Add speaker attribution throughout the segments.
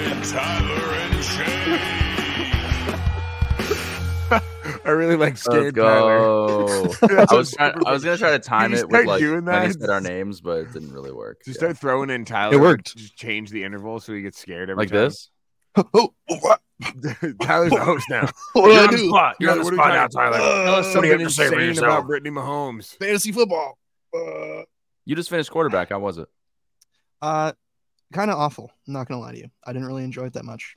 Speaker 1: Tyler and Shane.
Speaker 2: I really like
Speaker 3: Let's
Speaker 2: Skade Tyler.
Speaker 3: go.
Speaker 2: That's
Speaker 3: I was
Speaker 2: so
Speaker 3: trying,
Speaker 2: super
Speaker 3: I was gonna try to time
Speaker 2: you
Speaker 3: it
Speaker 2: start
Speaker 3: with like
Speaker 2: doing
Speaker 3: when he
Speaker 2: that?
Speaker 3: said our names, but it didn't really work.
Speaker 2: Just
Speaker 3: Yeah.
Speaker 2: start throwing in Tyler.
Speaker 4: It
Speaker 2: and
Speaker 4: worked.
Speaker 2: Just change the interval so he gets scared every
Speaker 3: Like
Speaker 2: time.
Speaker 3: this?
Speaker 4: Oh, what
Speaker 2: Tyler's the host now.
Speaker 4: what do I
Speaker 2: on the
Speaker 4: do?
Speaker 2: spot. You're on
Speaker 4: Yeah,
Speaker 2: the
Speaker 4: what do we
Speaker 2: spot now,
Speaker 4: talking about?
Speaker 2: Tyler. Tell us
Speaker 4: Uh,
Speaker 2: something
Speaker 4: what do you have to say for
Speaker 2: insane
Speaker 4: yourself?
Speaker 2: about Brittany Mahomes.
Speaker 4: Fantasy football. Uh,
Speaker 3: You just finished quarterback. How was it?
Speaker 4: uh kind of awful. I'm not gonna lie to you. I didn't really enjoy it that much.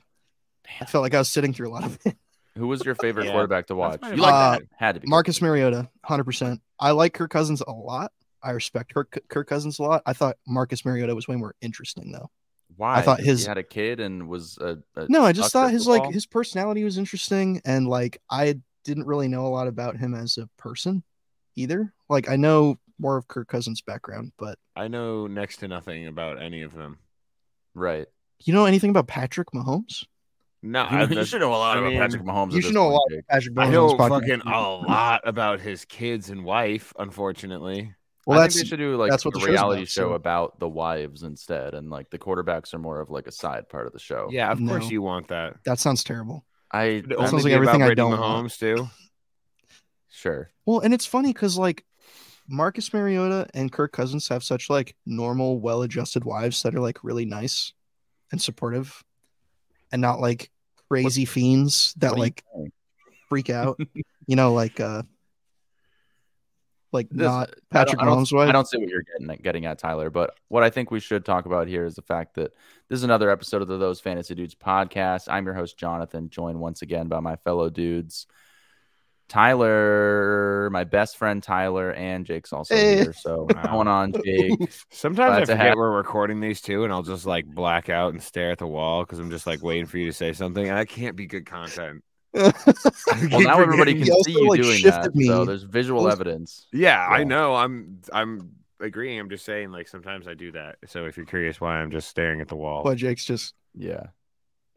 Speaker 4: I felt like I was sitting through a lot of it.
Speaker 3: Who was your favorite
Speaker 1: Yeah.
Speaker 3: quarterback to watch?
Speaker 1: my
Speaker 3: You like
Speaker 4: Uh,
Speaker 3: that? had to be
Speaker 4: Marcus Mariota, 100%. I like Kirk Cousins a lot. I respect Kirk, Kirk Cousins a lot. I thought Marcus Mariota was way more interesting though.
Speaker 3: Why?
Speaker 4: I thought
Speaker 3: 'Cause
Speaker 4: his-
Speaker 3: he had a kid and was a, a
Speaker 4: No, I just
Speaker 3: sucked
Speaker 4: thought
Speaker 3: at
Speaker 4: his
Speaker 3: football?
Speaker 4: like his personality was interesting, and like I didn't really know a lot about him as a person either. Like I know more of Kirk Cousins' background, but
Speaker 2: I know next to nothing about any of them.
Speaker 3: right.
Speaker 4: you know anything about Patrick Mahomes?
Speaker 2: No,
Speaker 3: You,
Speaker 2: I,
Speaker 3: know- you
Speaker 2: that's-
Speaker 3: should know a lot
Speaker 2: I
Speaker 3: about
Speaker 2: mean,
Speaker 3: Patrick Mahomes.
Speaker 4: you
Speaker 3: at
Speaker 4: should
Speaker 3: this
Speaker 4: know a
Speaker 3: point,
Speaker 4: lot
Speaker 3: Jake.
Speaker 4: about Patrick Mahomes.
Speaker 2: I
Speaker 4: on
Speaker 2: know
Speaker 4: this podcast.
Speaker 2: fucking a lot about his kids and wife, unfortunately.
Speaker 4: Well,
Speaker 3: I
Speaker 4: that's
Speaker 3: think they should do like
Speaker 4: that's what
Speaker 3: a
Speaker 4: the show's
Speaker 3: reality
Speaker 4: about,
Speaker 3: show
Speaker 4: so-
Speaker 3: about the wives instead, and like the quarterbacks are more of like a side part of the show.
Speaker 2: Yeah, of course
Speaker 4: No.
Speaker 2: you want that.
Speaker 4: that sounds terrible.
Speaker 3: I
Speaker 2: It
Speaker 3: I'm-
Speaker 4: sounds
Speaker 2: only
Speaker 4: like
Speaker 2: be
Speaker 4: everything
Speaker 2: about
Speaker 4: I
Speaker 2: Brittany
Speaker 4: don't want.
Speaker 2: Mahomes too.
Speaker 3: sure.
Speaker 4: Well, and it's funny because like Marcus Mariota and Kirk Cousins have such like normal, well-adjusted wives that are like really nice and supportive, and not like crazy fiends that
Speaker 3: what do you
Speaker 4: like
Speaker 3: think?
Speaker 4: freak out. you know, like uh, like
Speaker 3: This-
Speaker 4: not
Speaker 3: I don't-
Speaker 4: Patrick
Speaker 3: I don't,
Speaker 4: Mahomes' wife.
Speaker 3: I don't see what you're getting at, getting at, Tyler. But what I think we should talk about here is the fact that this is another episode of the Those Fantasy Dudes podcast. I'm your host Jonathan, joined once again by my fellow dudes, Tyler, my best friend Tyler, and Jake's also
Speaker 4: Hey.
Speaker 3: here. So
Speaker 2: Wow.
Speaker 3: what's going on, Jake?
Speaker 2: Sometimes
Speaker 3: Glad
Speaker 2: I
Speaker 3: to
Speaker 2: forget
Speaker 3: have-
Speaker 2: we're recording these too, and I'll just like black out and stare at the wall because I'm just like waiting for you to say something, and that can't be good content.
Speaker 3: Well, now everybody
Speaker 4: He
Speaker 3: can
Speaker 4: also,
Speaker 3: see you
Speaker 4: like,
Speaker 3: doing
Speaker 4: shifted
Speaker 3: that.
Speaker 4: me.
Speaker 3: So there's visual
Speaker 4: Also-
Speaker 3: evidence.
Speaker 2: Yeah, I
Speaker 3: Yeah.
Speaker 2: know. I'm I'm agreeing. I'm just saying like sometimes I do that. So if you're curious why I'm just staring at the
Speaker 3: Oh.
Speaker 2: wall,
Speaker 4: Why Jake's just
Speaker 3: Yeah.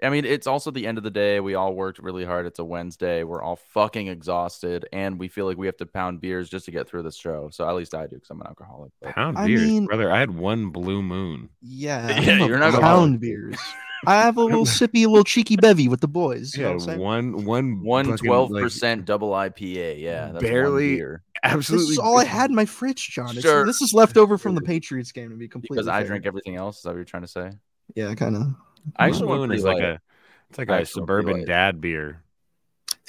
Speaker 3: I mean, it's also the end of the day. We all worked really hard. It's a Wednesday. We're all fucking exhausted, and we feel like we have to pound beers just to get through this show. So at least I do, because I'm an alcoholic. but-
Speaker 2: pound
Speaker 4: I
Speaker 2: beers,
Speaker 4: mean-
Speaker 2: brother. I had one blue moon.
Speaker 4: yeah.
Speaker 3: Yeah,
Speaker 4: I'm a
Speaker 3: you're not
Speaker 2: gonna-
Speaker 4: pound beers. I have a little sippy, little cheeky bevy with the boys. You know
Speaker 2: Yeah,
Speaker 4: what I'm saying?
Speaker 2: one one
Speaker 3: One
Speaker 2: fucking,
Speaker 3: twelve
Speaker 2: like,
Speaker 3: percent double IPA. Yeah, that's one
Speaker 2: barely
Speaker 3: beer.
Speaker 2: Absolutely,
Speaker 4: This is all I had in my fridge, John. It's-
Speaker 3: Sure.
Speaker 4: This is left over from the Patriots game, to be completely
Speaker 3: because I
Speaker 4: fair.
Speaker 3: drink everything else. Is that what you're trying to say?
Speaker 4: Yeah, kind of.
Speaker 3: I
Speaker 2: Blue
Speaker 3: actually went
Speaker 2: moon
Speaker 3: pretty
Speaker 2: is like
Speaker 3: light.
Speaker 2: a it's like
Speaker 3: I
Speaker 2: a
Speaker 3: actually went pretty
Speaker 2: suburban
Speaker 3: light.
Speaker 2: dad beer.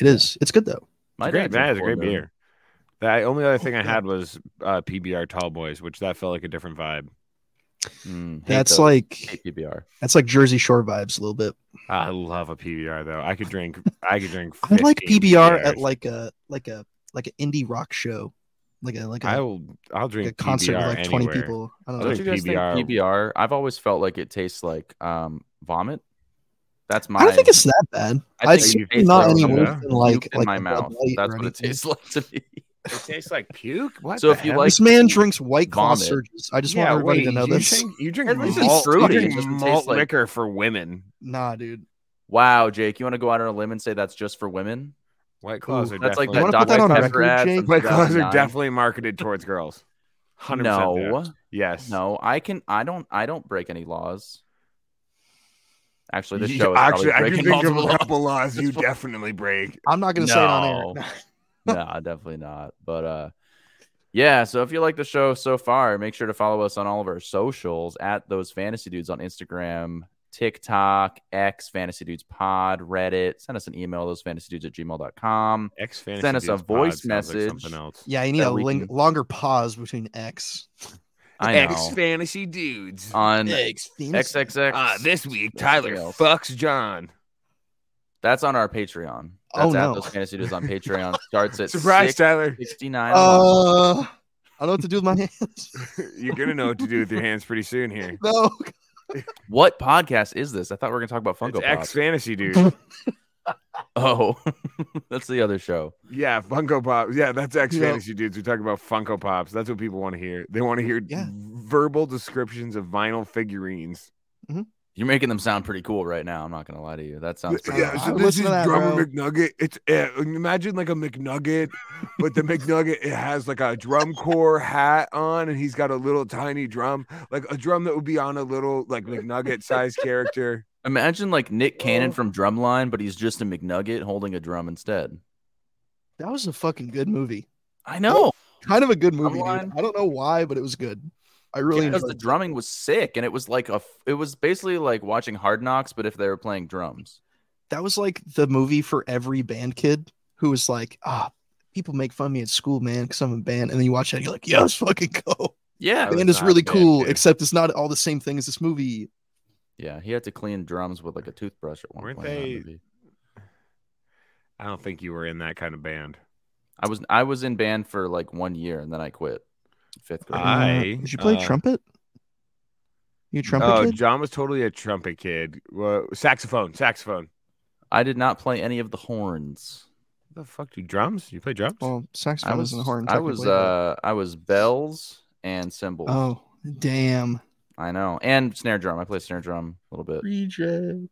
Speaker 4: It is. It's good though.
Speaker 3: My
Speaker 2: It's great,
Speaker 3: dad drinks
Speaker 2: man. It's a
Speaker 3: Blue
Speaker 2: great
Speaker 3: Moon.
Speaker 2: beer. The only other thing I
Speaker 4: Yeah.
Speaker 2: had was uh, PBR Tall Boys, which that felt like a different vibe.
Speaker 3: Mm, hate
Speaker 4: That's
Speaker 3: those.
Speaker 4: like
Speaker 3: Hate PBR.
Speaker 4: that's like Jersey Shore vibes a little bit.
Speaker 2: I love a PBR though. I could drink. I could drink.
Speaker 4: I like
Speaker 2: 15
Speaker 4: PBR at
Speaker 2: PBRs.
Speaker 4: like a like a like an indie rock show, like a like a,
Speaker 2: I will. I'll
Speaker 4: like
Speaker 2: drink
Speaker 4: a concert
Speaker 2: PBR
Speaker 4: with like twenty
Speaker 2: anywhere.
Speaker 4: people. I don't
Speaker 2: I'll
Speaker 4: know.
Speaker 3: Don't
Speaker 2: drink
Speaker 3: you guys
Speaker 2: PBR.
Speaker 3: think PBR? I've always felt like it tastes like um, vomit. That's my.
Speaker 4: I don't think it's that bad.
Speaker 3: I
Speaker 4: I
Speaker 3: think
Speaker 4: it's
Speaker 2: you
Speaker 4: certainly
Speaker 2: taste
Speaker 4: not
Speaker 2: like
Speaker 4: any
Speaker 2: soda.
Speaker 4: worse than like
Speaker 3: in
Speaker 4: like
Speaker 3: my
Speaker 4: a Bud
Speaker 3: mouth.
Speaker 4: Light
Speaker 3: That's
Speaker 4: or
Speaker 3: what it
Speaker 4: anything.
Speaker 3: tastes like to me.
Speaker 2: It tastes like puke. What?
Speaker 3: So
Speaker 2: the
Speaker 3: if you
Speaker 2: hell?
Speaker 3: like-
Speaker 4: This man drinks White Claw
Speaker 3: Vomit.
Speaker 4: surges. I just
Speaker 2: yeah,
Speaker 4: want everybody
Speaker 2: wait,
Speaker 4: to know
Speaker 2: you
Speaker 4: this.
Speaker 2: Drink, you drink
Speaker 3: At least it's
Speaker 2: malt,
Speaker 3: fruity,
Speaker 2: you
Speaker 3: it
Speaker 2: drink
Speaker 3: doesn't taste
Speaker 2: malt
Speaker 3: like-
Speaker 2: liquor for women.
Speaker 4: Nah, dude.
Speaker 3: Wow, Jake, you want to go out on a limb and say that's just for women?
Speaker 2: White claws are
Speaker 3: That's
Speaker 2: definitely.
Speaker 3: like that
Speaker 4: wanna
Speaker 3: Dr.
Speaker 4: put that on
Speaker 3: Pepper
Speaker 4: record,
Speaker 3: ad
Speaker 4: Jake?
Speaker 3: from
Speaker 2: White claws are
Speaker 3: 2009.
Speaker 2: definitely marketed towards girls. Hundred
Speaker 3: No,
Speaker 2: percent. Yes.
Speaker 3: no, I can. I don't. I don't break any laws. Actually, this
Speaker 2: You-
Speaker 3: show is
Speaker 2: actually, I
Speaker 3: probably
Speaker 2: can
Speaker 3: breaking
Speaker 2: think of a
Speaker 3: multiple laws.
Speaker 2: couple laws you definitely break.
Speaker 4: I'm not gonna say it on
Speaker 3: No.
Speaker 4: air.
Speaker 3: no, definitely not. But uh yeah, so if you like the show so far, make sure to follow us on all of our socials at those fantasy dudes on Instagram, TikTok, X, Fantasy Dudes Pod, Reddit. Send us an email, those fantasy dudes at gmail.com.
Speaker 2: X
Speaker 3: Send us a
Speaker 2: Dudes Pod
Speaker 3: voice
Speaker 2: sounds like
Speaker 3: message.
Speaker 2: something else.
Speaker 4: Yeah, you need
Speaker 3: That
Speaker 4: a
Speaker 3: we
Speaker 4: ling-
Speaker 3: can-
Speaker 4: longer pause between X.
Speaker 3: I
Speaker 2: X
Speaker 3: know. Uh,
Speaker 2: fantasy dudes.
Speaker 3: On
Speaker 4: X.
Speaker 3: XXX.
Speaker 2: Uh, this week,
Speaker 3: Something
Speaker 2: Tyler
Speaker 3: else.
Speaker 2: fucks John.
Speaker 3: That's on our Patreon. That's
Speaker 4: Oh,
Speaker 3: at
Speaker 4: no.
Speaker 3: those fantasy dudes on Patreon. Starts at
Speaker 2: Surprise, Oh. Tyler.
Speaker 3: 69
Speaker 4: Uh, I don't know what to do with my hands.
Speaker 2: You're gonna know what to do with your hands pretty soon here.
Speaker 4: No.
Speaker 3: What podcast is this? I thought we were going to talk about
Speaker 2: It's
Speaker 3: Funko Pop.
Speaker 2: X fantasy dude.
Speaker 3: oh, that's the other show.
Speaker 2: Yeah, Funko Pops. Yeah, that's X
Speaker 4: You know-
Speaker 2: fantasy dudes. We talk about Funko Pops. That's what people want to hear. They want to hear
Speaker 4: Yeah.
Speaker 2: verbal descriptions of vinyl figurines.
Speaker 3: You're making them sound pretty cool right now. I'm not gonna lie to you. That sounds pretty
Speaker 2: yeah,
Speaker 4: cool.
Speaker 2: so
Speaker 4: I
Speaker 2: this
Speaker 4: listen
Speaker 2: is
Speaker 4: to that,
Speaker 2: drummer
Speaker 4: bro.
Speaker 2: McNugget. It's uh, imagine like a McNugget, but the McNugget it has like a drum corps hat on, and he's got a little tiny drum, like a drum that would be on a little like McNugget size character.
Speaker 3: Imagine like Nick
Speaker 4: Oh.
Speaker 3: Cannon from Drumline, but he's just a McNugget holding a drum instead.
Speaker 4: That was a fucking good movie.
Speaker 3: I know.
Speaker 4: Kind of a good movie, dude.
Speaker 3: Drumline.
Speaker 4: I don't know why, but it was good. I really
Speaker 3: because
Speaker 4: enjoyed
Speaker 3: the
Speaker 4: it.
Speaker 3: drumming was sick and it was like a f- it was basically like watching Hard Knocks but if they were playing drums.
Speaker 4: that was like the movie for every band kid who was like, ah, people make fun of me at school, man, because I'm a band. And then you watch that and you're like, yeah, let's fucking go.
Speaker 3: Yeah. it was
Speaker 4: band is
Speaker 3: not
Speaker 4: really
Speaker 3: bad,
Speaker 4: cool,
Speaker 3: dude.
Speaker 4: except it's not all the same thing as this movie.
Speaker 3: yeah, he had to clean drums with like a toothbrush at one
Speaker 2: Weren't
Speaker 3: point. in that
Speaker 2: they-
Speaker 3: movie.
Speaker 2: I don't think you were in that kind of band.
Speaker 3: I was I was in band for like 1 year and then I quit. 5th grade.
Speaker 2: Ah. I,
Speaker 4: did you play
Speaker 2: uh,
Speaker 4: trumpet? You a trumpet
Speaker 2: oh,
Speaker 4: kid?
Speaker 2: John was totally a trumpet kid. Well, saxophone, saxophone.
Speaker 3: I did not play any of the horns.
Speaker 2: The fuck do drums? You play drums?
Speaker 4: Well,
Speaker 3: I
Speaker 4: saxophone
Speaker 3: was
Speaker 4: is a horn.
Speaker 3: I was
Speaker 4: technically, but-
Speaker 3: uh I was bells and cymbals.
Speaker 4: oh damn,
Speaker 3: I know. And snare drum. I played snare drum a little bit.
Speaker 4: reject.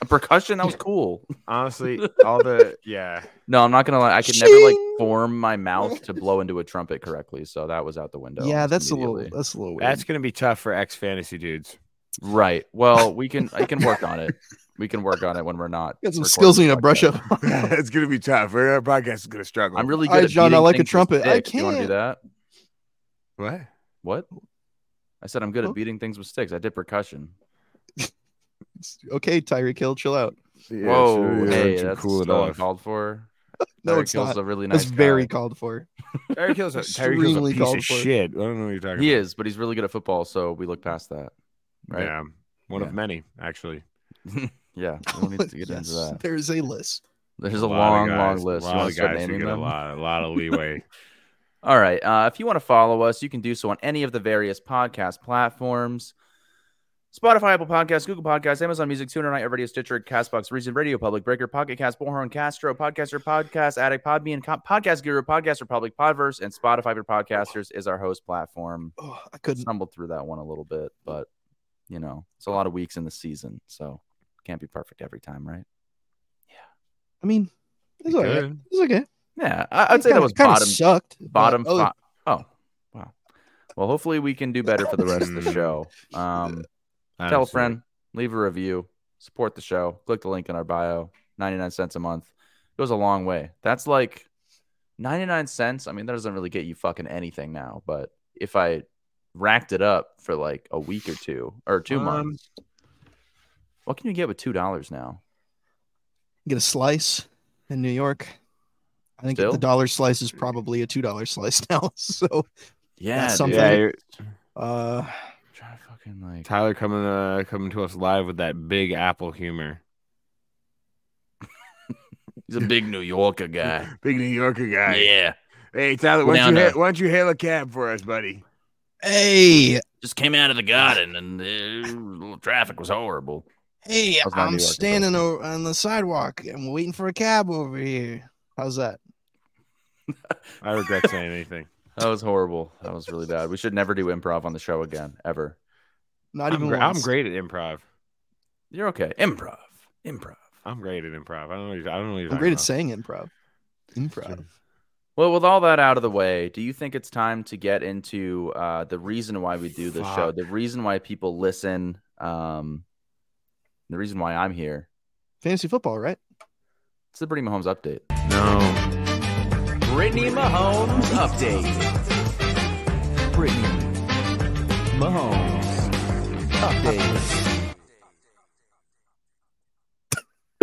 Speaker 3: A percussion that was cool.
Speaker 2: Honestly, all the yeah.
Speaker 3: No, I'm not gonna lie. I could never like
Speaker 4: Shing.
Speaker 3: form my mouth to blow into a trumpet correctly, so that was out the window.
Speaker 4: yeah, that's a little
Speaker 3: immediately.
Speaker 4: that's a little weird.
Speaker 2: That's gonna be tough for ex fantasy dudes.
Speaker 3: right. Well, we can I can work on it. We can work on it when we're not.
Speaker 4: got some
Speaker 3: recording
Speaker 4: skills
Speaker 3: the
Speaker 4: we need to brush
Speaker 3: podcast.
Speaker 4: up.
Speaker 5: it's gonna be tough. Our podcast is gonna struggle.
Speaker 3: I'm really good.
Speaker 4: All right,
Speaker 3: at
Speaker 4: John, I
Speaker 3: beating
Speaker 4: like a
Speaker 3: things with
Speaker 4: trumpet. I
Speaker 3: sticks. You want to do
Speaker 4: can't.
Speaker 3: that?
Speaker 5: what?
Speaker 3: What? I said I'm good
Speaker 4: Oh.
Speaker 3: at beating things with sticks. I did percussion.
Speaker 4: okay, Tyreek Hill, chill out.
Speaker 5: Yeah,
Speaker 3: Whoa,
Speaker 5: sure, yeah,
Speaker 3: hey,
Speaker 5: don't you
Speaker 3: that's
Speaker 5: cool it
Speaker 3: so
Speaker 5: off.
Speaker 3: uncalled for.
Speaker 4: No,
Speaker 3: Tyreek
Speaker 4: it's
Speaker 3: Hill's
Speaker 4: not.
Speaker 3: a really nice.
Speaker 4: That's very
Speaker 3: guy.
Speaker 4: called for.
Speaker 2: Tyreek Hill's a, Tyreek Hill's a
Speaker 4: Extremely
Speaker 2: piece
Speaker 4: called
Speaker 2: of
Speaker 4: for.
Speaker 2: shit. I don't know what you're talking
Speaker 3: He
Speaker 2: about.
Speaker 3: is, but he's really good at football, so we look past that. Right?
Speaker 2: Yeah, one
Speaker 3: Yeah.
Speaker 2: of many actually.
Speaker 3: Yeah, we don't need to get into
Speaker 4: Yes,
Speaker 3: that.
Speaker 4: there's a list.
Speaker 3: There's a
Speaker 2: lot of
Speaker 3: long, long
Speaker 2: guys-
Speaker 3: list.
Speaker 2: A lot
Speaker 3: You want
Speaker 2: of
Speaker 3: to start
Speaker 2: guys who
Speaker 3: naming
Speaker 2: get a
Speaker 3: them?
Speaker 2: lot, a lot of leeway.
Speaker 3: All right. Uh, if you want to follow us, you can do so on any of the various podcast platforms. Spotify, Apple Podcasts, Google Podcasts, Amazon Music, TuneIn, Night Radio, Stitcher, Castbox, Reason Radio, Public Breaker, Pocket Cast, Bullhorn, Castro, Podcaster, Podcast Addict, Podbean, Co- Podcast Guru, Podcast Republic, Podverse, and Spotify for Podcasters is our host platform.
Speaker 4: Oh, I couldn't.
Speaker 3: Stumbled through that one a little bit, but you know, it's a lot of weeks in the season, so can't be perfect every time, right?
Speaker 4: I mean, it's
Speaker 2: You
Speaker 4: okay.
Speaker 2: could.
Speaker 4: It's okay.
Speaker 3: Yeah, I- I'd say that was
Speaker 4: kind
Speaker 3: bottom
Speaker 4: of sucked. but
Speaker 3: bottom
Speaker 4: other-
Speaker 3: five. Oh, wow. Well, hopefully we can do better for the rest of the
Speaker 2: Mm.
Speaker 3: show. Um, tell a
Speaker 2: Honestly.
Speaker 3: friend, leave a review, support the show. Click the link in our bio. Ninety nine cents a month goes a long way. That's like ninety nine cents. I mean, that doesn't really get you fucking anything now. But if I racked it up for like a week or two or two
Speaker 2: Um,
Speaker 3: months, what can you get with two dollars now?
Speaker 4: Get a slice in New York. I think
Speaker 3: Still?
Speaker 4: the dollar slice is probably a two dollar slice now. So,
Speaker 3: Yeah,
Speaker 4: That's
Speaker 3: dude.
Speaker 4: something.
Speaker 2: Yeah, you're-
Speaker 4: uh,
Speaker 3: I'm trying to fucking like.
Speaker 2: Tyler coming uh, coming to us live with that big apple humor.
Speaker 3: He's a big New Yorker guy.
Speaker 5: Big New Yorker guy.
Speaker 3: Yeah,
Speaker 5: Hey Tyler,
Speaker 3: Go
Speaker 5: why don't, you
Speaker 3: down
Speaker 5: ha-
Speaker 3: to-
Speaker 5: why don't you hail a cab for us, buddy?
Speaker 4: hey,
Speaker 3: just came out of the garden and uh, traffic was horrible.
Speaker 4: hey,
Speaker 3: was not New
Speaker 4: I'm
Speaker 3: York, but-
Speaker 4: standing o- on the sidewalk. I'm waiting for a cab over here. How's that?
Speaker 2: I regret saying anything.
Speaker 3: That was horrible. That was really bad. We should never do improv on the show again, ever.
Speaker 4: Not
Speaker 2: I'm,
Speaker 4: even.
Speaker 2: gr-
Speaker 4: once.
Speaker 2: I'm great at improv.
Speaker 3: You're okay. Improv. Improv.
Speaker 2: I'm great at improv. I don't know. What you're, I don't know. What you're
Speaker 4: I'm
Speaker 2: talking
Speaker 4: great at
Speaker 2: about.
Speaker 4: saying improv. Improv.
Speaker 3: Well, with all that out of the way, do you think it's time to get into uh, the reason why we do this show?
Speaker 2: Fuck.
Speaker 3: The reason why people listen. Um, the reason why I'm here.
Speaker 4: Fantasy football, right?
Speaker 3: It's the Brittany Mahomes update.
Speaker 2: No.
Speaker 6: Brittany Mahomes update. Brittany Mahomes update.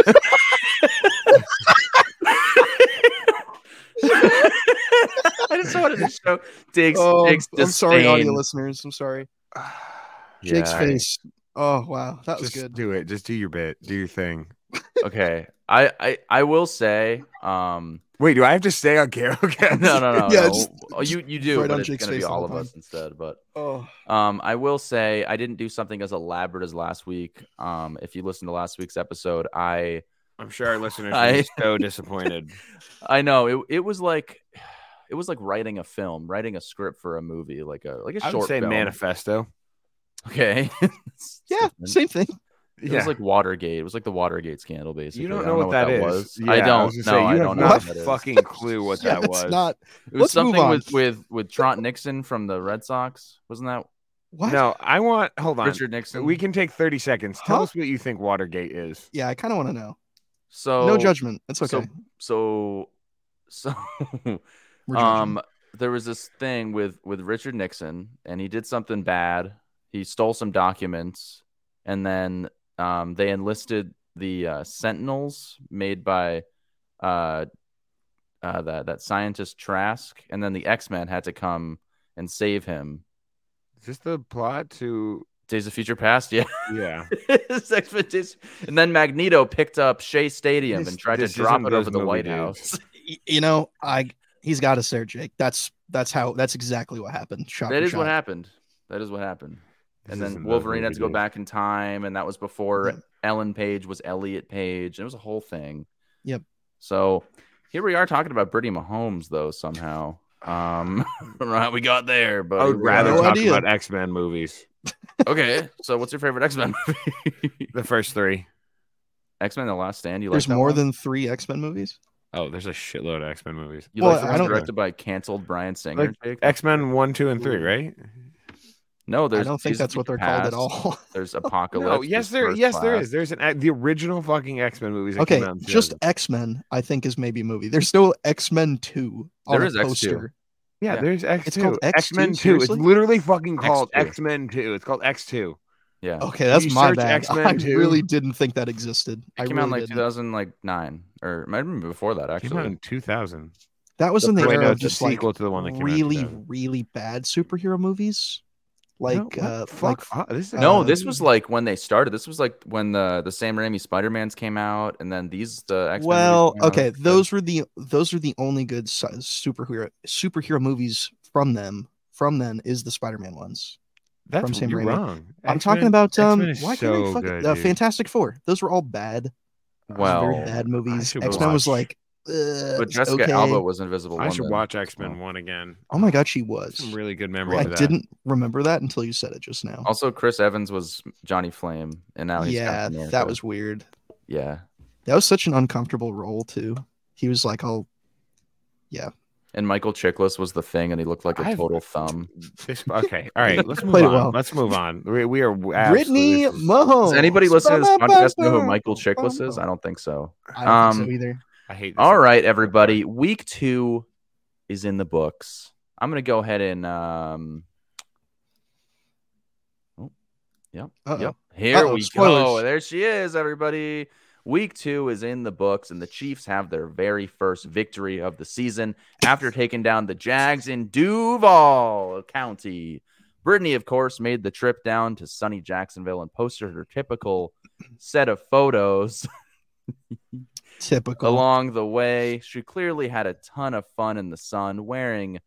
Speaker 3: I just wanted to show Diggs.
Speaker 4: Oh,
Speaker 3: Diggs
Speaker 4: I'm sorry, audio
Speaker 3: disdain.
Speaker 4: listeners. I'm sorry. Jake's
Speaker 2: Yeah,
Speaker 4: face. Oh wow, that was
Speaker 2: Just
Speaker 4: good.
Speaker 2: do it. Just do your bit. Do your thing.
Speaker 3: Okay, I, I I will say. Um,
Speaker 5: Wait, do I have to stay on camera? Okay.
Speaker 3: no, no, no. no.
Speaker 4: Yeah, just-
Speaker 3: Oh, you you
Speaker 4: right
Speaker 3: do,
Speaker 4: on
Speaker 3: but it's
Speaker 4: Jake's
Speaker 3: gonna be
Speaker 4: face the
Speaker 3: all
Speaker 4: whole
Speaker 3: of
Speaker 4: time.
Speaker 3: us instead. But
Speaker 4: Oh,
Speaker 3: um, I will say I didn't do something as elaborate as last week. Um, if you listen to last week's episode, I
Speaker 2: I'm sure our listeners
Speaker 3: I-
Speaker 2: are so disappointed.
Speaker 3: I know it, it was like it was like writing a film, writing a script for a movie, like a like a
Speaker 2: I would
Speaker 3: short
Speaker 2: say
Speaker 3: film.
Speaker 2: manifesto.
Speaker 3: okay. It's
Speaker 4: yeah,
Speaker 3: different.
Speaker 4: same thing.
Speaker 3: It was like Watergate. It was like the Watergate scandal, basically.
Speaker 2: you don't
Speaker 3: I
Speaker 2: know, what that is.
Speaker 3: was. I
Speaker 2: Yeah,
Speaker 3: don't.
Speaker 2: was
Speaker 3: know.
Speaker 2: gonna say,
Speaker 3: I
Speaker 2: you
Speaker 3: don't know
Speaker 2: have
Speaker 3: what that
Speaker 2: no
Speaker 3: is.
Speaker 2: fucking clue what
Speaker 4: Yeah,
Speaker 2: that
Speaker 4: it's
Speaker 2: was.
Speaker 4: not.
Speaker 3: It was
Speaker 4: Let's move
Speaker 3: something
Speaker 4: on.
Speaker 3: with with with Trot Nixon from the Red Sox, wasn't that?
Speaker 4: What?
Speaker 2: No, I want. Hold on.
Speaker 3: Richard Nixon.
Speaker 2: We can take 30 seconds. Tell
Speaker 4: Huh?
Speaker 2: us what you think Watergate is.
Speaker 4: Yeah, I kind of want to know.
Speaker 3: so
Speaker 4: no judgment. That's
Speaker 3: so-
Speaker 4: okay.
Speaker 3: So so
Speaker 4: We're judging.
Speaker 3: um there was this thing with with Richard Nixon and he did something bad. He stole some documents and then um they enlisted the uh, Sentinels made by uh uh that that scientist Trask and then the X-Men had to come and save him.
Speaker 2: Is this the plot to?
Speaker 3: Days of Future Past, yeah.
Speaker 2: Yeah.
Speaker 3: His expedition- and then Magneto picked up Shea Stadium
Speaker 2: This-
Speaker 3: and tried to
Speaker 2: this
Speaker 3: drop
Speaker 2: isn't
Speaker 3: it
Speaker 2: those
Speaker 3: over the
Speaker 2: movie
Speaker 3: White
Speaker 2: dudes.
Speaker 3: House.
Speaker 4: Y- you know, I he's got us there, Jake. That's that's how that's exactly what happened. Shot
Speaker 3: That
Speaker 4: for
Speaker 3: is what
Speaker 4: shot.
Speaker 3: happened. That is what happened. and
Speaker 2: This
Speaker 3: then
Speaker 2: isn't those
Speaker 3: Wolverine had to go
Speaker 2: movie
Speaker 3: back in time, and that was before
Speaker 4: Mhm.
Speaker 3: Ellen Page was Elliot Page. It was a whole thing.
Speaker 4: Yep.
Speaker 3: So here we are talking about Brittany Mahomes, though somehow. Um, right, we got there, but
Speaker 2: I would
Speaker 3: here we
Speaker 2: rather
Speaker 3: are.
Speaker 4: Oh, No
Speaker 2: talk
Speaker 4: idea.
Speaker 2: about X Men movies.
Speaker 3: okay. So what's your favorite X Men movie?
Speaker 2: The first three.
Speaker 3: X Men: The Last Stand. You
Speaker 4: There's
Speaker 3: like that
Speaker 4: more
Speaker 3: one?
Speaker 4: than three X Men movies.
Speaker 2: Oh, there's a shitload of X Men movies.
Speaker 3: You
Speaker 4: Well,
Speaker 3: like the
Speaker 4: I
Speaker 3: one
Speaker 4: don't-
Speaker 3: directed by canceled Brian Singer.
Speaker 2: Like,
Speaker 3: Jake?
Speaker 2: X Men one, two, and three, right?
Speaker 3: no, there's
Speaker 4: I don't
Speaker 3: Days
Speaker 4: think
Speaker 3: of
Speaker 4: that's what they're
Speaker 3: Future
Speaker 4: called at
Speaker 3: Past,
Speaker 4: all.
Speaker 3: There's Apocalypse.
Speaker 2: No, yes,
Speaker 3: there's
Speaker 2: there,
Speaker 3: First
Speaker 2: yes, there
Speaker 3: Class.
Speaker 2: is. There's an a- the original fucking X Men movies. That
Speaker 4: okay,
Speaker 2: came out in
Speaker 4: just
Speaker 2: 2000.
Speaker 4: X Men. I think is maybe a movie. There's no X Men Two on
Speaker 3: There
Speaker 4: the
Speaker 3: is X2.
Speaker 4: poster.
Speaker 2: yeah,
Speaker 3: yeah.
Speaker 2: There's X
Speaker 4: It's
Speaker 2: two.
Speaker 4: called X2,
Speaker 2: X Men two. It's
Speaker 4: seriously?
Speaker 2: literally fucking called
Speaker 3: X2.
Speaker 2: X Men two. It's called X two.
Speaker 3: Yeah.
Speaker 4: Okay, that's
Speaker 2: Oh, you
Speaker 4: my
Speaker 2: search
Speaker 4: bad.
Speaker 2: X-Men
Speaker 4: I
Speaker 2: 2?
Speaker 4: really didn't think that existed.
Speaker 3: It
Speaker 4: I
Speaker 3: came
Speaker 4: really
Speaker 3: out in like
Speaker 4: didn't.
Speaker 3: 2009, or it might have been before that
Speaker 2: Came out
Speaker 3: actually.
Speaker 2: in 2000.
Speaker 4: That was in the
Speaker 2: Wait,
Speaker 4: era
Speaker 2: no,
Speaker 4: of
Speaker 2: it's a
Speaker 4: just like
Speaker 2: sequel to the one that came out in
Speaker 4: really,
Speaker 2: 2000.
Speaker 4: really bad superhero movies,
Speaker 2: No,
Speaker 4: like
Speaker 2: what
Speaker 4: uh,
Speaker 2: the
Speaker 4: like
Speaker 2: fuck? Ah, this is
Speaker 3: No,
Speaker 4: Uh,
Speaker 3: this was like when they started. This was like when the the Sam Raimi Spider Mans came out, and then these the X
Speaker 4: well, okay, those were the those are the only good su- superhero superhero movies from them. From then is the Spider-Man ones.
Speaker 2: that's
Speaker 4: from Sam
Speaker 2: you're
Speaker 4: Raimi.
Speaker 2: wrong.
Speaker 4: I'm talking
Speaker 2: X-Men-
Speaker 4: about um,
Speaker 2: X-Men is
Speaker 4: why
Speaker 2: so
Speaker 4: can't I fucking
Speaker 2: good,
Speaker 4: uh,
Speaker 2: dude.
Speaker 4: Fantastic Four? Those were all bad,
Speaker 3: Well,
Speaker 4: very bad movies.
Speaker 2: should
Speaker 4: X Men was
Speaker 2: watch-
Speaker 4: like, uh,
Speaker 3: but
Speaker 4: it's
Speaker 3: Jessica
Speaker 4: okay.
Speaker 3: Alba was Invisible
Speaker 2: I
Speaker 3: Woman.
Speaker 2: should watch X Men one again.
Speaker 4: Oh my god, she was.
Speaker 2: some really good memories.
Speaker 4: I
Speaker 2: of that.
Speaker 4: didn't remember that until you said it just now.
Speaker 3: Also, Chris Evans was Johnny Flame, and now he's
Speaker 4: yeah,
Speaker 3: Captain
Speaker 4: that
Speaker 3: America.
Speaker 4: was weird.
Speaker 3: yeah.
Speaker 4: That was such an uncomfortable role too. He was like, "I'll
Speaker 3: And Michael Chiklis was the thing, and he looked like a
Speaker 2: I've-
Speaker 3: total thumb.
Speaker 2: This- okay, all right. Let's move
Speaker 4: Played it
Speaker 2: on.
Speaker 4: well.
Speaker 2: Let's move on. We, we are
Speaker 4: Brittany
Speaker 2: absolutely- this is-
Speaker 4: Mahomes."
Speaker 3: Does anybody listening to this podcast know who Michael
Speaker 4: Chiklis
Speaker 3: Chiklis is? I don't think so.
Speaker 4: I don't think
Speaker 3: Um,
Speaker 4: so either.
Speaker 2: I hate. This
Speaker 3: All right, everybody. Week two is in the books. I'm gonna go ahead and um. oh, Yep.
Speaker 4: Uh-oh.
Speaker 3: Yep. Here
Speaker 4: Uh-oh,
Speaker 3: we go.
Speaker 4: spoilers.
Speaker 3: There she is, everybody. Week two is in the books, and the Chiefs have their very first victory of the season after taking down the Jags in Duval County. Brittany, of course, made the trip down to sunny Jacksonville and posted her typical set of photos
Speaker 4: Typical.
Speaker 3: along the way. She clearly had a ton of fun in the sun, wearing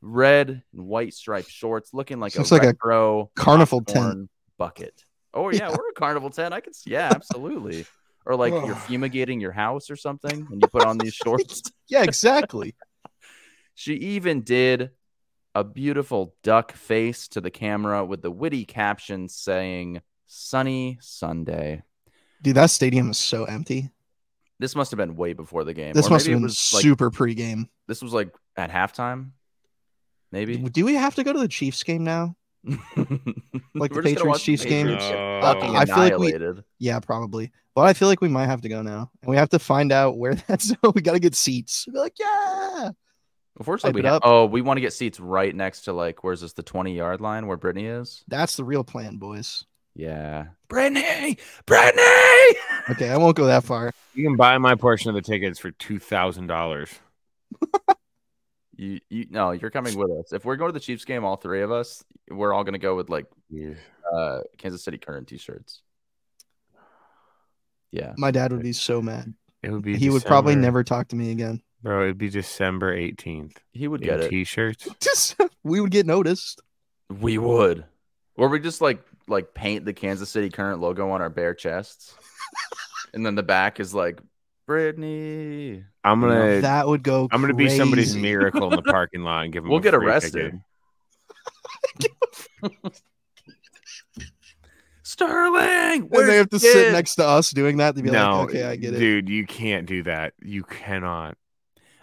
Speaker 3: red and white striped shorts, looking like
Speaker 4: Looks
Speaker 3: a
Speaker 4: like a
Speaker 3: retro
Speaker 4: carnival
Speaker 3: popcorn
Speaker 4: tent.
Speaker 3: bucket. Oh yeah,
Speaker 4: Yeah.
Speaker 3: we're a carnival tent. I can see. Yeah, absolutely. Or like you're fumigating your house or something, and you put on these shorts.
Speaker 4: Yeah, exactly.
Speaker 3: She even did a beautiful duck face to the camera with the witty caption saying "Sunny Sunday."
Speaker 4: Dude, that stadium is so empty.
Speaker 3: This must have been way before the game.
Speaker 4: This
Speaker 3: or
Speaker 4: must
Speaker 3: maybe
Speaker 4: have
Speaker 3: it
Speaker 4: been
Speaker 3: was like
Speaker 4: super pregame.
Speaker 3: this was like at halftime, maybe.
Speaker 4: Do we have to go to the Chiefs game now?
Speaker 3: like
Speaker 4: the Patriots Chiefs game?
Speaker 2: No.
Speaker 3: Fucking
Speaker 4: I feel like we-
Speaker 3: annihilated.
Speaker 4: Yeah, probably. But I feel like we might have to go now. And we have to find out where that's. we got to get seats. Be like, yeah. Hype
Speaker 3: Unfortunately,
Speaker 4: it
Speaker 3: we ha-
Speaker 4: up.
Speaker 3: oh, we want to get seats right next to like where's this the twenty yard line where Brittany is?
Speaker 4: That's the real plan, boys.
Speaker 3: Yeah, Brittany, Brittany.
Speaker 4: Okay, I won't go that far.
Speaker 2: You can buy my portion of the tickets for two thousand dollars.
Speaker 3: You, you, no, you're coming with us. If we're going to the Chiefs game, all three of us, we're all gonna go with like uh Kansas City Current t-shirts. Yeah,
Speaker 4: My dad would be so mad.
Speaker 2: It would be.
Speaker 4: He would probably
Speaker 2: December-
Speaker 4: never talk to me again.
Speaker 2: Bro, it'd be December eighteenth.
Speaker 3: he would get it.
Speaker 2: T-shirts.
Speaker 4: Just we would get noticed.
Speaker 3: We would. Or we just like like paint the Kansas City Current logo on our bare chests, and then the back is like Brittany.
Speaker 2: I'm
Speaker 3: You know,
Speaker 2: gonna.
Speaker 4: that would go.
Speaker 2: I'm gonna be somebody's
Speaker 4: crazy.
Speaker 2: miracle in the parking lot and give them.
Speaker 3: We'll
Speaker 2: a
Speaker 3: get
Speaker 2: free
Speaker 3: arrested.
Speaker 2: ticket.
Speaker 3: Sterling,
Speaker 4: And
Speaker 3: where's
Speaker 4: they have to
Speaker 3: the kid?
Speaker 4: sit next to us doing that. They'd be
Speaker 2: No,
Speaker 4: like, okay, I get it.
Speaker 2: dude, you can't do that. You cannot.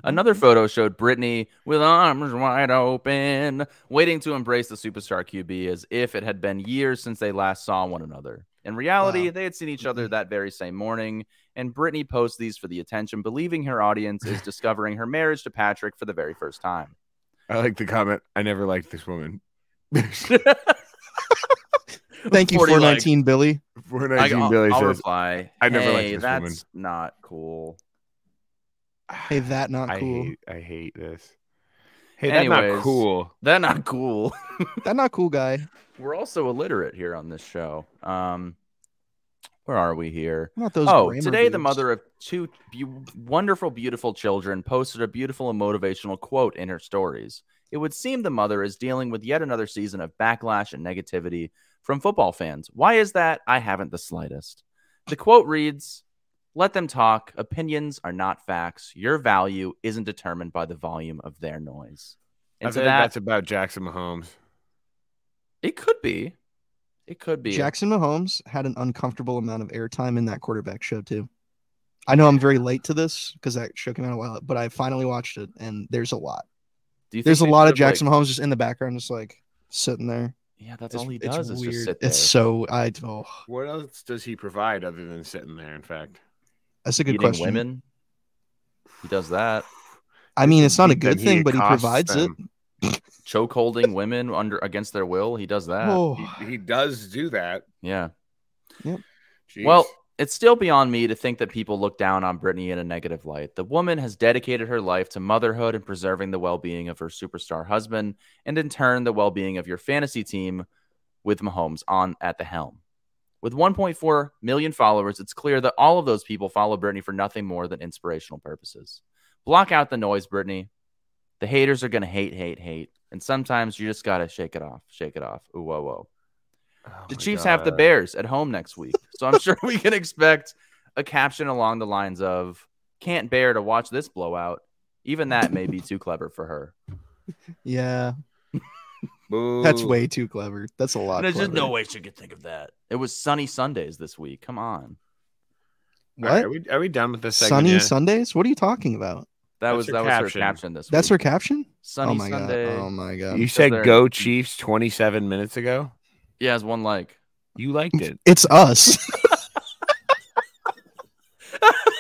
Speaker 3: Another photo showed Brittany with arms wide open, waiting to embrace the superstar QB as if it had been years since they last saw one another. In reality,
Speaker 4: Wow. Mm-hmm.
Speaker 3: they had seen each other that very same morning, and Brittany posts these for the attention, believing her audience is discovering her marriage to Patrick for the very first time.
Speaker 2: I like the comment. I never liked this woman.
Speaker 4: Thank you,
Speaker 3: 40 likes.
Speaker 4: 419 Billy.
Speaker 2: Four
Speaker 3: I,
Speaker 2: nineteen
Speaker 3: will
Speaker 2: Billy says,
Speaker 3: reply.
Speaker 2: "I never liked
Speaker 3: hey,
Speaker 2: this
Speaker 3: that's
Speaker 2: woman."
Speaker 3: not cool.
Speaker 4: Hey, that not
Speaker 2: I
Speaker 4: cool.
Speaker 2: hate, I hate this. Hey, that's not
Speaker 3: Anyways.
Speaker 2: cool.
Speaker 3: That not cool.
Speaker 4: That not cool guy.
Speaker 3: We're also illiterate here on this show. Um, where are we here?
Speaker 4: What about those?
Speaker 3: oh,
Speaker 4: grammar
Speaker 3: today the
Speaker 4: dudes?
Speaker 3: mother of two be- wonderful, beautiful children posted a beautiful and motivational quote in her stories. It would seem the mother is dealing with yet another season of backlash and negativity from football fans. Why is that? I haven't the slightest. The quote reads Let them talk. Opinions are not facts. Your value isn't determined by the volume of their noise.
Speaker 2: I
Speaker 3: And so
Speaker 2: think
Speaker 3: that,
Speaker 2: that's about Jackson Mahomes.
Speaker 3: it could be. It could be.
Speaker 4: Jackson Mahomes had an uncomfortable amount of airtime in that quarterback show too. I know I'm very late to this because that show came out a while, but I finally watched it, and there's a lot.
Speaker 3: Do you think
Speaker 4: There's a
Speaker 3: they
Speaker 4: lot of
Speaker 3: should've, like-
Speaker 4: Jackson Mahomes just in the background, just like sitting there.
Speaker 3: Yeah, that's
Speaker 4: It's-
Speaker 3: all he
Speaker 4: it's
Speaker 3: does is
Speaker 4: weird.
Speaker 3: just sit there.
Speaker 4: It's so I. Oh,
Speaker 2: What else does he provide other than sitting there? In fact,
Speaker 4: that's a good
Speaker 3: Eating
Speaker 4: question.
Speaker 3: women. He does that.
Speaker 4: I mean, it's not a
Speaker 2: Then
Speaker 4: good thing, but he
Speaker 2: accosts
Speaker 4: provides
Speaker 2: them.
Speaker 4: it.
Speaker 3: Choke holding women under against their will. Ah, He does that.
Speaker 4: Oh,
Speaker 2: He, he does do that.
Speaker 3: Yeah.
Speaker 2: Jeez.
Speaker 3: Well, it's still beyond me to think that people look down on Brittany in a negative light. The woman has dedicated her life to motherhood and preserving the well-being of her superstar husband, and in turn, the well-being of your fantasy team with Mahomes on at the helm. With 1.4 million followers, it's clear that all of those people follow Brittany for nothing more than inspirational purposes. Block out the noise, Brittany. The haters are gonna hate, hate, hate, and sometimes you just gotta shake it off, shake it off. Ooh, whoa, whoa.
Speaker 2: Oh
Speaker 3: The
Speaker 2: my
Speaker 3: Chiefs have the
Speaker 2: God.
Speaker 3: Bears at home next week. So I'm sure we can expect a caption along the lines of can't bear to watch this blowout. Even that may be too clever for her.
Speaker 4: yeah,
Speaker 2: Boo.
Speaker 4: that's way too clever. That's a lot.
Speaker 3: There's just
Speaker 4: clever.
Speaker 3: no way she could think of that. It was sunny Sundays this week. Come on.
Speaker 2: All right,
Speaker 4: What?
Speaker 2: Are we, are we done with this segment?
Speaker 4: Sunny
Speaker 2: yet?
Speaker 4: Sundays? What are you talking about?
Speaker 3: That
Speaker 2: That's
Speaker 3: was
Speaker 2: her
Speaker 3: that was her
Speaker 2: caption.
Speaker 3: caption this
Speaker 4: That's her
Speaker 3: week.
Speaker 4: caption?
Speaker 3: sunny
Speaker 4: oh my
Speaker 3: Sunday.
Speaker 4: god! Oh my god!
Speaker 2: You
Speaker 3: Because
Speaker 2: said
Speaker 3: they're-
Speaker 2: go Chiefs 27 minutes ago.
Speaker 3: Yeah, has one like.
Speaker 2: You liked it.
Speaker 4: It's us.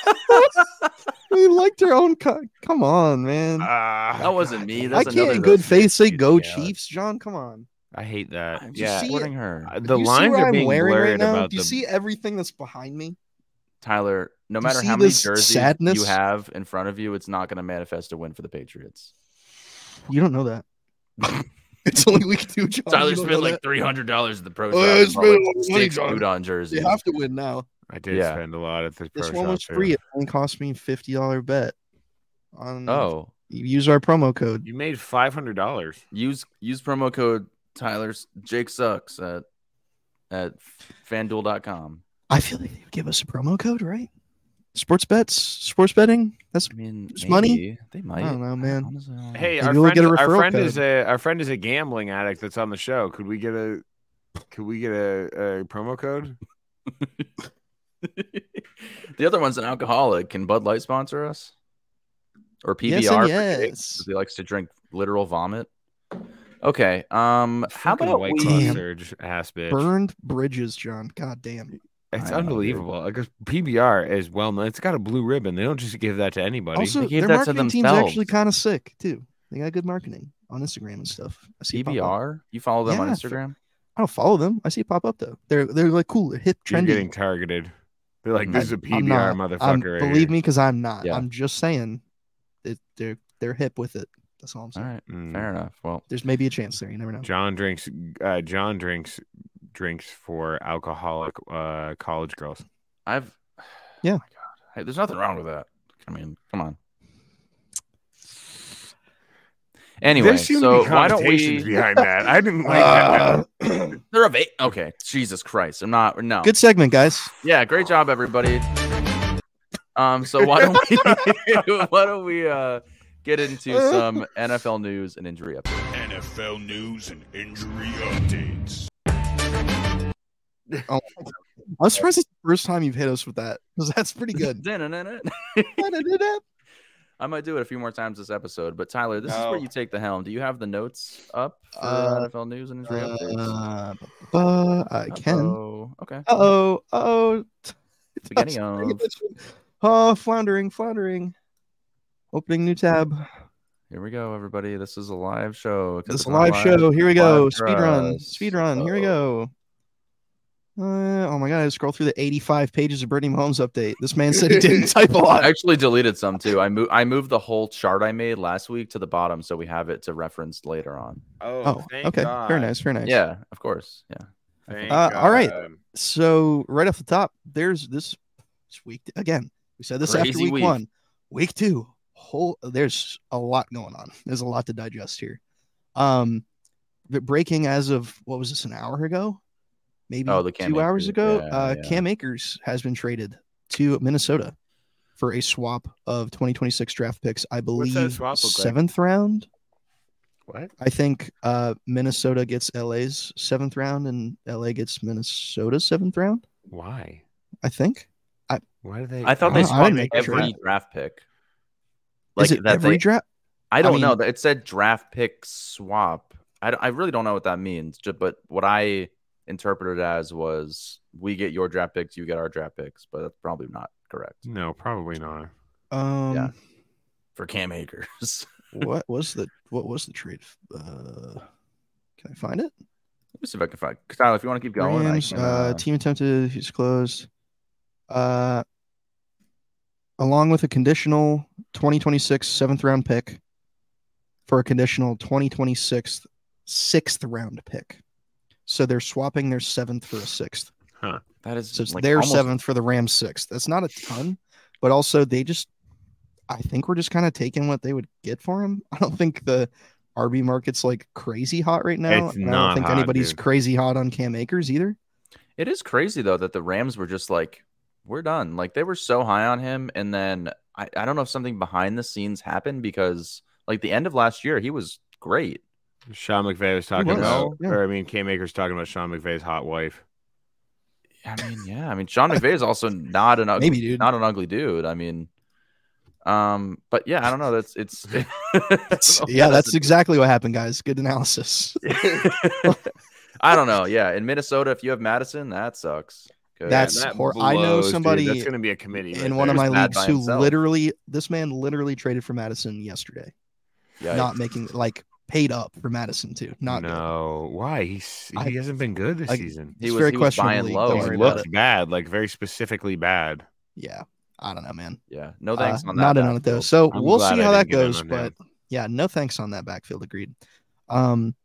Speaker 4: we liked our own. Co- Come on, man.
Speaker 2: Ah,
Speaker 3: That wasn't me.
Speaker 4: I
Speaker 3: That's
Speaker 4: can't
Speaker 3: another
Speaker 4: in good
Speaker 3: roast
Speaker 4: faith say
Speaker 2: Chiefs
Speaker 4: go
Speaker 2: talent.
Speaker 4: Chiefs, John. Come on.
Speaker 2: I hate that.
Speaker 3: I'm just
Speaker 2: yeah.
Speaker 4: see-
Speaker 3: supporting her.
Speaker 2: Uh, The
Speaker 4: you see
Speaker 2: lines
Speaker 4: what
Speaker 2: are
Speaker 4: I'm
Speaker 2: being
Speaker 4: wearing
Speaker 2: blurred
Speaker 4: right now?
Speaker 2: about
Speaker 4: Do you
Speaker 2: the-
Speaker 4: see everything that's behind me?
Speaker 3: Tyler, no
Speaker 4: Do you
Speaker 3: matter
Speaker 4: see
Speaker 3: how many
Speaker 4: this
Speaker 3: jerseys
Speaker 4: sadness?
Speaker 3: you have in front of you, it's not going to manifest a win for the Patriots.
Speaker 4: You don't know that. it's only week two, John.
Speaker 3: Tyler
Speaker 4: Oh, You don't
Speaker 3: spent
Speaker 4: know
Speaker 3: like
Speaker 4: that.
Speaker 3: three hundred dollars at the pro
Speaker 4: Oh,
Speaker 3: shop.
Speaker 4: I
Speaker 3: and
Speaker 4: spent
Speaker 3: bought,
Speaker 4: a
Speaker 3: like,
Speaker 4: lot of money,
Speaker 3: six
Speaker 4: John.
Speaker 3: Udon jerseys.
Speaker 4: They have to win now.
Speaker 2: I did
Speaker 3: Yeah.
Speaker 2: spend a lot at this.
Speaker 4: This
Speaker 2: pro
Speaker 4: one
Speaker 2: shop
Speaker 4: was
Speaker 2: too.
Speaker 4: free. It only cost me fifty dollar bet. On
Speaker 3: Oh,
Speaker 4: you use our promo code.
Speaker 2: You made five hundred dollars.
Speaker 3: use use promo code Tyler's Jake sucks at at FanDuel.com.
Speaker 4: I feel like they would give us a promo code, right? Sports bets, sports betting. That's
Speaker 3: I mean,
Speaker 4: It's money.
Speaker 3: maybe. They might.
Speaker 4: I don't know, man.
Speaker 3: Honestly, I don't know.
Speaker 2: Hey,
Speaker 4: Maybe
Speaker 2: our
Speaker 4: we'll
Speaker 2: friend,
Speaker 4: get a
Speaker 2: our
Speaker 4: referral
Speaker 2: friend
Speaker 4: code.
Speaker 2: is a our friend is a gambling addict that's on the show. Could we get a could we get a, a promo code?
Speaker 3: the other one's an alcoholic. Can Bud Light sponsor us? Or PBR?
Speaker 4: yes and
Speaker 3: for Jake,
Speaker 4: yes.
Speaker 3: 'cause He likes to drink literal vomit. Okay. Um. How
Speaker 2: Fucking
Speaker 3: about
Speaker 2: White
Speaker 3: we?
Speaker 2: Claw
Speaker 4: Damn.
Speaker 2: Surge ass bitch?
Speaker 4: Burned bridges, John. God damn.
Speaker 2: It's
Speaker 3: I know, dude.
Speaker 2: unbelievable. Like 'cause PBR is well known. It's got a blue ribbon. They don't just give that to anybody.
Speaker 4: Also,
Speaker 3: They gave
Speaker 4: their
Speaker 3: that to
Speaker 4: marketing team's actually
Speaker 3: themselves.
Speaker 4: kind of sick too. They got good marketing on Instagram and stuff. I see it pop up.
Speaker 3: PBR? You follow them on
Speaker 4: Yeah, for-
Speaker 3: Instagram?
Speaker 4: I don't follow them. I see it pop up though. They're they're like cool, they're hip,
Speaker 2: You're
Speaker 4: trendy.
Speaker 2: getting targeted. They're like, this is a PBR
Speaker 4: I'm not.
Speaker 2: motherfucker.
Speaker 4: I'm-
Speaker 2: right
Speaker 4: believe me, because I'm not.
Speaker 3: Yeah.
Speaker 4: I'm just saying, it, they're they're hip with it. That's all I'm
Speaker 3: All
Speaker 4: saying.
Speaker 3: right.
Speaker 2: here. Mm.
Speaker 3: Fair enough. Well,
Speaker 4: There's maybe a chance there. You never know.
Speaker 2: John drinks. Uh, John drinks drinks for alcoholic uh, college girls.
Speaker 3: I've Oh
Speaker 4: Yeah.
Speaker 3: my God. Hey, there's nothing wrong with that. I mean, come on. Anyway,
Speaker 2: there seem to
Speaker 3: so
Speaker 2: be
Speaker 3: why don't
Speaker 2: connotations
Speaker 3: we?
Speaker 2: behind that? I didn't like
Speaker 4: Uh,
Speaker 2: that.
Speaker 3: They're of eight. Okay, Jesus Christ, I'm not. No,
Speaker 4: Good segment, guys.
Speaker 3: yeah, great job, everybody. Um, so why don't we? why don't we uh get into some NFL news and injury updates?
Speaker 1: NFL news and injury updates.
Speaker 4: Oh, I'm surprised it's the first time you've hit us with that because that's pretty good.
Speaker 3: Da-na-na-na. I might do it a few more times this episode. But Tyler, this is
Speaker 7: No.
Speaker 3: where you take the helm. Do you have the notes up for
Speaker 4: Uh,
Speaker 3: NFL news and injury updates?
Speaker 4: Uh, but I can.
Speaker 3: Uh-oh. Okay.
Speaker 4: Uh oh. Uh
Speaker 3: Beginning
Speaker 4: oh.
Speaker 3: of.
Speaker 4: Oh, floundering, floundering. Opening new tab.
Speaker 3: Here we go, everybody. This is a live show. except it's
Speaker 4: This is a
Speaker 3: not
Speaker 4: live show. Here we go.
Speaker 3: live for
Speaker 4: Speed run.
Speaker 3: us.
Speaker 4: Speed run. Here we go. Uh, oh my god! I scroll through the 85 pages of Brittany Mahomes update. This man said he didn't type a
Speaker 3: I
Speaker 4: lot.
Speaker 3: actually deleted some too. I moved I moved the whole chart I made last week to the bottom so we have it to reference later on.
Speaker 2: Oh,
Speaker 4: Oh,
Speaker 2: thank
Speaker 4: okay.
Speaker 2: God.
Speaker 4: Very nice. Very nice.
Speaker 3: Yeah, of course. Yeah.
Speaker 2: Thank
Speaker 4: Uh, all right.
Speaker 2: God.
Speaker 4: So right off the top, there's this, this week again. We said this after
Speaker 3: Crazy
Speaker 4: week,
Speaker 3: week.
Speaker 4: one, week two. Whole there's a lot going on. There's a lot to digest here. Um, but breaking as of what was this an hour ago? Maybe
Speaker 3: Oh, the
Speaker 4: two
Speaker 3: Cam
Speaker 4: hours
Speaker 3: Akers.
Speaker 4: ago.
Speaker 3: Yeah,
Speaker 4: uh,
Speaker 3: yeah.
Speaker 4: Cam Akers has been traded to Minnesota for a swap of 2026 draft picks. I
Speaker 2: What's
Speaker 4: believe
Speaker 2: that swap look like?
Speaker 4: seventh round.
Speaker 2: What?
Speaker 4: I think uh, Minnesota gets LA's seventh round and LA gets Minnesota's seventh round.
Speaker 2: Why?
Speaker 4: I think.
Speaker 2: Why do they?
Speaker 3: I thought they
Speaker 4: I don't- I didn't
Speaker 3: swapped
Speaker 4: make the
Speaker 3: every
Speaker 4: draft.
Speaker 3: draft pick.
Speaker 4: Is it every
Speaker 3: they-
Speaker 4: draft?
Speaker 3: I don't know.
Speaker 4: mean-
Speaker 3: That It said draft pick swap. I, d- I really don't know what that means. ju- But what I interpreted as was we get your draft picks, you get our draft picks. But that's probably not correct
Speaker 2: No, probably not.
Speaker 4: Um,
Speaker 3: Yeah. for Cam Akers.
Speaker 4: what was the what was the trade? Uh, can I find it?
Speaker 3: Let me see if I can find Tyler. If you want to keep going,
Speaker 4: Rams,
Speaker 3: I can,
Speaker 4: uh, team attempted. He's closed. Uh, along with a conditional 2026 seventh round pick for a conditional 2026 sixth round pick. So they're swapping their seventh for a sixth.
Speaker 3: that is
Speaker 4: So it's
Speaker 3: like
Speaker 4: their
Speaker 3: almost-
Speaker 4: seventh for the Rams sixth. That's not a ton, but also they just, I think we're just kind of taking what they would get for him. I don't think the RB market's like crazy hot right now.
Speaker 2: It's
Speaker 4: and I
Speaker 2: not
Speaker 4: don't think
Speaker 2: hot,
Speaker 4: anybody's
Speaker 2: dude.
Speaker 4: crazy hot on Cam Akers either.
Speaker 3: It is crazy though that the Rams were just like, we're done. Like they were so high on him, and then I, I don't know if something behind the scenes happened because like the end of last year he was great.
Speaker 2: Sean McVay was talking
Speaker 4: was,
Speaker 2: about,
Speaker 4: yeah.
Speaker 2: or I mean, Cam Akers talking about Sean McVay's hot wife.
Speaker 3: I mean, yeah. I mean, Sean McVay is also not an ugly,
Speaker 4: Maybe, dude.
Speaker 3: not an ugly dude. I mean, um, but yeah, I don't know. That's it's. I
Speaker 4: That's-
Speaker 3: don't know.
Speaker 4: yeah, that's exactly what happened, guys. Good analysis.
Speaker 3: I don't know. Yeah, in Minnesota, if you have Madison, that sucks. 'Cause-
Speaker 4: That's
Speaker 2: That
Speaker 4: hor- I know
Speaker 2: blows, dude.
Speaker 4: somebody
Speaker 2: That's going to be a committee. right
Speaker 4: In one of
Speaker 2: there.
Speaker 3: Just
Speaker 4: my
Speaker 3: bad
Speaker 4: leagues,
Speaker 3: by
Speaker 4: who
Speaker 3: himself.
Speaker 4: literally, this man literally traded for Madison yesterday,
Speaker 3: yeah,
Speaker 4: not making like paid up for Madison too. Not good.
Speaker 2: no. Why he's he
Speaker 4: I-
Speaker 2: hasn't been good this
Speaker 4: I-
Speaker 2: season.
Speaker 3: he
Speaker 4: it's
Speaker 3: was
Speaker 4: very
Speaker 3: he was buying
Speaker 4: questionable league,
Speaker 3: low.
Speaker 4: don't
Speaker 2: He
Speaker 4: worry
Speaker 3: and
Speaker 4: about
Speaker 2: looked
Speaker 3: got it.
Speaker 2: bad, like very specifically bad.
Speaker 4: yeah, I don't know, man.
Speaker 3: Yeah, no
Speaker 4: Uh,
Speaker 3: thanks on that.
Speaker 4: Not in on it though.
Speaker 3: backfield.
Speaker 4: So
Speaker 2: I'm
Speaker 4: we'll
Speaker 2: glad
Speaker 4: see
Speaker 2: I didn't
Speaker 4: how that
Speaker 2: get in
Speaker 4: goes.
Speaker 2: on that.
Speaker 4: But yeah, no thanks on that backfield. Agreed. Um,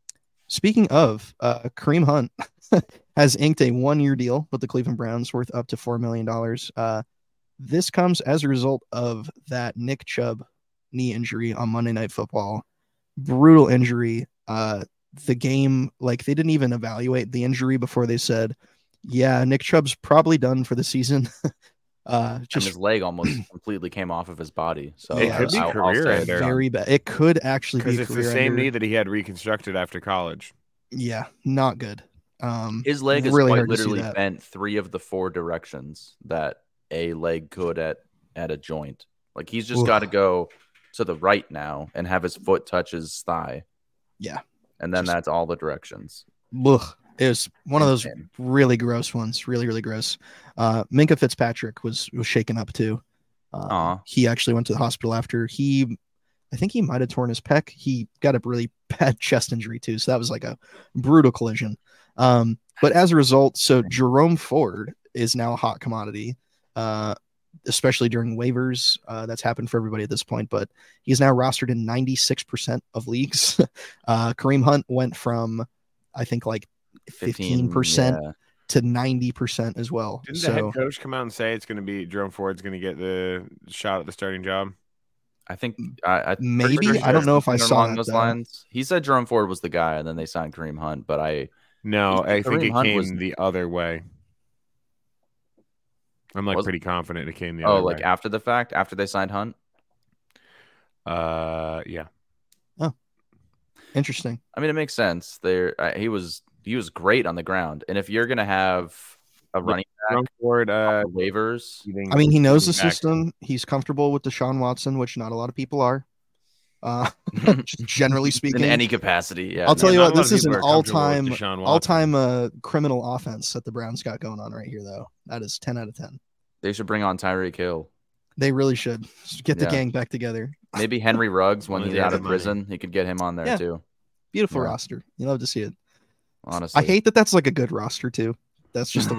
Speaker 4: speaking of, uh, Kareem Hunt has inked a one-year deal with the Cleveland Browns worth up to four million dollars. Uh, this comes as a result of that Nick Chubb knee injury on Monday Night Football. Brutal injury. Uh, the game, like they didn't even evaluate the injury before they said, "Yeah, Nick Chubb's probably done for the season." uh,
Speaker 3: And
Speaker 4: just
Speaker 3: his leg almost completely came off of his body. So
Speaker 4: It could be
Speaker 3: I'll- I'll
Speaker 2: career
Speaker 3: say it's
Speaker 2: ender.
Speaker 3: done.
Speaker 4: very bad. It could actually be
Speaker 2: Because
Speaker 4: a
Speaker 2: it's the
Speaker 4: career
Speaker 2: same
Speaker 4: ender.
Speaker 2: knee that he had reconstructed after college.
Speaker 4: Yeah, not good. Um,
Speaker 3: His leg is
Speaker 4: Really
Speaker 3: quite
Speaker 4: hard to see
Speaker 3: literally
Speaker 4: that.
Speaker 3: bent three of the four directions that a leg could at at a joint. Like he's just
Speaker 4: Oof.
Speaker 3: got to go to the right now and have his foot touch his thigh.
Speaker 4: Yeah.
Speaker 3: and then
Speaker 4: Just-
Speaker 3: that's all the directions.
Speaker 4: ugh, it was one of those
Speaker 3: Insane.
Speaker 4: really gross ones. Really, really gross. Uh, Minka Fitzpatrick was was shaken up too. Uh,
Speaker 3: Aw.
Speaker 4: He actually went to the hospital after he, I think he might have torn his pec. He got a really bad chest injury too, so that was like a brutal collision. Um, but as a result, so Jerome Ford is now a hot commodity, uh, especially during waivers. Uh, that's happened for everybody at this point, but he's now rostered in 96% of leagues. uh, Kareem Hunt went from, I think, like 15%
Speaker 3: yeah.
Speaker 4: to 90% as well.
Speaker 2: Didn't the
Speaker 4: so
Speaker 2: head coach come out and say it's going to be Jerome Ford's going to get the shot at the starting job?
Speaker 3: I think I, I
Speaker 4: Maybe?
Speaker 3: pretty
Speaker 4: I don't know if I
Speaker 3: something
Speaker 4: saw
Speaker 3: along
Speaker 4: that,
Speaker 3: those
Speaker 4: though.
Speaker 3: lines. He said Jerome Ford was the guy, and then they signed Kareem Hunt. But I
Speaker 2: No, I think
Speaker 3: Kareem
Speaker 2: it
Speaker 3: Hunt
Speaker 2: came
Speaker 3: was-
Speaker 2: the other way. I'm like
Speaker 3: Was-
Speaker 2: pretty confident it came the
Speaker 3: oh,
Speaker 2: other
Speaker 3: like
Speaker 2: way.
Speaker 3: after the fact, after they signed Hunt.
Speaker 2: uh, yeah.
Speaker 4: interesting.
Speaker 3: I mean, it makes sense. There, I- he was he was great on the ground, and if you're gonna have a running
Speaker 2: Drum board, uh,
Speaker 3: back, waivers.
Speaker 2: eating-
Speaker 4: I mean, he knows the
Speaker 2: Exactly.
Speaker 4: system. He's comfortable with Deshaun Watson, which not a lot of people are. Uh, just generally speaking,
Speaker 3: in any capacity. Yeah,
Speaker 4: I'll tell
Speaker 2: Yeah,
Speaker 4: you
Speaker 2: not
Speaker 4: what,
Speaker 2: a lot
Speaker 4: this
Speaker 2: of
Speaker 4: is
Speaker 2: people
Speaker 4: an
Speaker 2: are comfortable with
Speaker 4: all-time-
Speaker 2: Deshaun Watson.
Speaker 4: all-time uh, criminal offense that the Browns got going on right here, though. That is ten out of ten.
Speaker 3: they should bring on Tyreek Hill.
Speaker 4: They really should Just get the
Speaker 3: Yeah.
Speaker 4: gang back together.
Speaker 3: Maybe Henry Ruggs when
Speaker 2: Only
Speaker 3: he's
Speaker 2: they
Speaker 3: out
Speaker 2: have
Speaker 3: of
Speaker 2: money.
Speaker 3: prison, he could get him on there
Speaker 4: Yeah.
Speaker 3: too.
Speaker 4: Beautiful
Speaker 3: Yeah.
Speaker 4: roster. You love to see it.
Speaker 3: Honestly,
Speaker 4: I hate that that's like a good roster too. That's just the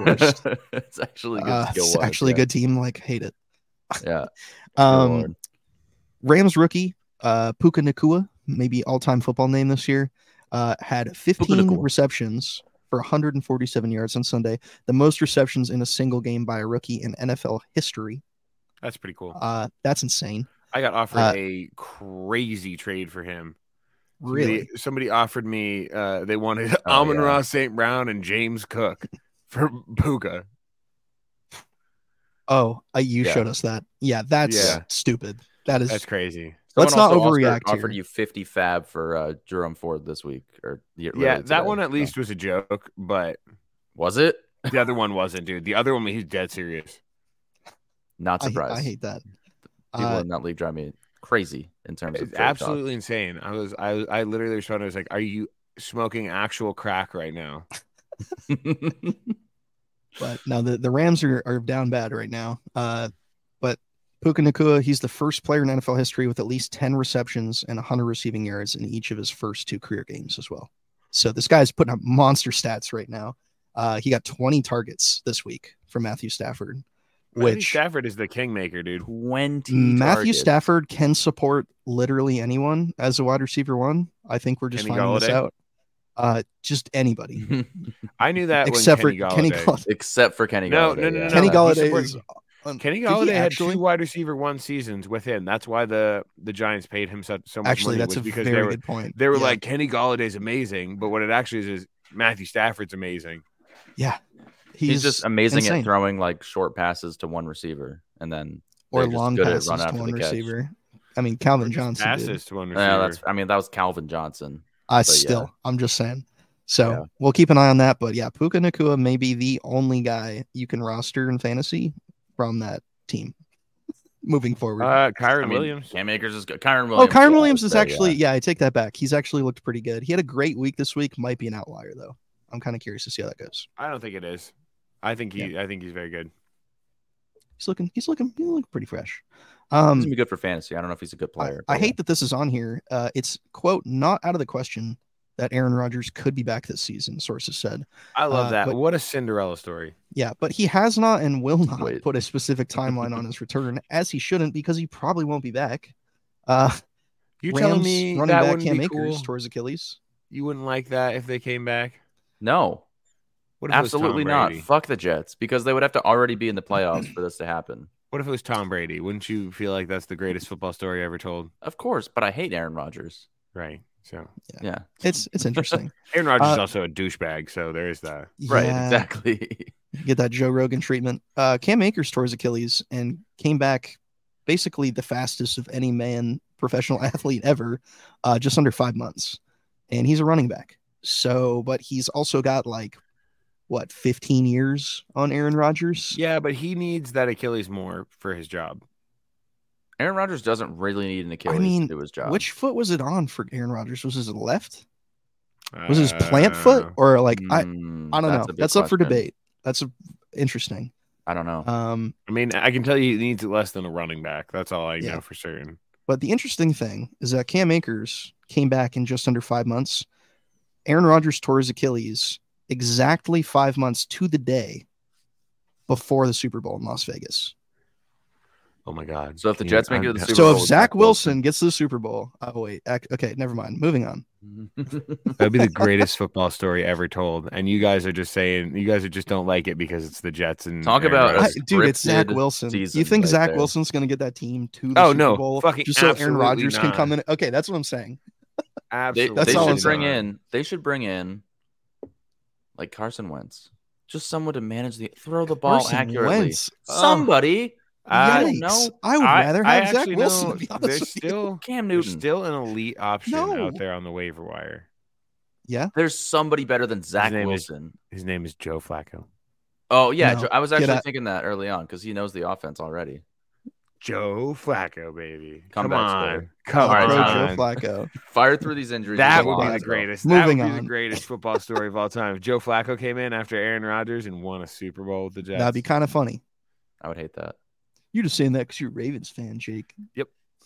Speaker 4: worst.
Speaker 3: it's actually good.
Speaker 4: Uh, it's
Speaker 3: skill-wise,
Speaker 4: actually a
Speaker 3: yeah.
Speaker 4: good team. Like hate it.
Speaker 3: Yeah.
Speaker 4: Um,
Speaker 3: Lord.
Speaker 4: Rams rookie uh, Puka Nakua, maybe all-time football name this year, uh, had 15
Speaker 3: Nakua.
Speaker 4: receptions for 147 yards on Sunday, the most receptions in a single game by a rookie in NFL history.
Speaker 2: That's pretty cool.
Speaker 4: Uh, that's insane.
Speaker 2: I got offered
Speaker 4: uh,
Speaker 2: a crazy trade for him. Somebody-
Speaker 4: Really,
Speaker 2: Somebody offered me. Uh, they wanted
Speaker 3: Oh,
Speaker 2: Amon
Speaker 3: yeah.
Speaker 2: Ross St. Brown and James Cook for Puka.
Speaker 4: Oh, uh, you
Speaker 3: Yeah.
Speaker 4: showed us that. Yeah, that's
Speaker 2: Yeah.
Speaker 4: stupid. That is.
Speaker 2: That's crazy.
Speaker 4: let's
Speaker 3: Someone
Speaker 4: not
Speaker 3: also offered-
Speaker 4: overreact
Speaker 3: Offered,
Speaker 4: here.
Speaker 3: you fifty fab for uh, Jerome Ford this week, or y-
Speaker 2: Yeah,
Speaker 3: really
Speaker 2: that
Speaker 3: today,
Speaker 2: one at
Speaker 3: so.
Speaker 2: least was a joke, but
Speaker 3: was it
Speaker 2: the other one wasn't, dude. The other one, he's dead serious.
Speaker 3: not
Speaker 4: I, hate-
Speaker 3: surprised.
Speaker 4: I hate that.
Speaker 3: people
Speaker 4: Uh,
Speaker 3: in that league drive me crazy in terms of
Speaker 2: It's
Speaker 3: trade talk.
Speaker 2: absolutely insane. I was, I, I literally was trying to was like, "Are you smoking actual crack right now?"
Speaker 4: but no, the, the Rams are, are down bad right now. Uh, but Puka Nakua, he's the first player in NFL history with at least 10 receptions and 100 receiving yards in each of his first two career games as well. So this guy's putting up monster stats right now. Uh, he got 20 targets this week from Matthew Stafford,
Speaker 2: Matthew
Speaker 4: which
Speaker 2: Stafford is the kingmaker, dude.
Speaker 3: Twenty.
Speaker 4: Matthew
Speaker 3: targets.
Speaker 4: Stafford can support literally anyone as a wide receiver one. I think we're just
Speaker 2: Kenny
Speaker 4: finding this
Speaker 2: Golladay?
Speaker 4: out. Uh, just except
Speaker 2: I knew that
Speaker 4: for
Speaker 2: when
Speaker 4: Kenny Golladay.
Speaker 3: Except for Kenny.
Speaker 2: No,
Speaker 3: Golladay,
Speaker 2: no, no,
Speaker 3: yeah.
Speaker 2: no,
Speaker 4: Kenny
Speaker 2: he
Speaker 4: Golladay
Speaker 2: supports-
Speaker 4: is um,
Speaker 2: Kenny
Speaker 4: did he
Speaker 2: Golladay had
Speaker 4: actually-
Speaker 2: two wide receiver one seasons with him. That's why the the Giants paid him so, so much
Speaker 4: Actually,
Speaker 2: money.
Speaker 4: that's
Speaker 2: was
Speaker 4: a
Speaker 2: because
Speaker 4: very
Speaker 2: they were
Speaker 4: good point.
Speaker 2: they were
Speaker 4: Yeah.
Speaker 2: like Kenny Galladay's amazing, but what it actually is is Matthew Stafford's amazing.
Speaker 4: Yeah.
Speaker 3: He's, just amazing
Speaker 4: insane.
Speaker 3: at throwing like short passes to one receiver, and then
Speaker 4: or
Speaker 3: they're just
Speaker 4: long
Speaker 3: good at
Speaker 4: passes
Speaker 3: running
Speaker 4: to
Speaker 3: after the
Speaker 4: one
Speaker 3: catch.
Speaker 4: receiver. I mean, Calvin
Speaker 2: Just
Speaker 4: Johnson. did.
Speaker 2: passes to one receiver.
Speaker 3: yeah, that's. I mean, that was Calvin Johnson.
Speaker 4: I
Speaker 3: yeah.
Speaker 4: still, I'm just saying. So
Speaker 3: Yeah.
Speaker 4: we'll keep an eye on that. But yeah, Puka Nakua may be the only guy you can roster in fantasy from that team moving forward.
Speaker 2: uh, Kyron
Speaker 3: I mean,
Speaker 2: Williams.
Speaker 3: Cam Akers is good. Kyron
Speaker 4: oh,
Speaker 3: Williams. yeah, I
Speaker 4: Kyron
Speaker 3: would
Speaker 4: Williams is
Speaker 3: say,
Speaker 4: actually,
Speaker 3: yeah.
Speaker 4: yeah. I take that back. He's actually looked pretty good. He had a great week this week. Might be an outlier though. I'm kind of curious to see how that goes.
Speaker 2: I don't think it is. I think he. I think he's very good.
Speaker 4: He's looking, he's looking, he's looking pretty fresh.
Speaker 3: He's
Speaker 4: Um,
Speaker 3: gonna be good for fantasy. I don't know if he's a good
Speaker 4: I-
Speaker 3: player. but
Speaker 4: I,
Speaker 3: yeah.
Speaker 4: hate that this is on here. Uh, it's quote not out of the question that Aaron Rodgers could be back this season. Sources said.
Speaker 2: I love
Speaker 4: Uh,
Speaker 2: that.
Speaker 4: but-
Speaker 2: what a Cinderella story.
Speaker 4: Yeah, but he has not and will not
Speaker 3: Wait.
Speaker 4: put a specific timeline on his return, as he shouldn't, because he probably won't be back. Uh,
Speaker 2: You
Speaker 4: Rams
Speaker 2: telling me
Speaker 4: running
Speaker 2: that
Speaker 4: back
Speaker 2: wouldn't
Speaker 4: Cam
Speaker 2: be
Speaker 4: Akers
Speaker 2: cool?
Speaker 4: towards Achilles?
Speaker 2: You wouldn't like that if they came back.
Speaker 3: No,
Speaker 2: What if it was Tom
Speaker 3: absolutely not.
Speaker 2: Brady?
Speaker 3: Fuck the Jets because they would have to already be in the playoffs for this to happen.
Speaker 2: What if it was Tom Brady? Wouldn't you feel like that's the greatest football story ever told?
Speaker 3: Of course, but I hate Aaron Rodgers.
Speaker 2: Right. So
Speaker 3: Yeah,
Speaker 4: It's it's interesting.
Speaker 2: Aaron Rodgers is
Speaker 4: Uh,
Speaker 2: also a douchebag. So there is that.
Speaker 3: right.
Speaker 4: Yeah,
Speaker 3: Exactly.
Speaker 4: Get that Joe Rogan treatment. Uh, Cam Akers towards Achilles and came back basically the fastest of any man professional athlete ever, uh, just under five months. And he's a running back. So, but he's also got like what 15 years on Aaron Rodgers.
Speaker 2: Yeah, but he needs that Achilles more for his job.
Speaker 3: Aaron Rodgers doesn't really need an Achilles
Speaker 4: mean,
Speaker 3: to do his job.
Speaker 4: Which foot was it on for Aaron Rodgers? Was his left?
Speaker 2: Uh,
Speaker 4: Was it his plant foot or like I?
Speaker 3: Mm,
Speaker 4: I don't know.
Speaker 3: Uh, a big
Speaker 4: That's up for
Speaker 3: question.
Speaker 4: debate. That's a, interesting.
Speaker 3: I don't know.
Speaker 4: Um,
Speaker 2: I mean, I can tell you he needs it less than a running back. That's all I
Speaker 4: Yeah.
Speaker 2: know for certain.
Speaker 4: But the interesting thing is that Cam Akers came back in just under five months. Aaron Rodgers tore his Achilles exactly five months to the day before the Super Bowl in Las Vegas.
Speaker 2: Oh my God.
Speaker 3: So if the
Speaker 2: Can you-
Speaker 3: Jets make it to
Speaker 2: I'm-
Speaker 3: the Super
Speaker 4: so
Speaker 3: Bowl
Speaker 4: if
Speaker 3: with
Speaker 4: Zach
Speaker 3: Zach
Speaker 4: Wilson,
Speaker 3: Wilson.
Speaker 4: gets to the Super Bowl, oh wait, ac- okay, never mind. Moving on.
Speaker 2: that'd be the greatest football story ever told. And you guys are just saying you guys are just don't like it because it's the Jets and
Speaker 3: Talk
Speaker 2: Aaron
Speaker 3: about a
Speaker 2: Rodgers.
Speaker 4: I- dude, it's Zach
Speaker 3: scripted
Speaker 4: Wilson. You
Speaker 3: season
Speaker 4: think
Speaker 3: right
Speaker 4: Zach
Speaker 3: there.
Speaker 4: Wilson's going to get that team to the
Speaker 2: Oh,
Speaker 4: Super
Speaker 2: no.
Speaker 4: Bowl
Speaker 2: Fucking
Speaker 4: just so Aaron
Speaker 2: absolutely
Speaker 4: Rodgers can
Speaker 2: not.
Speaker 4: come in? Okay, that's what I'm saying.
Speaker 3: they,
Speaker 2: absolutely.
Speaker 4: That's
Speaker 3: they
Speaker 4: all I'm
Speaker 3: should bring
Speaker 2: not.
Speaker 3: in. They should bring in like Carson Wentz, just someone to manage the throw the ball
Speaker 4: Carson
Speaker 3: accurately.
Speaker 4: Wentz.
Speaker 2: Oh.
Speaker 3: Somebody, I
Speaker 2: Uh,
Speaker 3: don't
Speaker 4: Yikes.
Speaker 3: know.
Speaker 4: I would
Speaker 2: I-
Speaker 4: rather
Speaker 2: I
Speaker 4: have Zach
Speaker 2: actually
Speaker 4: Wilson.
Speaker 2: know
Speaker 4: to be honest
Speaker 2: there's
Speaker 4: with you.
Speaker 2: still
Speaker 3: Cam
Speaker 2: there's
Speaker 3: Newton.
Speaker 2: still an elite option
Speaker 4: No.
Speaker 2: out there on the waiver wire.
Speaker 4: yeah.
Speaker 3: There's somebody better than Zach
Speaker 2: name is-
Speaker 3: Wilson.
Speaker 2: His name is Joe Flacco.
Speaker 3: Oh yeah,
Speaker 4: No,
Speaker 3: Joe- I was
Speaker 4: get
Speaker 3: actually
Speaker 4: out.
Speaker 3: thinking that early on because he knows the offense already.
Speaker 2: Joe Flacco, baby.
Speaker 3: Come
Speaker 2: Come,
Speaker 3: back,
Speaker 2: on.
Speaker 3: Slater.
Speaker 2: Come
Speaker 3: All right,
Speaker 4: Pro
Speaker 3: Tom.
Speaker 2: on.
Speaker 4: Joe Flacco.
Speaker 3: Fire through these injuries.
Speaker 2: That
Speaker 3: Come
Speaker 2: would be
Speaker 3: on,
Speaker 2: the
Speaker 3: Joe.
Speaker 2: greatest. that
Speaker 4: Moving
Speaker 2: would be
Speaker 4: on.
Speaker 2: the greatest football story of all time. If Joe Flacco came in after Aaron Rodgers and won a Super Bowl with the Jets.
Speaker 4: That'd be kind of funny.
Speaker 3: I would hate that.
Speaker 4: You're just saying that because you're a Ravens fan, Jake.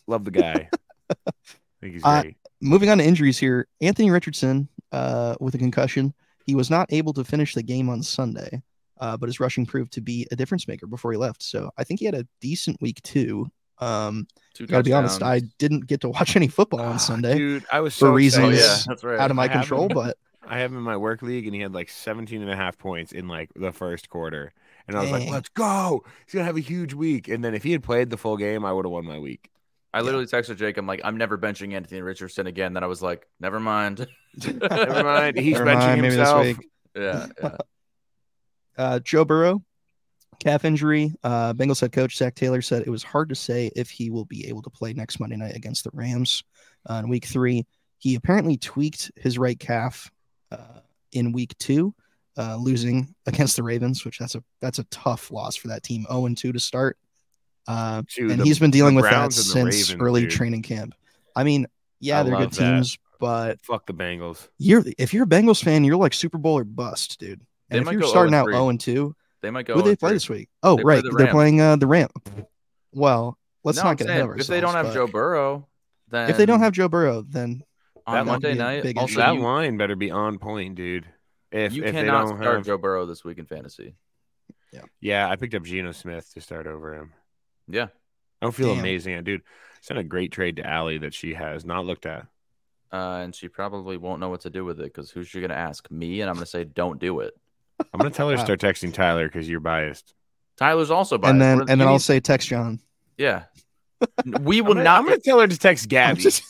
Speaker 2: Love the guy. I think he's
Speaker 4: Uh,
Speaker 2: great.
Speaker 4: Moving on to injuries here. Anthony Richardson uh, with a concussion. He was not able to finish the game on Sunday, uh, but his rushing proved to be a difference maker before he left. So I think he had a decent week too. Um,
Speaker 3: Two
Speaker 4: gotta be honest, I
Speaker 3: touchdowns.
Speaker 4: didn't get to watch any football on
Speaker 2: Ah,
Speaker 4: Sunday
Speaker 2: Dude, I was
Speaker 4: for
Speaker 2: so
Speaker 3: Oh
Speaker 2: excited.
Speaker 4: reasons
Speaker 3: yeah, that's right.
Speaker 4: out of my
Speaker 2: I haven't-
Speaker 4: control, but
Speaker 2: I have him in my work league and he had like 17 and a half points in like the first quarter. And I was like,
Speaker 4: Dang.
Speaker 2: let's go. He's going to have a huge week. And then if he had played the full game, I would have won my week.
Speaker 3: I literally texted Jake. I'm like, I'm never benching Anthony Richardson again. Then I was like, never mind.
Speaker 2: Never mind. He's
Speaker 4: Never mind,
Speaker 2: benching
Speaker 4: maybe this
Speaker 2: himself.
Speaker 4: week.
Speaker 3: yeah, yeah.
Speaker 4: Uh, Joe Burrow, calf injury. Uh, Bengals head coach Zach Taylor said it was hard to say if he will be able to play next Monday night against the Rams uh, in week three. He apparently tweaked his right calf uh, in week two, uh, losing against the Ravens, which that's a that's a tough loss for that team. 0 and 2 to start. Uh,
Speaker 2: Dude,
Speaker 4: and
Speaker 2: the-
Speaker 4: he's been dealing
Speaker 2: the
Speaker 4: with that
Speaker 2: Browns and the
Speaker 4: since
Speaker 2: Ravens,
Speaker 4: early
Speaker 2: dude.
Speaker 4: training camp. I mean, yeah,
Speaker 3: I
Speaker 4: they're good
Speaker 3: love that.
Speaker 4: teams, but
Speaker 2: fuck the Bengals.
Speaker 4: you're if you're a Bengals fan, you're like Super Bowl or bust, dude.
Speaker 3: They
Speaker 4: And
Speaker 3: might
Speaker 4: if you're
Speaker 3: go
Speaker 4: starting
Speaker 2: oh
Speaker 4: out
Speaker 3: 0-3.
Speaker 4: 0 and 2,
Speaker 3: They might go.
Speaker 4: who do they
Speaker 3: with
Speaker 4: play
Speaker 3: three.
Speaker 4: this week? Oh,
Speaker 3: They play
Speaker 4: right.
Speaker 3: the
Speaker 4: They're
Speaker 3: Rams.
Speaker 4: playing uh, the Ram. Well, let's
Speaker 3: No, I'm
Speaker 4: not get ahead
Speaker 3: saying,
Speaker 4: of
Speaker 3: If
Speaker 4: ourselves.
Speaker 3: they don't have
Speaker 4: but
Speaker 3: Joe Burrow, then
Speaker 4: if they don't have Joe Burrow, then
Speaker 3: on
Speaker 2: that
Speaker 4: might be
Speaker 3: Monday
Speaker 4: a
Speaker 3: night,
Speaker 4: big
Speaker 3: also
Speaker 4: issue.
Speaker 2: that
Speaker 3: you,
Speaker 2: line better be on point, dude. If,
Speaker 3: you
Speaker 2: if they
Speaker 3: cannot
Speaker 2: don't
Speaker 3: start
Speaker 2: have,
Speaker 3: Joe Burrow this week in fantasy.
Speaker 2: yeah, I picked up Geno Smith to start over him.
Speaker 3: Yeah,
Speaker 2: I don't feel
Speaker 4: Damn.
Speaker 2: amazing, dude. Sent a great trade to Allie that she has not looked at.
Speaker 3: uh, and she probably won't know what to do with it because who's she gonna ask? Me, and I'm gonna say don't do it.
Speaker 2: I'm gonna tell her to
Speaker 4: Wow.
Speaker 2: start texting Tyler because you're biased.
Speaker 3: Tyler's also biased.
Speaker 4: and then
Speaker 3: What if you
Speaker 4: and then I'll
Speaker 3: need-
Speaker 4: say text John.
Speaker 3: yeah, we
Speaker 2: I'm
Speaker 3: will
Speaker 2: gonna,
Speaker 3: not.
Speaker 2: I'm gonna tell her to text
Speaker 4: I'm
Speaker 2: Gabby.
Speaker 4: just-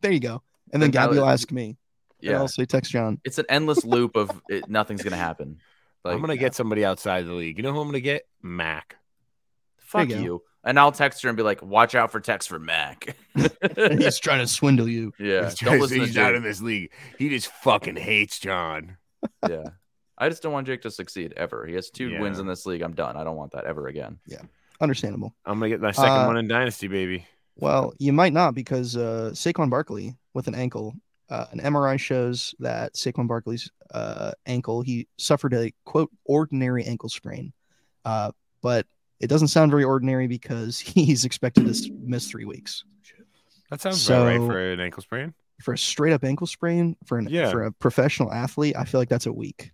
Speaker 4: there you go. And then
Speaker 3: And now
Speaker 4: Gabby will
Speaker 3: it-
Speaker 4: ask me. And
Speaker 3: yeah,
Speaker 4: I'll say text John.
Speaker 3: it's an endless loop of it, nothing's gonna happen. Like
Speaker 2: I'm gonna get somebody outside the league. You know who I'm gonna get? Mac.
Speaker 3: fuck
Speaker 4: There
Speaker 3: you,
Speaker 4: you go.
Speaker 3: and I'll text her and be like, watch out for text from Mac. yeah,
Speaker 4: He's trying to swindle you.
Speaker 2: He's
Speaker 3: don't
Speaker 2: just-
Speaker 3: listen to
Speaker 2: he's not
Speaker 3: Jake.
Speaker 2: in this league. He just fucking hates John.
Speaker 3: yeah. I just don't want Jake to succeed ever. He has two
Speaker 2: Yeah.
Speaker 3: wins in this league. I'm done. I don't want that ever again.
Speaker 4: Understandable.
Speaker 2: I'm gonna get my second
Speaker 4: Uh,
Speaker 2: one in Dynasty, baby.
Speaker 4: Well, you might not because uh, Saquon Barkley with an ankle. Uh, an MRI shows that Saquon Barkley's uh, ankle, he suffered a quote, ordinary ankle sprain. Uh, but it doesn't sound very ordinary because he's expected to s- miss three weeks
Speaker 2: That sounds about right
Speaker 4: so-
Speaker 2: for an ankle sprain.
Speaker 4: for a straight up ankle sprain for an
Speaker 2: Yeah.
Speaker 4: for a professional athlete. I feel like that's a week.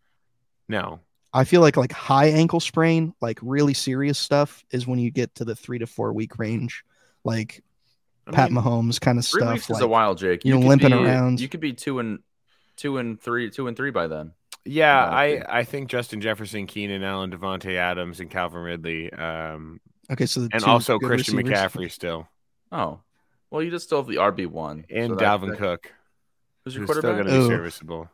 Speaker 2: No,
Speaker 4: I feel like like high ankle sprain, like really serious stuff, is when you get to the three to four week range, like
Speaker 2: I
Speaker 4: Pat
Speaker 2: mean,
Speaker 4: Mahomes kind of
Speaker 3: Three
Speaker 4: stuff.
Speaker 3: weeks
Speaker 4: like,
Speaker 3: is a while, Jake.
Speaker 4: you're
Speaker 3: could
Speaker 4: limping
Speaker 3: be-
Speaker 4: around.
Speaker 3: You could be two and two and three, two and three by then.
Speaker 2: Yeah,
Speaker 3: No,
Speaker 2: I,
Speaker 3: dude.
Speaker 2: I think Justin Jefferson, Keenan Allen, Devontae Adams, and Calvin Ridley, um,
Speaker 4: Okay, so the
Speaker 2: and
Speaker 4: two
Speaker 2: also
Speaker 4: good
Speaker 2: Christian
Speaker 4: receivers-
Speaker 2: McCaffrey still,
Speaker 3: Oh, well, you just still have the RB one
Speaker 2: and Dalvin Cook,
Speaker 3: Who's your
Speaker 2: who's still going
Speaker 3: quarterback?
Speaker 2: to be
Speaker 4: Ooh.
Speaker 2: serviceable.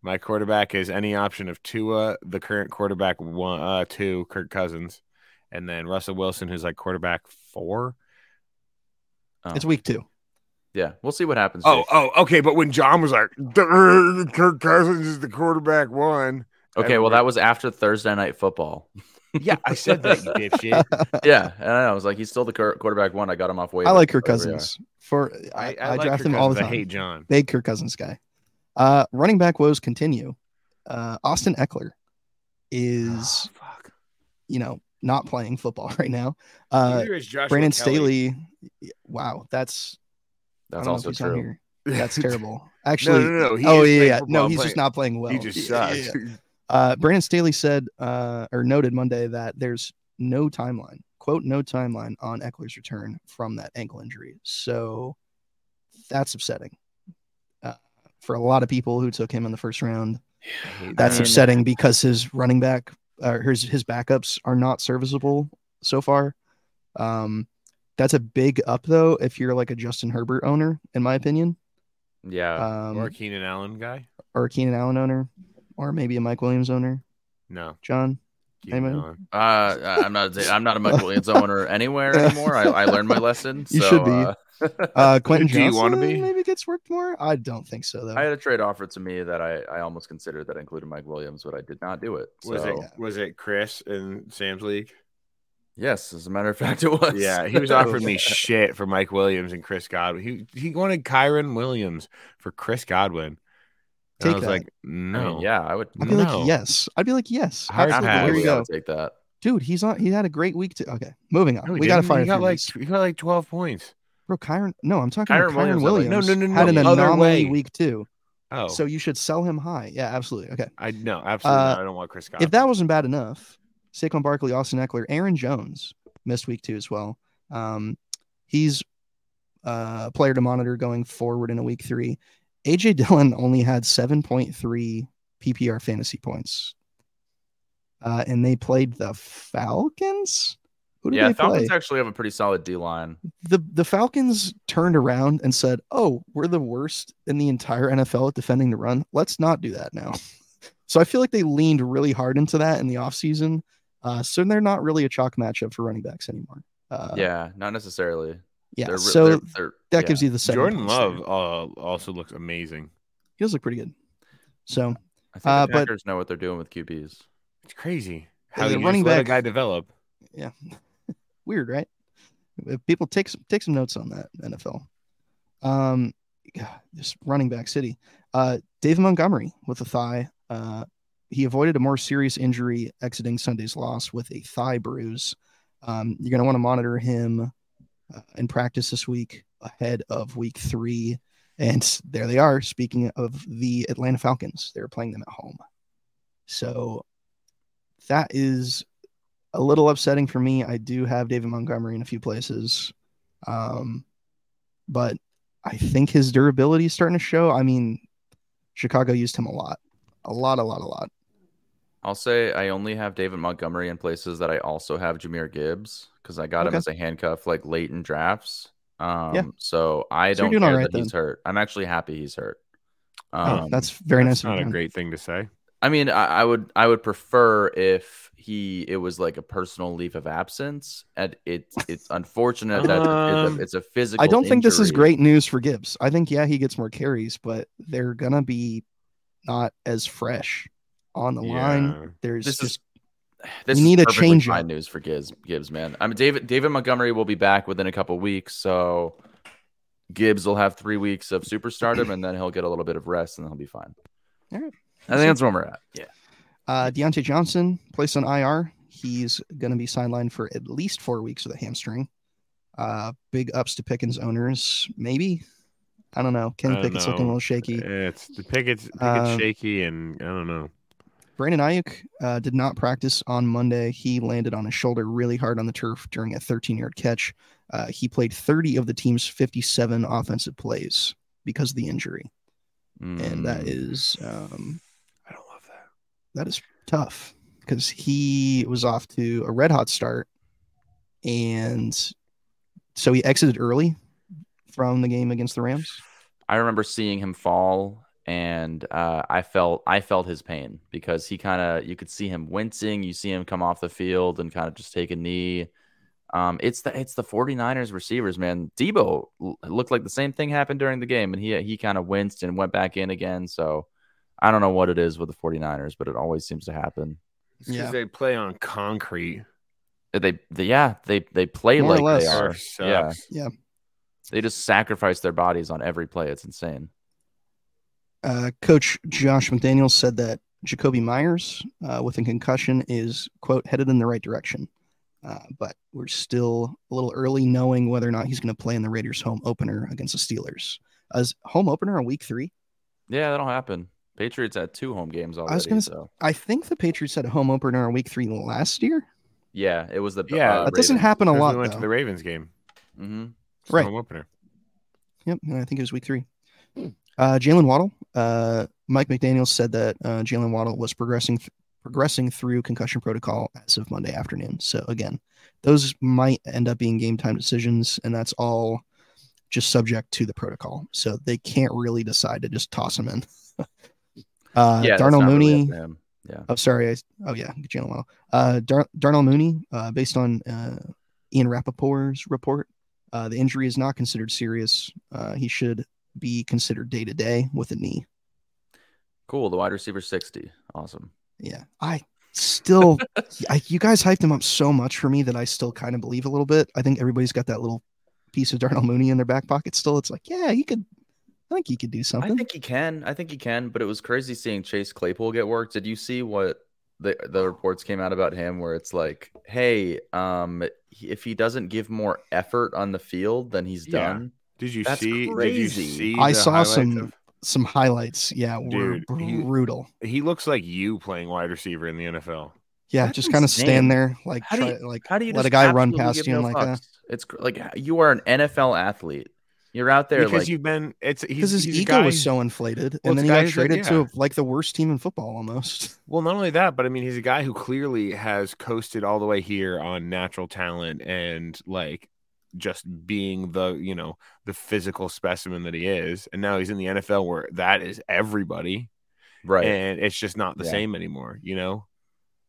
Speaker 2: My quarterback is any option of Tua, the current quarterback one, uh, two, Kirk Cousins, and then Russell Wilson, who's like quarterback four.
Speaker 3: Oh,
Speaker 4: It's week two.
Speaker 3: Yeah, we'll see what happens.
Speaker 5: Oh,
Speaker 3: Jake.
Speaker 5: oh, okay. But when John was like, "Durr, Kirk Cousins is the quarterback one.
Speaker 3: okay. Well, that was after Thursday night football.
Speaker 2: Yeah, I said that, you dipshit.
Speaker 3: yeah, and I was like, he's still the cur- quarterback one. I got him off waivers.
Speaker 4: I like Kirk
Speaker 3: whatever they
Speaker 4: Cousins. For I,
Speaker 2: I,
Speaker 4: I,
Speaker 2: I, like
Speaker 4: draft
Speaker 2: Kirk
Speaker 4: him all the
Speaker 2: Cousins.
Speaker 4: time.
Speaker 2: I hate John.
Speaker 4: Big Kirk Cousins guy. Uh, running back woes continue. Uh, Austin Eckler is,
Speaker 2: fuck.
Speaker 4: you know, not playing football right now. Uh,
Speaker 2: Neither is Joshua
Speaker 4: Brandon
Speaker 2: Kelly.
Speaker 4: Staley. Wow, that's
Speaker 3: are. That's
Speaker 4: I don't know
Speaker 3: also
Speaker 4: if he's on
Speaker 3: true.
Speaker 4: here. That's terrible. Actually,
Speaker 5: No, no, no. he
Speaker 4: oh
Speaker 5: is
Speaker 4: yeah,
Speaker 5: playing
Speaker 4: yeah.
Speaker 5: football,
Speaker 4: no,
Speaker 5: I'm
Speaker 4: he's
Speaker 5: playing-
Speaker 4: just not playing well.
Speaker 5: He just
Speaker 4: Yeah, yeah,
Speaker 5: sucks.
Speaker 4: yeah. Uh, Brandon Staley said uh, or noted Monday that there's no timeline, quote, no timeline on Eckler's return from that ankle injury. So that's upsetting uh, for a lot of people who took him in the first round.
Speaker 2: I hate
Speaker 4: That's
Speaker 2: John.
Speaker 4: upsetting because his running back or his his backups are not serviceable so far. Um, that's a big up though if you're like a Justin Herbert owner, in my opinion,
Speaker 3: Yeah,
Speaker 4: um,
Speaker 2: Uh, or
Speaker 4: or,
Speaker 2: Keenan Allen guy.
Speaker 4: a Keenan Allen owner, or maybe a Mike Williams owner.
Speaker 2: No,
Speaker 4: John,
Speaker 2: Keenan
Speaker 4: Amen.
Speaker 2: Allen.
Speaker 3: uh, I- I'm not. I'm not a Michael Williams owner anywhere anymore. I, I learned my lesson.
Speaker 4: You
Speaker 3: so,
Speaker 4: should be.
Speaker 3: uh,
Speaker 4: Uh, Quentin
Speaker 2: Do you
Speaker 4: Johnson
Speaker 2: wanna be?
Speaker 4: maybe gets worked more. I don't think so though.
Speaker 3: I had a trade offered to me that I, I almost considered that included Mike Williams, but I did not do it.
Speaker 2: Was
Speaker 3: so,
Speaker 2: it was it Chris in Sam's league?
Speaker 3: Yes, as a matter of fact, it was.
Speaker 2: Yeah, he was offering me shit for Mike Williams and Chris Godwin. He he wanted Kyron Williams for Chris Godwin. And
Speaker 4: Take
Speaker 2: I was
Speaker 4: that.
Speaker 2: like,
Speaker 3: I mean,
Speaker 2: no,
Speaker 3: yeah, I would.
Speaker 4: I'd be
Speaker 2: No.
Speaker 4: like, yes. I'd be like, yes.
Speaker 2: Hard
Speaker 4: Absolutely.
Speaker 2: pass.
Speaker 4: Here
Speaker 3: absolutely
Speaker 4: you go,
Speaker 3: gotta Take that.
Speaker 4: dude. He's on. He had a great week. To, okay, moving on.
Speaker 2: No, he
Speaker 4: we gotta
Speaker 2: didn't.
Speaker 4: fire.
Speaker 2: He got
Speaker 4: through
Speaker 2: like
Speaker 4: these.
Speaker 2: he got like twelve points.
Speaker 4: bro, Kyron. No, I'm talking
Speaker 3: Kyron
Speaker 4: about
Speaker 3: Williams
Speaker 4: Kyron
Speaker 3: had, like-
Speaker 4: Williams.
Speaker 2: No, no, no,
Speaker 4: Had
Speaker 2: no,
Speaker 4: an
Speaker 2: the other way.
Speaker 4: anomaly week too.
Speaker 2: Oh,
Speaker 4: So you should sell him high. Yeah, absolutely. Okay.
Speaker 2: I no, absolutely.
Speaker 4: Uh,
Speaker 2: not. I don't want Chris Godwin.
Speaker 4: If that wasn't bad enough, Saquon Barkley, Austin Eckler, Aaron Jones missed week two as well. Um, he's uh, a player to monitor going forward in a week three. AJ Dillon only had 7.3 PPR fantasy points. Uh, and they played the Falcons. Who did
Speaker 3: Yeah,
Speaker 4: they play?
Speaker 3: Falcons actually have a pretty solid D line.
Speaker 4: the the Falcons turned around and said, "Oh, we're the worst in the entire NFL at defending the run. Let's not do that now." so I feel like they leaned really hard into that in the offseason. Uh, so they're not really a chalk matchup for running backs anymore. Uh,
Speaker 3: yeah, not necessarily.
Speaker 4: yeah.
Speaker 3: They're re-
Speaker 4: so
Speaker 3: they're- they're-
Speaker 4: that
Speaker 3: yeah.
Speaker 4: gives you the seven
Speaker 2: Jordan
Speaker 4: points
Speaker 2: Love
Speaker 4: there.
Speaker 2: uh, also looks amazing.
Speaker 4: He does look pretty good. So
Speaker 3: I think
Speaker 4: uh,
Speaker 3: the
Speaker 4: but-
Speaker 3: Packers know what they're doing with QBs.
Speaker 2: It's crazy how
Speaker 4: the
Speaker 2: you running
Speaker 4: running
Speaker 2: just let a
Speaker 4: back-
Speaker 2: guy develop.
Speaker 4: yeah, weird, right? If People take some take some notes on that NFL. Um, God, this running back city. Uh, David Montgomery with a thigh. Uh, he avoided a more serious injury exiting Sunday's loss with a thigh bruise. Um, you're going to want to monitor him uh, in practice this week ahead of week three. And s- there they are. Speaking of the Atlanta Falcons, they're playing them at home. So that is a little upsetting for me. I do have David Montgomery in a few places. Um, but I think his durability is starting to show. I mean, Chicago used him a lot, a lot, a lot, a lot.
Speaker 3: I'll say I only have David Montgomery in places that I also have Jameer Gibbs because I got him
Speaker 4: Okay.
Speaker 3: as a handcuff like late in drafts. Um, So I
Speaker 4: So
Speaker 3: don't
Speaker 4: you're doing
Speaker 3: care
Speaker 4: alright
Speaker 3: that he's hurt. I'm actually happy he's hurt.
Speaker 4: Oh,
Speaker 3: Um,
Speaker 4: that's very
Speaker 2: That's
Speaker 4: nice. of
Speaker 2: not
Speaker 4: you,
Speaker 2: a
Speaker 4: John.
Speaker 2: great thing to say.
Speaker 3: I mean, I, I would I would prefer if he it was like a personal leave of absence, and it's it's unfortunate that it's,
Speaker 2: Um,
Speaker 3: a, it's a physical.
Speaker 4: I don't think this is
Speaker 3: injury.
Speaker 4: great news for Gibbs. I think yeah, he gets more carries, but they're gonna be not as fresh on the line.
Speaker 2: Yeah.
Speaker 4: There's
Speaker 3: This is
Speaker 4: just
Speaker 3: This is
Speaker 4: We need a
Speaker 3: perfectly
Speaker 4: change-up.
Speaker 3: Fine news for Gibbs, Gibbs, man. I mean, David David Montgomery will be back within a couple weeks, so Gibbs will have three weeks of superstardom, and then he'll get a little bit of rest, and then he'll be fine.
Speaker 4: All right.
Speaker 3: I think that's where we're at. Yeah,
Speaker 4: Uh, Deontay Johnson placed on IR. He's going to be sidelined for at least four weeks with a hamstring. Uh, big ups to Pickens owners, maybe. I don't know.
Speaker 2: I
Speaker 4: Ken
Speaker 2: don't
Speaker 4: Pickett's looking a
Speaker 2: know.
Speaker 4: little shaky.
Speaker 2: It's the Pickett's, Pickett's
Speaker 4: Uh,
Speaker 2: shaky, and I don't know.
Speaker 4: Brandon Ayuk uh, did not practice on Monday. He landed on his shoulder really hard on the turf during a 13 yard catch. Uh, he played 30 of the team's 57 offensive plays because of the injury. And that
Speaker 2: Hmm.
Speaker 3: Mm.
Speaker 4: is, um,
Speaker 2: I don't love that.
Speaker 4: that is tough because he was off to a red hot start and so he exited early from the game against the rams
Speaker 3: I remember seeing him fall, and uh, I felt I felt his pain because he kind of you could see him wincing. You see him come off the field and kind of just take a knee. Um, it's the it's the 49ers receivers, man. Debo l- looked like the same thing happened during the game, and he he kind of winced and went back in again. So I don't know what it is with the 49ers, but it always seems to happen.
Speaker 4: Yeah.
Speaker 2: they play on concrete.
Speaker 3: Uh, They, they yeah they they play
Speaker 4: More or
Speaker 3: like they
Speaker 4: less.
Speaker 3: are.
Speaker 2: Turf
Speaker 3: Yeah,
Speaker 2: sucks.
Speaker 3: they just sacrifice their bodies on every play. It's insane.
Speaker 4: uh, coach josh mcdaniels said that jacoby myers uh, with a concussion is quote headed in the right direction uh, but we're still a little early knowing whether or not he's going to play in the raiders home opener against the steelers as home opener on week three
Speaker 3: Yeah, that'll happen. Patriots had two home games already.
Speaker 4: was gonna s-
Speaker 3: so.
Speaker 4: i think the patriots had a home opener on week three last year
Speaker 3: Yeah, it was the
Speaker 2: Yeah,
Speaker 3: Uh,
Speaker 4: that doesn't
Speaker 3: Ravens.
Speaker 4: happen a
Speaker 2: Because
Speaker 4: lot
Speaker 2: we went to
Speaker 4: though.
Speaker 2: the Ravens game.
Speaker 3: Mhm.
Speaker 2: It's the
Speaker 4: Right.
Speaker 2: Home opener.
Speaker 4: Yep, and I think it was week three.
Speaker 3: Hmm.
Speaker 4: Uh, Jalen Waddle. Uh, Mike McDaniel said that uh, Jalen Waddle was progressing progressing through concussion protocol as of Monday afternoon. So again, those might end up being game time decisions, and that's all just subject to the protocol. So they can't really decide to just toss him in. uh,
Speaker 3: yeah, that's
Speaker 4: Darnell
Speaker 3: not really
Speaker 4: Mooney.
Speaker 3: up to him. yeah,
Speaker 4: Oh, sorry. I, oh, yeah. Jalen Waddle. Uh, Dar- Darnell Mooney, uh, based on uh, Ian Rappaport's report, Uh, the injury is not considered serious. Uh, he should be considered day to day with a knee.
Speaker 3: Cool. The wide receiver 60. Awesome.
Speaker 4: Yeah, I still, I, you guys hyped him up so much for me that I still kind of believe a little bit. I think everybody's got that little piece of Darnell Mooney in their back pocket still. It's like, yeah, he could. I think he could do
Speaker 3: I
Speaker 4: something.
Speaker 3: think he can. I think he can, but it was crazy seeing Chase Claypool get worked. Did you see what the the reports came out about him where it's like, "Hey, um he- if he doesn't give more effort on the field, then he's
Speaker 2: Yeah.
Speaker 3: done."
Speaker 2: Did you
Speaker 3: That's
Speaker 2: see? Did
Speaker 3: crazy.
Speaker 2: you see?
Speaker 4: I
Speaker 2: the
Speaker 4: saw
Speaker 2: highlights
Speaker 4: some-
Speaker 2: of-
Speaker 4: Some highlights, yeah, were
Speaker 2: Dude, he-
Speaker 4: brutal.
Speaker 2: he looks like you playing wide receiver in the NFL.
Speaker 4: yeah,
Speaker 3: That's
Speaker 4: just kind of
Speaker 3: insane.
Speaker 4: stand there, like,
Speaker 3: How do
Speaker 4: try,
Speaker 3: you-
Speaker 4: like
Speaker 3: How do you
Speaker 4: let
Speaker 3: just
Speaker 4: a guy run
Speaker 3: absolutely
Speaker 4: past
Speaker 3: give
Speaker 4: you and
Speaker 3: no
Speaker 4: like "Ah." that?
Speaker 3: fucks? It's cr- like you are an NFL athlete. You're out there
Speaker 2: because
Speaker 3: like
Speaker 2: you've been it's he's,
Speaker 4: because his
Speaker 2: he's a
Speaker 4: ego
Speaker 2: guy-
Speaker 4: was so inflated,
Speaker 2: Well,
Speaker 4: and then
Speaker 2: it's
Speaker 4: he got
Speaker 2: guys that-
Speaker 4: traded to like the worst team in football almost.
Speaker 2: Well, not only that, but I mean, he's a guy who clearly has coasted all the way here on natural talent and like just being the you know the physical specimen that he is, and now he's in the NFL where that is everybody,
Speaker 3: right.
Speaker 2: and it's just not the
Speaker 3: Yeah.
Speaker 2: same anymore. You know,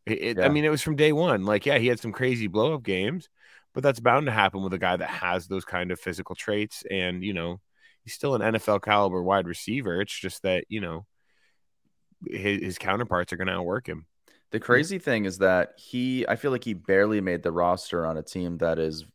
Speaker 2: It- it-
Speaker 3: Yeah.
Speaker 2: I mean, it was from day one. Like, yeah, he had some crazy blow up games, but that's bound to happen with a guy that has those kind of physical traits, and you know, he's still an NFL caliber wide receiver. It's just that you know. His, his counterparts are going to outwork him.
Speaker 3: The crazy thing is that he, I feel like he barely made the roster on a team that is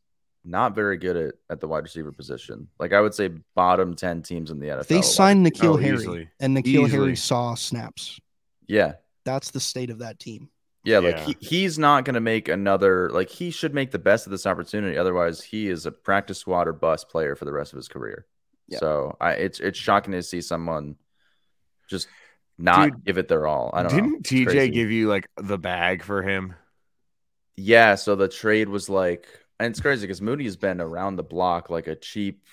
Speaker 3: not very good at, at the wide receiver position. Like I would say, bottom ten teams in the NFL.
Speaker 4: They signed Nikhil
Speaker 2: Oh,
Speaker 4: Harry,
Speaker 2: easily.
Speaker 4: and Nikhil
Speaker 2: Easily.
Speaker 4: Harry saw snaps.
Speaker 3: yeah,
Speaker 4: That's the state of that team.
Speaker 3: yeah. Like
Speaker 2: Yeah.
Speaker 3: he, he's not going to make another. Like he should make the best of this opportunity. Otherwise, he is a practice squad or bust player for the rest of his career.
Speaker 4: Yeah.
Speaker 3: So I, it's it's shocking to see someone just not
Speaker 2: Dude,
Speaker 3: give it their all. I don't know.
Speaker 2: Didn't
Speaker 3: It's
Speaker 2: TJ
Speaker 3: crazy.
Speaker 2: give you like the bag for him?
Speaker 3: Yeah, so the trade was like, and it's crazy because Moody has been around the block like a cheap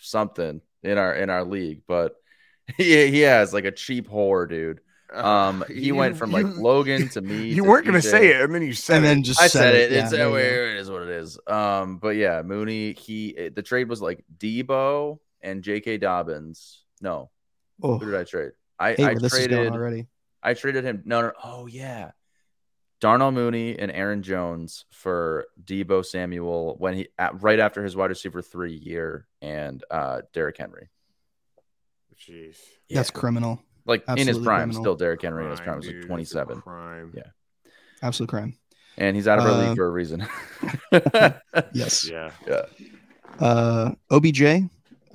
Speaker 3: something in our in our league, but he he has like a cheap whore, dude. Um, he went from like Logan to me.
Speaker 2: Uh, You weren't gonna
Speaker 3: TJ.
Speaker 2: say it, and then you said
Speaker 4: and
Speaker 2: it.
Speaker 4: then just
Speaker 3: I said it.
Speaker 4: Yeah,
Speaker 3: it's
Speaker 4: there
Speaker 3: that
Speaker 4: you
Speaker 3: way.
Speaker 4: go.
Speaker 3: It is what it is. Um, but yeah, Mooney. He it- the trade was like Debo and J.K. Dobbins. No,
Speaker 4: Oh,
Speaker 3: who did I trade? I
Speaker 4: hate
Speaker 3: I
Speaker 4: where this is
Speaker 3: traded.
Speaker 4: going already.
Speaker 3: I traded him. No, no. Oh yeah, Darnell Mooney and Aaron Jones for Debo Samuel when he at, right after his wide receiver three year and uh Derrick Henry.
Speaker 2: Jeez.
Speaker 4: That's
Speaker 3: Yeah.
Speaker 4: criminal.
Speaker 3: like in his
Speaker 4: absolutely
Speaker 3: prime.
Speaker 4: criminal.
Speaker 3: Still Derrick Henry in his
Speaker 2: Crime,
Speaker 3: prime was
Speaker 2: dude,
Speaker 3: like
Speaker 2: that's a
Speaker 3: twenty seven,
Speaker 2: crime.
Speaker 3: Yeah.
Speaker 4: Absolute crime.
Speaker 3: and he's out of our
Speaker 4: Uh,
Speaker 3: league for a reason.
Speaker 4: Yes.
Speaker 2: Yeah.
Speaker 4: Uh, OBJ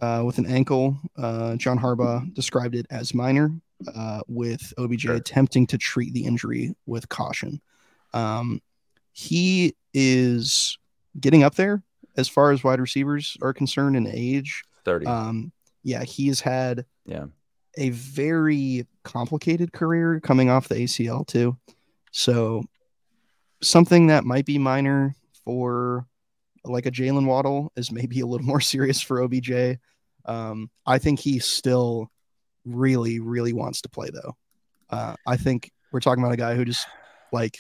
Speaker 4: uh, with an ankle. Uh, John Harbaugh described it as minor, uh, with OBJ
Speaker 3: Sure.
Speaker 4: attempting to treat the injury with caution. Um, he is getting up there as far as wide receivers are concerned in age.
Speaker 3: Thirty.
Speaker 4: Um, yeah, he has had
Speaker 3: Yeah.
Speaker 4: a very complicated career coming off the ACL too. So something that might be minor for like a Jalen Waddle is maybe a little more serious for OBJ. Um, I think he still really, really wants to play though. Uh, I think we're talking about a guy who just like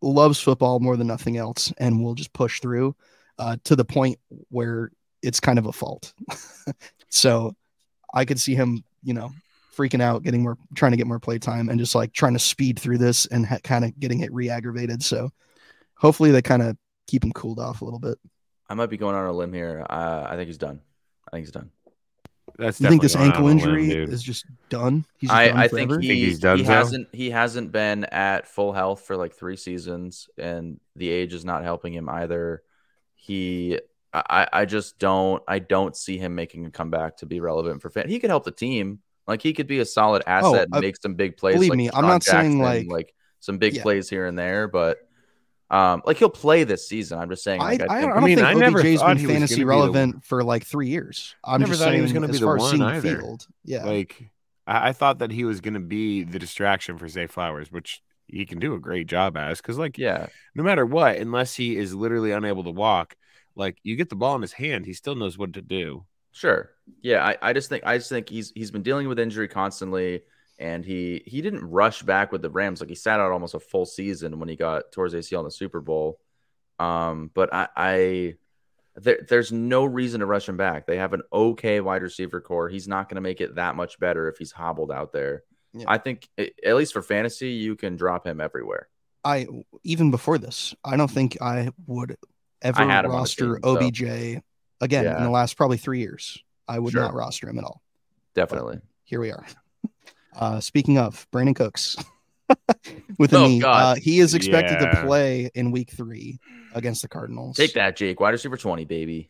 Speaker 4: loves football more than nothing else and will just push through uh, to the point where it's kind of a fault. so I could see him, you know, freaking out, getting more, trying to get more play time and just like trying to speed through this and ha- kind of getting it re aggravated. So hopefully they kind of keep him cooled off a little bit.
Speaker 3: I might be going on a limb here. Uh, I think he's done. I think he's done.
Speaker 2: That's
Speaker 4: you
Speaker 2: definitely
Speaker 4: think this
Speaker 2: going out
Speaker 4: ankle
Speaker 2: on a limb,
Speaker 4: injury
Speaker 2: dude.
Speaker 4: is just done? He's just done
Speaker 3: I, I think
Speaker 4: forever?
Speaker 3: he,
Speaker 2: Think he's done
Speaker 3: he
Speaker 2: so?
Speaker 3: hasn't he hasn't been at full health for like three seasons, and the age is not helping him either. He I, I I just don't I don't see him making a comeback to be relevant for fan. He could help the team. Like he could be a solid asset and
Speaker 4: uh,
Speaker 3: make some big plays.
Speaker 4: believe
Speaker 3: like
Speaker 4: me, I'm
Speaker 3: Deshaun
Speaker 4: not saying,
Speaker 3: Jackson,
Speaker 4: like-
Speaker 3: some big
Speaker 4: Yeah.
Speaker 3: plays here and there, but um like he'll play this season. I'm just saying
Speaker 4: I, I,
Speaker 3: like, I, think,
Speaker 4: don't
Speaker 2: I mean,
Speaker 4: think
Speaker 2: I never
Speaker 4: OBJ's
Speaker 2: thought
Speaker 4: been
Speaker 2: he was
Speaker 4: fantasy
Speaker 2: gonna be the-
Speaker 4: relevant for like three years. I'm
Speaker 2: Never
Speaker 4: just
Speaker 2: thought
Speaker 4: saying
Speaker 2: he was gonna be
Speaker 4: as
Speaker 2: the
Speaker 4: far as
Speaker 2: one
Speaker 4: seeing the
Speaker 2: either.
Speaker 4: field. Yeah.
Speaker 2: Like, I, I thought that he was gonna be the distraction for Zay Flowers, which he can do a great job as. Because like,
Speaker 3: yeah.
Speaker 2: no matter what, unless he is literally unable to walk, like you get the ball in his hand, he still knows what to do.
Speaker 3: Sure. Yeah, I, I just think I just think he's he's been dealing with injury constantly and he he didn't rush back with the Rams. Like he sat out almost a full season when he got towards ACL in the Super Bowl. Um, but I, I there, there's no reason to rush him back. They have an okay wide receiver core. He's not going to make it that much better if he's hobbled out there.
Speaker 4: Yeah.
Speaker 3: I think a- at least for fantasy, you can drop him everywhere.
Speaker 4: I even before this, I don't think I would ever
Speaker 3: I had him on the
Speaker 4: roster
Speaker 3: team, so-
Speaker 4: OBJ Again,
Speaker 3: Yeah.
Speaker 4: in the last probably three years, I would
Speaker 3: Sure.
Speaker 4: not roster him at all.
Speaker 3: Definitely.
Speaker 4: Here we are. Uh, speaking of Brandon Cooks with a
Speaker 3: Oh,
Speaker 4: knee, uh,
Speaker 3: God.
Speaker 4: he is expected
Speaker 2: Yeah.
Speaker 4: to play in Week Three against the Cardinals.
Speaker 3: Take that, Jake. Wide receiver 20, baby.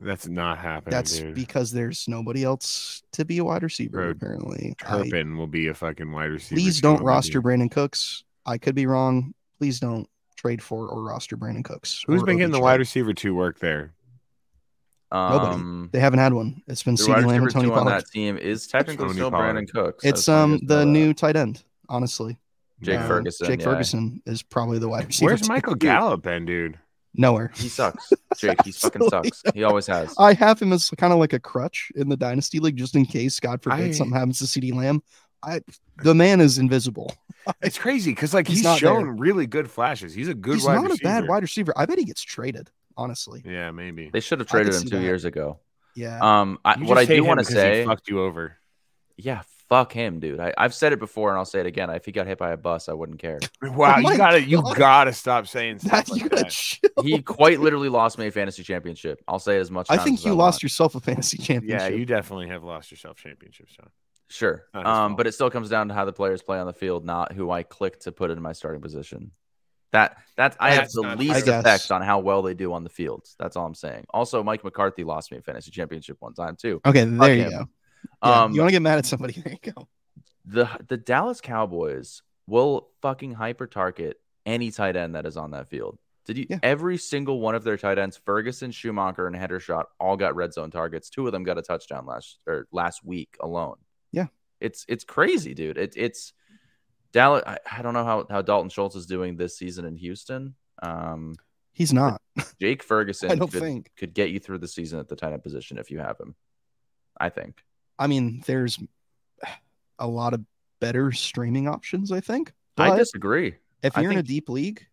Speaker 2: That's not happening.
Speaker 4: That's
Speaker 2: dude.
Speaker 4: because there's nobody else to be a wide receiver.
Speaker 2: Bro,
Speaker 4: apparently, I-
Speaker 2: Turpin will be a fucking wide receiver.
Speaker 4: please
Speaker 2: too,
Speaker 4: don't
Speaker 2: I'm
Speaker 4: roster
Speaker 2: with you.
Speaker 4: Brandon Cooks. I could be wrong. Please don't trade for or roster Brandon Cooks.
Speaker 2: Who's
Speaker 4: or
Speaker 2: been getting the
Speaker 4: OBJ.
Speaker 2: wide receiver two work there?
Speaker 4: Nobody.
Speaker 3: Um,
Speaker 4: They haven't had one. It's been
Speaker 3: the wide
Speaker 4: CeeDee Lamb
Speaker 3: receiver
Speaker 4: and Tony
Speaker 3: two on
Speaker 4: Pollard.
Speaker 3: that team is technically
Speaker 2: Tony
Speaker 3: still
Speaker 2: Pollard.
Speaker 3: Brandon Cooks.
Speaker 4: It's
Speaker 3: I
Speaker 4: um
Speaker 3: just
Speaker 4: the
Speaker 3: know that.
Speaker 4: new tight end. Honestly,
Speaker 3: Jake
Speaker 4: Uh,
Speaker 3: Ferguson,
Speaker 4: Jake
Speaker 3: yeah.
Speaker 4: Ferguson is probably the wide receiver.
Speaker 2: Where's
Speaker 4: too.
Speaker 2: Michael Gallup been, dude?
Speaker 4: Nowhere.
Speaker 3: He sucks, Jake. He fucking
Speaker 4: Absolutely.
Speaker 3: sucks. He always has.
Speaker 4: I have him as kind of like a crutch in the dynasty league, just in case God forbid
Speaker 2: I-
Speaker 4: something happens to CD Lamb. I the man is invisible.
Speaker 2: It's crazy because like
Speaker 4: He's
Speaker 2: he's,
Speaker 4: not
Speaker 2: shown
Speaker 4: there.
Speaker 2: really good flashes. He's a good
Speaker 4: He's
Speaker 2: wide
Speaker 4: not
Speaker 2: receiver.
Speaker 4: a bad wide receiver. I bet he gets traded. Honestly,
Speaker 2: Yeah, maybe.
Speaker 3: They should have
Speaker 4: I could
Speaker 3: traded him
Speaker 4: see
Speaker 3: two
Speaker 4: that.
Speaker 3: years ago.
Speaker 4: yeah.
Speaker 3: Um, I,
Speaker 2: You
Speaker 3: what I
Speaker 2: just hate
Speaker 3: do
Speaker 2: him
Speaker 3: want to
Speaker 2: 'cause he
Speaker 3: say,
Speaker 2: fucked you over.
Speaker 3: yeah, fuck him, dude. I, I've said it before and I'll say it again. If he got hit by a bus, I wouldn't care.
Speaker 2: Wow,
Speaker 4: my
Speaker 2: you gotta you
Speaker 4: God.
Speaker 2: gotta stop saying
Speaker 4: that,
Speaker 2: stuff like
Speaker 4: you gotta
Speaker 2: that.
Speaker 4: chill.
Speaker 3: He quite literally lost me a fantasy championship. I'll say it as much.
Speaker 4: I
Speaker 3: times
Speaker 4: think
Speaker 3: as
Speaker 4: you
Speaker 3: I
Speaker 4: lost
Speaker 3: want.
Speaker 4: yourself a fantasy
Speaker 2: Yeah,
Speaker 4: championship.
Speaker 2: you definitely have lost yourself championships, John.
Speaker 3: Sure.
Speaker 2: Not his
Speaker 3: Um,
Speaker 2: fault.
Speaker 3: but it still comes down to how the players play on the field, not who I click to put in my starting position. That that's I have
Speaker 2: That's
Speaker 3: the
Speaker 2: not
Speaker 3: least
Speaker 4: fair. I guess.
Speaker 3: effect on how well they do on the field. That's all I'm saying. Also, Mike McCarthy lost me a fantasy championship one time too.
Speaker 4: Okay, there you
Speaker 3: him.
Speaker 4: go. Yeah,
Speaker 3: Um,
Speaker 4: you want to get mad at somebody? There you go.
Speaker 3: the the Dallas Cowboys will fucking hyper target any tight end that is on that field. Did you
Speaker 4: Yeah.
Speaker 3: every single one of their tight ends, Ferguson, Schumacher, and Hendershot, all got red zone targets. Two of them got a touchdown last or last week alone.
Speaker 4: Yeah.
Speaker 3: It's it's crazy, dude. It, it's Dallas. I, I don't know how, how Dalton Schultz is doing this season in Houston. Um,
Speaker 4: He's not.
Speaker 3: Jake Ferguson
Speaker 4: I don't
Speaker 3: could,
Speaker 4: think.
Speaker 3: could get you through the season at the tight end position if you have him. I think.
Speaker 4: I mean, there's a lot of better streaming options. I think.
Speaker 3: I
Speaker 4: But
Speaker 3: disagree.
Speaker 4: if
Speaker 3: I
Speaker 4: you're in a
Speaker 3: think-
Speaker 4: deep league,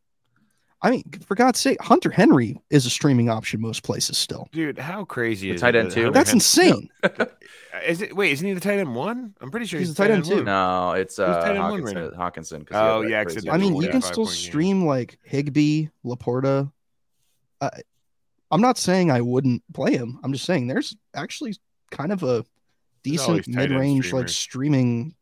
Speaker 4: I mean, for God's sake, Hunter Henry is a streaming option most places still.
Speaker 2: Dude, how crazy
Speaker 3: The
Speaker 2: is
Speaker 3: tight
Speaker 2: it
Speaker 3: end
Speaker 2: that
Speaker 3: too?
Speaker 2: Hunter
Speaker 4: That's
Speaker 2: Henry-
Speaker 4: insane.
Speaker 2: Is it? Wait, isn't he the tight end one? I'm pretty sure
Speaker 4: He's
Speaker 2: he's,
Speaker 4: the tight end two.
Speaker 2: one.
Speaker 3: No, it's uh,
Speaker 2: tight end one right
Speaker 3: Hawkinson.
Speaker 2: now?
Speaker 3: Hawkinson 'cause
Speaker 2: Oh,
Speaker 3: he had that
Speaker 2: yeah, 'cause
Speaker 3: crazy
Speaker 2: it
Speaker 4: I mean,
Speaker 2: Yeah,
Speaker 4: you can
Speaker 2: 45
Speaker 4: still
Speaker 2: point game.
Speaker 4: stream like Higby, Laporta. Uh, I'm not saying I wouldn't play him. I'm just saying there's actually kind of a
Speaker 2: There's always
Speaker 4: decent
Speaker 2: tight end
Speaker 4: mid-range like
Speaker 2: streamers.
Speaker 4: streaming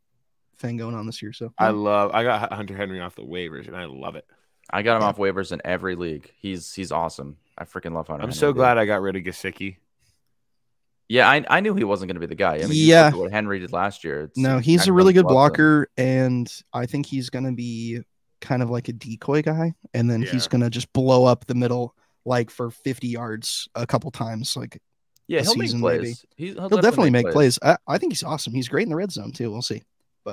Speaker 4: thing going on this year. So
Speaker 2: I love. I got Hunter Henry off the waivers, and I love it.
Speaker 3: I got him
Speaker 4: Yeah.
Speaker 3: off waivers in every league. He's he's awesome. I freaking love Hunter.
Speaker 2: I'm
Speaker 3: Henry,
Speaker 2: so
Speaker 3: dude.
Speaker 2: glad I got rid of Gasicki.
Speaker 3: Yeah, I, I knew he wasn't going to be the guy. I mean, you
Speaker 4: Yeah.
Speaker 3: look at what Henry did last year. It's-
Speaker 4: No,
Speaker 3: it's
Speaker 4: he's a
Speaker 3: Jackson
Speaker 4: really good
Speaker 3: loves him.
Speaker 4: blocker, and I think he's going to be kind of like a decoy guy, and then he's
Speaker 2: Yeah.
Speaker 4: going to just blow up the middle like for 50 yards a couple times. Like
Speaker 3: Yeah,
Speaker 4: this
Speaker 3: he'll make
Speaker 4: season,
Speaker 3: plays.
Speaker 4: maybe.
Speaker 3: He's,
Speaker 4: he'll, definitely make plays. I, I think he's awesome. He's great in the red zone too. We'll see.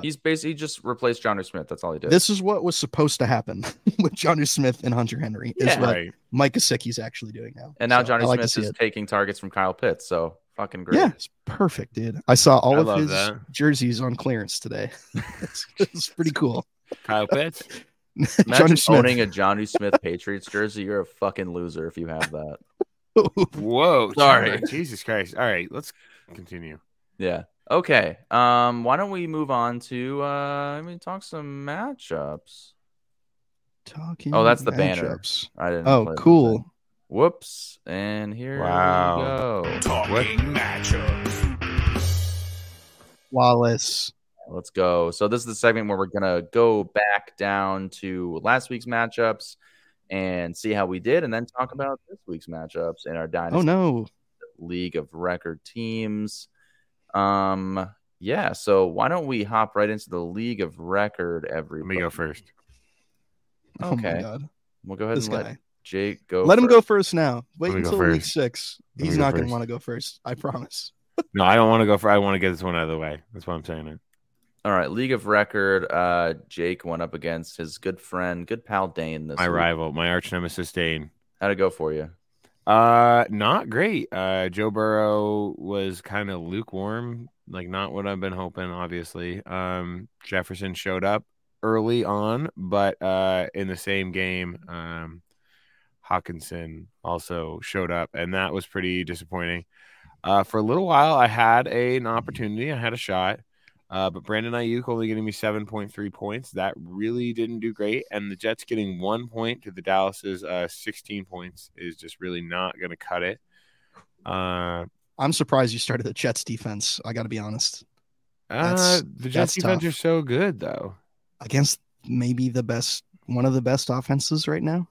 Speaker 3: He's basically just replaced John Smith. That's all he did.
Speaker 4: This is what was supposed to happen with Johnny Smith and Hunter Henry. Is
Speaker 3: Yeah.
Speaker 4: what
Speaker 2: Right.
Speaker 4: Mike Kosicki's actually doing now.
Speaker 3: and now
Speaker 4: So,
Speaker 3: Johnny
Speaker 4: I like to
Speaker 3: Smith
Speaker 4: see
Speaker 3: is
Speaker 4: it.
Speaker 3: taking targets from Kyle Pitts. So fucking great.
Speaker 4: Yeah, it's perfect, dude. I saw all
Speaker 2: I
Speaker 4: of
Speaker 2: love
Speaker 4: his
Speaker 2: that.
Speaker 4: jerseys on clearance today. it's, it's pretty cool.
Speaker 2: Kyle Pitts.
Speaker 3: Imagine
Speaker 4: Johnny Smith.
Speaker 3: owning a Johnny Smith Patriots jersey. You're a fucking loser if you have that.
Speaker 2: Whoa.
Speaker 3: Sorry.
Speaker 2: Chandler, Jesus Christ. All right, let's continue.
Speaker 3: Yeah. Okay. Um. Why don't we move on to? Uh. I mean, talk some matchups.
Speaker 4: Talking
Speaker 3: Oh, that's the banner.
Speaker 4: matchups.
Speaker 3: I didn't. play
Speaker 4: Oh,
Speaker 3: that
Speaker 4: cool.
Speaker 3: thing. Whoops. And here
Speaker 2: Wow.
Speaker 3: we go.
Speaker 1: Talking matchup.
Speaker 4: Wallace.
Speaker 3: Let's go. So this is the segment where we're gonna go back down to last week's matchups and see how we did, and then talk about this week's matchups in our dynasty
Speaker 4: Oh no.
Speaker 3: league of record teams. Um. Yeah. So why don't we hop right into the league of record?
Speaker 2: Let
Speaker 3: Everybody.
Speaker 2: me go first.
Speaker 4: Oh my
Speaker 3: Okay.
Speaker 4: god.
Speaker 3: We'll go ahead
Speaker 4: This
Speaker 3: and let
Speaker 4: guy.
Speaker 3: Jake go.
Speaker 4: Let him go
Speaker 3: first.
Speaker 4: first now. Wait
Speaker 2: Let me go
Speaker 4: until week
Speaker 2: first.
Speaker 4: six.
Speaker 2: Let me
Speaker 4: He's
Speaker 2: go
Speaker 4: not gonna
Speaker 2: first.
Speaker 4: want to go first. I promise.
Speaker 2: No, I don't want to go for. I want to get this one out of the way. That's why I'm saying it.
Speaker 3: All right, League of Record. Uh, Jake went up against his good friend, good pal Dane. This
Speaker 2: My
Speaker 3: week.
Speaker 2: rival, my arch nemesis, Dane.
Speaker 3: How'd it go for you?
Speaker 2: Uh, not great. Uh, Joe Burrow was kind of lukewarm, like not what I've been hoping. Obviously, um, Jefferson showed up early on, but uh, in the same game, um, Hawkinson also showed up, and that was pretty disappointing. Uh, for a little while, I had a, an opportunity, I had a shot. Uh, but Brandon Ayuk only getting me 7.3 points. That really didn't do great. And the Jets getting one point to the Dallas's uh, 16 points is just really not going to cut it. Uh,
Speaker 4: I'm surprised you started the Jets defense. I got to be honest.
Speaker 2: uh
Speaker 4: That's-
Speaker 2: the Jets
Speaker 4: that's
Speaker 2: defense
Speaker 4: tough.
Speaker 2: are so good though.
Speaker 4: Against maybe the best, one of the best offenses right now.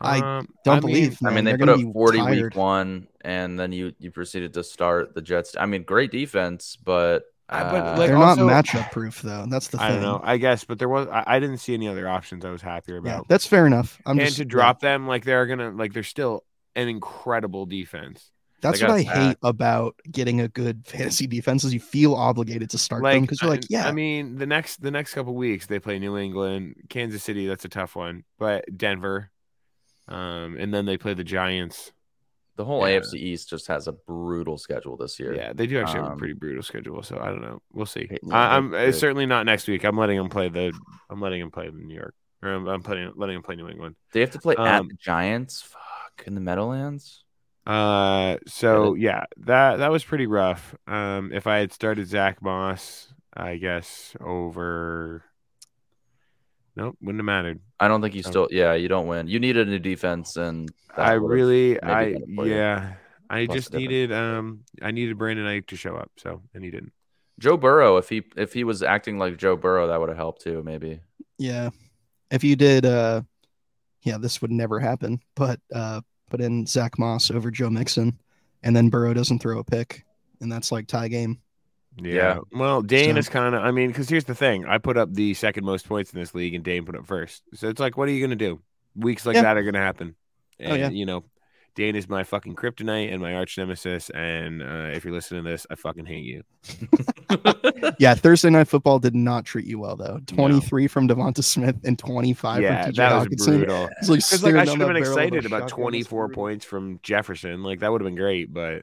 Speaker 4: I
Speaker 2: Um,
Speaker 4: Don't
Speaker 2: mean,
Speaker 4: believe.
Speaker 3: I
Speaker 4: man.
Speaker 3: mean, they
Speaker 4: They're
Speaker 3: put
Speaker 4: gonna
Speaker 3: up
Speaker 4: be
Speaker 3: 40
Speaker 4: tired.
Speaker 3: week one, and then you you proceeded to start the Jets. I mean, great defense, but,
Speaker 2: Uh, but,
Speaker 3: uh,
Speaker 2: like,
Speaker 4: They're
Speaker 2: also-
Speaker 4: not matchup proof though. That's the thing.
Speaker 2: I don't know. I guess, but there was I, I didn't see any other options. I was happier
Speaker 4: Yeah,
Speaker 2: about.
Speaker 4: that's fair enough. I'm
Speaker 2: and
Speaker 4: just
Speaker 2: to
Speaker 4: yeah,
Speaker 2: drop them like they're gonna like they're still an incredible defense.
Speaker 4: that's
Speaker 3: they
Speaker 4: what I
Speaker 3: got sacked.
Speaker 4: hate about getting a good fantasy defense is you feel obligated to start them because you're like,
Speaker 2: I-
Speaker 4: yeah,
Speaker 2: I mean, the next the next couple weeks they play New England, Kansas City. That's a tough one, but Denver, um, and then they play the Giants.
Speaker 3: the whole
Speaker 2: yeah.
Speaker 3: AFC East just has a brutal schedule this year.
Speaker 2: Yeah, they do actually have a
Speaker 3: Um,
Speaker 2: pretty brutal schedule. So I don't know. We'll see.
Speaker 3: Yeah,
Speaker 2: I, I'm
Speaker 3: they-
Speaker 2: it's certainly not next week. I'm letting them play the. I'm letting them play New York, or I'm, I'm playing letting them play New England.
Speaker 3: They have to play at
Speaker 2: Um,
Speaker 3: the Giants. Fuck in the Meadowlands.
Speaker 2: Uh, so yeah, that that was pretty rough. Um, if I had started Zach Moss, I guess over. Nope, wouldn't have mattered.
Speaker 3: I don't think you
Speaker 2: So-
Speaker 3: still. Yeah, you don't win. You need a new defense, and that
Speaker 2: I
Speaker 3: would've-
Speaker 2: really,
Speaker 3: made it
Speaker 2: I
Speaker 3: better for you.
Speaker 2: yeah, I
Speaker 3: Plus
Speaker 2: just
Speaker 3: the difference.
Speaker 2: needed um, I needed Brandon Ayuk to show up, so and he didn't.
Speaker 3: Joe Burrow. If he if he was acting like Joe Burrow, that would have helped too. Maybe
Speaker 4: yeah. If you did, uh, yeah, this would never happen. But uh, put in Zach Moss over Joe Mixon, and then Burrow doesn't throw a pick, and that's like tie game.
Speaker 2: Yeah. Well, Dane
Speaker 4: So-
Speaker 2: is kind of. I mean, because here's the thing: I put up the second most points in this league, and Dane put up first. So it's like, what are you gonna do? Weeks like
Speaker 4: Yeah. Oh,
Speaker 2: that are gonna happen. And,
Speaker 4: yeah.
Speaker 2: You know, Dane is my fucking kryptonite and my arch nemesis. And uh, if you're listening to this, I fucking hate you.
Speaker 4: Yeah, Thursday night football did not treat you well though. Twenty three from Devonta Smith and twenty five
Speaker 2: yeah,
Speaker 4: from TJ
Speaker 2: that was
Speaker 4: Hawkinson.
Speaker 2: brutal.
Speaker 4: It's like,
Speaker 2: Because like
Speaker 4: staring
Speaker 2: I
Speaker 4: down
Speaker 2: should
Speaker 4: that
Speaker 2: have been
Speaker 4: barrel of a
Speaker 2: excited about
Speaker 4: shotgun. That's
Speaker 2: 24
Speaker 4: brutal.
Speaker 2: points from Jefferson. Like that would have been great, but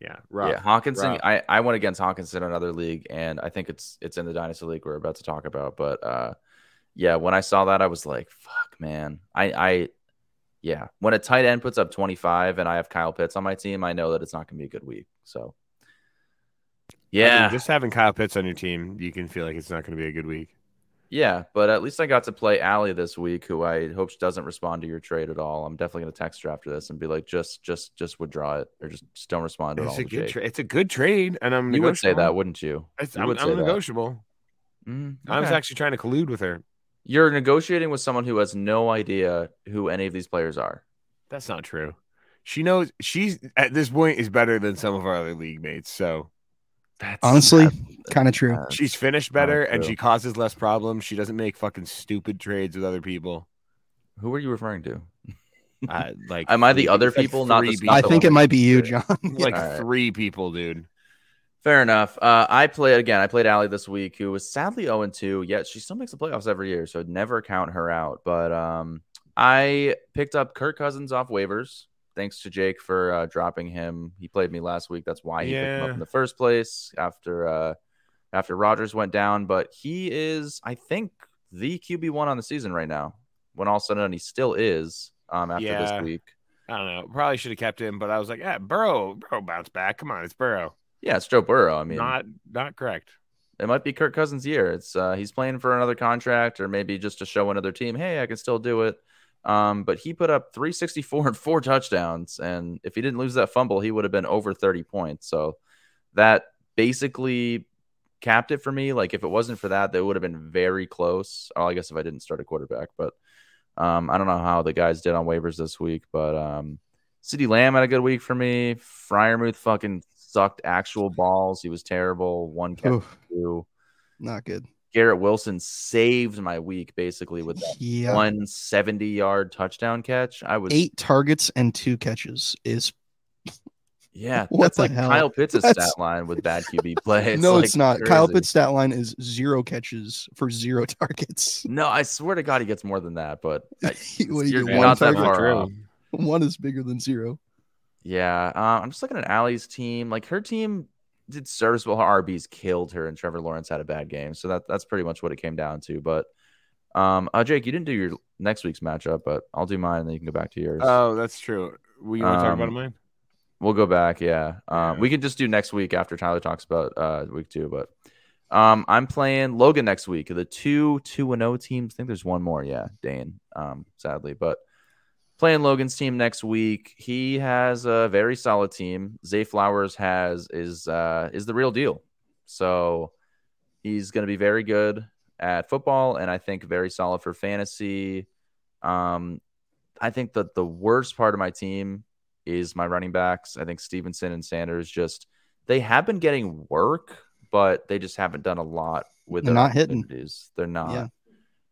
Speaker 2: yeah, rough.
Speaker 3: yeah. Hawkinson.
Speaker 2: rough.
Speaker 3: I I went against Hawkinson in another league, and I think it's it's in the dynasty league we're about to talk about. But uh, yeah, when I saw that, I was like, fuck, man. I I yeah. When a tight end puts up twenty five, and I have Kyle Pitts on my team, I know that it's not gonna be a good week. So
Speaker 2: I mean,
Speaker 3: yeah,
Speaker 2: just having Kyle Pitts on your team, you can feel like it's not going to be a good week.
Speaker 3: Yeah, but at least I got to play Allie this week, who I hope doesn't respond to your trade at all. I'm definitely gonna text her after this and be like, just, just, just withdraw it, or just, just don't respond to it all.
Speaker 2: It's a
Speaker 3: to
Speaker 2: good
Speaker 3: Jake.
Speaker 2: trade. It's a good trade, and I'm
Speaker 3: You would say
Speaker 2: negotiable.
Speaker 3: that, wouldn't you?
Speaker 2: It's,
Speaker 3: You
Speaker 2: I'm,
Speaker 3: would
Speaker 2: I'm
Speaker 3: say that.
Speaker 2: negotiable.
Speaker 3: Mm,
Speaker 2: I was
Speaker 3: okay.
Speaker 2: actually trying to collude with her.
Speaker 3: You're negotiating with someone who has no idea who any of these players are.
Speaker 2: That's not true. She knows she's at this point is better than some of our other league mates. So
Speaker 3: That's
Speaker 4: Honestly,
Speaker 3: that's-
Speaker 4: kind of true.
Speaker 3: that's-
Speaker 2: she's finished better and
Speaker 3: true.
Speaker 2: she causes less problems. She doesn't make fucking stupid trades with other people.
Speaker 3: Who are you referring to?
Speaker 2: Uh, like,
Speaker 3: Am I the
Speaker 2: three-
Speaker 3: other
Speaker 2: it's like
Speaker 3: people, not the
Speaker 2: three
Speaker 3: stuff
Speaker 4: I
Speaker 3: that
Speaker 4: think
Speaker 3: we're
Speaker 4: it might be you, John.
Speaker 3: considering?
Speaker 2: Like
Speaker 3: All right.
Speaker 2: three people, dude.
Speaker 3: Fair enough. Uh, I played again. I played Allie this week, who was sadly 0 2, yet she still makes the playoffs every year. So I'd never count her out. But um, I picked up Kirk Cousins off waivers. Thanks to Jake for uh, dropping him. He played me last week. That's why he picked him up
Speaker 2: Yeah.
Speaker 3: in the first place after uh, after Rodgers went down. But he is, I think, the QB one on the season right now. When all said and done, he still is um, after
Speaker 2: Yeah.
Speaker 3: this week.
Speaker 2: I don't know. Probably should have kept him, but I was like, yeah, Burrow, Burrow bounce back. Come on, it's Burrow.
Speaker 3: Yeah, it's Joe Burrow. I mean,
Speaker 2: not not correct.
Speaker 3: it might be Kirk Cousins' year. It's uh, he's playing for another contract, or maybe just to show another team, hey, I can still do it. Um, but he put up 364 and four touchdowns, and if he didn't lose that fumble, he would have been over 30 points. So that basically capped it for me. Like if it wasn't for that, that would have been very close. Oh, I guess if I didn't start a quarterback, but um, I don't know how the guys did on waivers this week, but um, City Lamb had a good week for me. Fryermuth fucking sucked actual balls. He was terrible. One catch
Speaker 4: Oof,
Speaker 3: two.
Speaker 4: not good.
Speaker 3: Garrett Wilson saved my week basically with that
Speaker 4: Yeah.
Speaker 3: one 70 yard touchdown catch. I was
Speaker 4: Eight targets and two catches is
Speaker 3: yeah,
Speaker 4: What
Speaker 3: that's
Speaker 4: the
Speaker 3: like
Speaker 4: hell?
Speaker 3: Kyle Pitts'
Speaker 4: That's-
Speaker 3: stat line with bad QB play.
Speaker 4: no,
Speaker 3: like
Speaker 4: it's not. Kyle
Speaker 3: crazy.
Speaker 4: Pitts stat line is zero catches for zero targets.
Speaker 3: No, I swear to God, he gets more than that. But uh, I-
Speaker 4: What do you
Speaker 3: you're
Speaker 4: get,
Speaker 3: not that
Speaker 4: target?
Speaker 3: far off.
Speaker 4: One is bigger than zero.
Speaker 3: Yeah, uh, I'm just looking at Allie's team. Like her team did serviceable. Her RBs killed her, and Trevor Lawrence had a bad game. So that that's pretty much what it came down to. But um, uh, Jake, you didn't do your next week's matchup, but I'll do mine, and then you can go back to yours.
Speaker 2: Oh, that's true. We want to talk about
Speaker 3: Um,
Speaker 2: mine.
Speaker 3: We'll go back. Yeah. Um,
Speaker 2: Yeah.
Speaker 3: We could just do next week after Tyler talks about uh, week two. But um, I'm playing Logan next oh week. The two two and O teams. I think there's one more. Yeah, Dane. Um, sadly, but playing Logan's team next week. He has a very solid team. Zay Flowers has is uh, is the real deal. So he's going to be very good at football, and I think very solid for fantasy. Um, I think that the worst part of my team is my running backs. I think Stevenson and Sanders just they have been getting work, but they just haven't done a lot with
Speaker 4: They're
Speaker 3: their
Speaker 4: not hitting.
Speaker 3: opportunities. They're not.
Speaker 4: Yeah.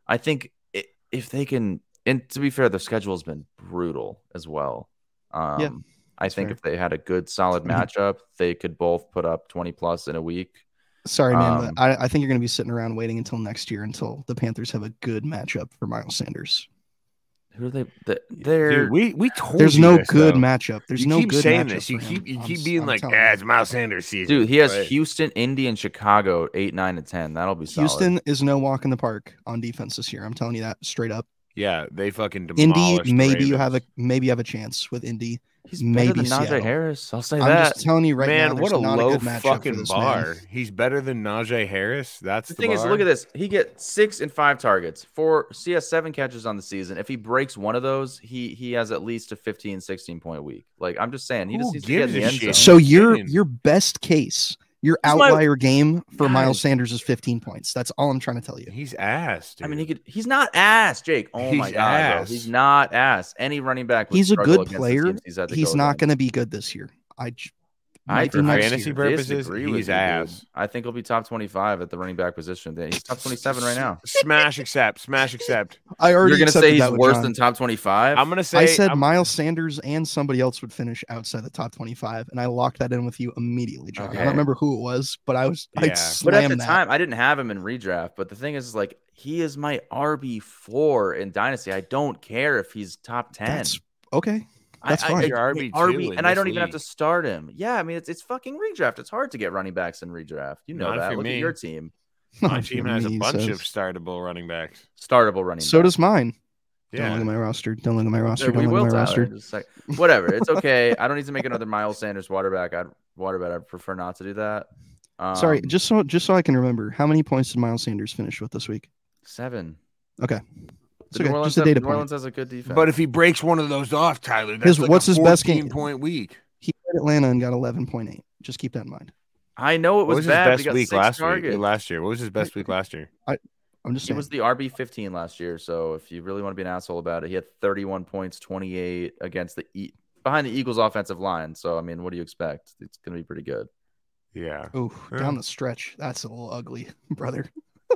Speaker 3: I think i if they can, and to be fair, their schedule's been brutal as well. Um,
Speaker 4: Yeah,
Speaker 3: I think
Speaker 4: that's fair. Mm-hmm.
Speaker 3: if they had a good, solid matchup, they could both put up twenty plus in a week.
Speaker 4: Sorry, man,
Speaker 3: Um,
Speaker 4: but I, I think you're going to be sitting around waiting until next year until the Panthers have a good matchup for Miles Sanders.
Speaker 3: Who are they? th- They're
Speaker 2: Dude, we we told
Speaker 4: There's
Speaker 2: you
Speaker 4: no
Speaker 2: this,
Speaker 4: good
Speaker 2: though.
Speaker 4: matchup. There's
Speaker 2: you
Speaker 4: no
Speaker 2: keep
Speaker 4: good
Speaker 2: saying
Speaker 4: matchup
Speaker 2: this.
Speaker 4: for
Speaker 2: You
Speaker 4: him.
Speaker 2: keep you
Speaker 4: I'm
Speaker 2: keep
Speaker 4: s-
Speaker 2: being
Speaker 4: I'm
Speaker 2: like,
Speaker 4: telling
Speaker 2: ah,
Speaker 4: you.
Speaker 2: it's Miles Sanders season.
Speaker 3: Dude, he has
Speaker 2: But
Speaker 3: Houston, Indy, and Chicago eight, nine, and ten. That'll be solid.
Speaker 4: Houston is no walk in the park on defense this year. I'm telling you that straight up.
Speaker 2: Yeah, they fucking
Speaker 4: Indy,
Speaker 2: demolished. the
Speaker 4: maybe you have a
Speaker 2: Ravens.
Speaker 4: maybe you have a chance with Indy.
Speaker 3: He's
Speaker 4: maybe
Speaker 3: better than Najee
Speaker 4: Seattle.
Speaker 3: Harris. I'll say
Speaker 4: I'm
Speaker 3: that.
Speaker 4: just telling you right now.
Speaker 2: man.
Speaker 4: there's
Speaker 2: What a
Speaker 4: not
Speaker 2: low
Speaker 4: good matchup for
Speaker 2: fucking
Speaker 4: this man.
Speaker 2: bar. He's better than Najee Harris. That's
Speaker 3: the
Speaker 2: the,
Speaker 3: thing is,
Speaker 2: bar.
Speaker 3: look at this. He gets six and five targets. Four he has seven catches on the season. If he breaks one of those, he he has at least a 15, 16 point week. Like I'm just saying, he
Speaker 2: Who
Speaker 3: just needs to get in
Speaker 2: gives
Speaker 3: the
Speaker 2: a
Speaker 3: end zone.
Speaker 2: shit?
Speaker 4: So your
Speaker 2: opinion.
Speaker 4: your best case, your
Speaker 3: This is my-
Speaker 4: outlier game for
Speaker 3: Guys.
Speaker 4: Miles Sanders is 15 points. That's all I'm trying to tell you.
Speaker 2: He's ass. Dude.
Speaker 3: I mean, he could. He's not ass, Jake. Oh my
Speaker 2: He's
Speaker 3: god, bro.
Speaker 2: ass.
Speaker 3: he's not ass. Any running back. would
Speaker 4: He's a
Speaker 3: struggle
Speaker 4: good
Speaker 3: against the
Speaker 4: player.
Speaker 3: teams He's, had to
Speaker 4: He's
Speaker 3: go
Speaker 4: not
Speaker 3: against.
Speaker 4: going to be good this year. I j-
Speaker 3: I
Speaker 4: might be
Speaker 2: for
Speaker 4: next
Speaker 2: fantasy
Speaker 4: year.
Speaker 2: purposes,
Speaker 3: disagree with
Speaker 2: he's
Speaker 3: you, dude.
Speaker 2: ass.
Speaker 3: I think he'll be top twenty-five at the running back position. He's top twenty-seven right now.
Speaker 2: smash accept, smash accept.
Speaker 4: I already
Speaker 3: You're gonna
Speaker 4: accepted
Speaker 3: say he's
Speaker 4: that with
Speaker 3: worse
Speaker 4: John.
Speaker 3: than top twenty-five?
Speaker 2: I'm gonna say.
Speaker 4: I said
Speaker 2: I'm-
Speaker 4: Miles Sanders and somebody else would finish outside the top 25, and I locked that in with you immediately, John. I
Speaker 3: Okay.
Speaker 4: don't remember who it was, but I was I
Speaker 2: Yeah.
Speaker 3: But at
Speaker 4: slammed
Speaker 3: the
Speaker 4: that.
Speaker 3: time, I didn't have him in redraft. But the thing is, is like he is my RB four in dynasty. I don't care if he's top ten.
Speaker 4: That's okay.
Speaker 3: I-
Speaker 4: that's
Speaker 3: I,
Speaker 4: fine.
Speaker 3: I-
Speaker 2: Your RB2 in
Speaker 3: and I
Speaker 2: this
Speaker 3: don't even have to
Speaker 2: league.
Speaker 3: start him. Yeah, I mean it's it's fucking redraft. It's hard to get running backs in redraft. You know
Speaker 2: Not if
Speaker 3: that.
Speaker 2: you're
Speaker 3: Look at
Speaker 2: me.
Speaker 3: your team,
Speaker 2: my team has a
Speaker 4: Me
Speaker 2: bunch
Speaker 4: says-
Speaker 2: of startable running backs.
Speaker 3: startable running.
Speaker 4: So
Speaker 3: back.
Speaker 4: does mine. Don't look
Speaker 2: Yeah,
Speaker 4: at my roster. Don't look at my roster.
Speaker 3: There
Speaker 4: Don't
Speaker 3: we
Speaker 4: look
Speaker 3: will,
Speaker 4: at my
Speaker 3: Tyler.
Speaker 4: roster.
Speaker 3: Just like, whatever. It's okay. I don't need to make another Miles Sanders waterback. I'd waterback. I'd prefer not to do that. Um,
Speaker 4: Sorry, just so just so I can remember, how many points did Miles Sanders finish with this week?
Speaker 3: seven.
Speaker 4: Okay. It's
Speaker 3: The New
Speaker 4: okay.
Speaker 3: Orleans
Speaker 4: Just a
Speaker 3: have-
Speaker 4: data
Speaker 3: New
Speaker 4: point.
Speaker 3: Orleans has a good defense.
Speaker 2: but if he breaks one of those off, Tyler, that's
Speaker 4: His-
Speaker 2: like
Speaker 4: what's
Speaker 2: a
Speaker 4: his best game?
Speaker 2: 14 Point week.
Speaker 4: He played Atlanta and got 11.8. Just keep that in mind.
Speaker 3: I know it
Speaker 2: What
Speaker 3: was,
Speaker 2: was his
Speaker 3: bad. but he
Speaker 2: best
Speaker 3: got
Speaker 2: week
Speaker 3: six
Speaker 2: last
Speaker 3: targets.
Speaker 2: week? Last year, what was his best week last year?
Speaker 4: I'm just
Speaker 3: He
Speaker 4: saying.
Speaker 3: was the RB 15 last year, so if you really want to be an asshole about it, he had 31 points, 28 against the e- behind the Eagles' offensive line. So I mean, what do you expect? It's going to be pretty good.
Speaker 2: Yeah.
Speaker 4: Ooh,
Speaker 2: Yeah.
Speaker 4: down the stretch. That's a little ugly, brother.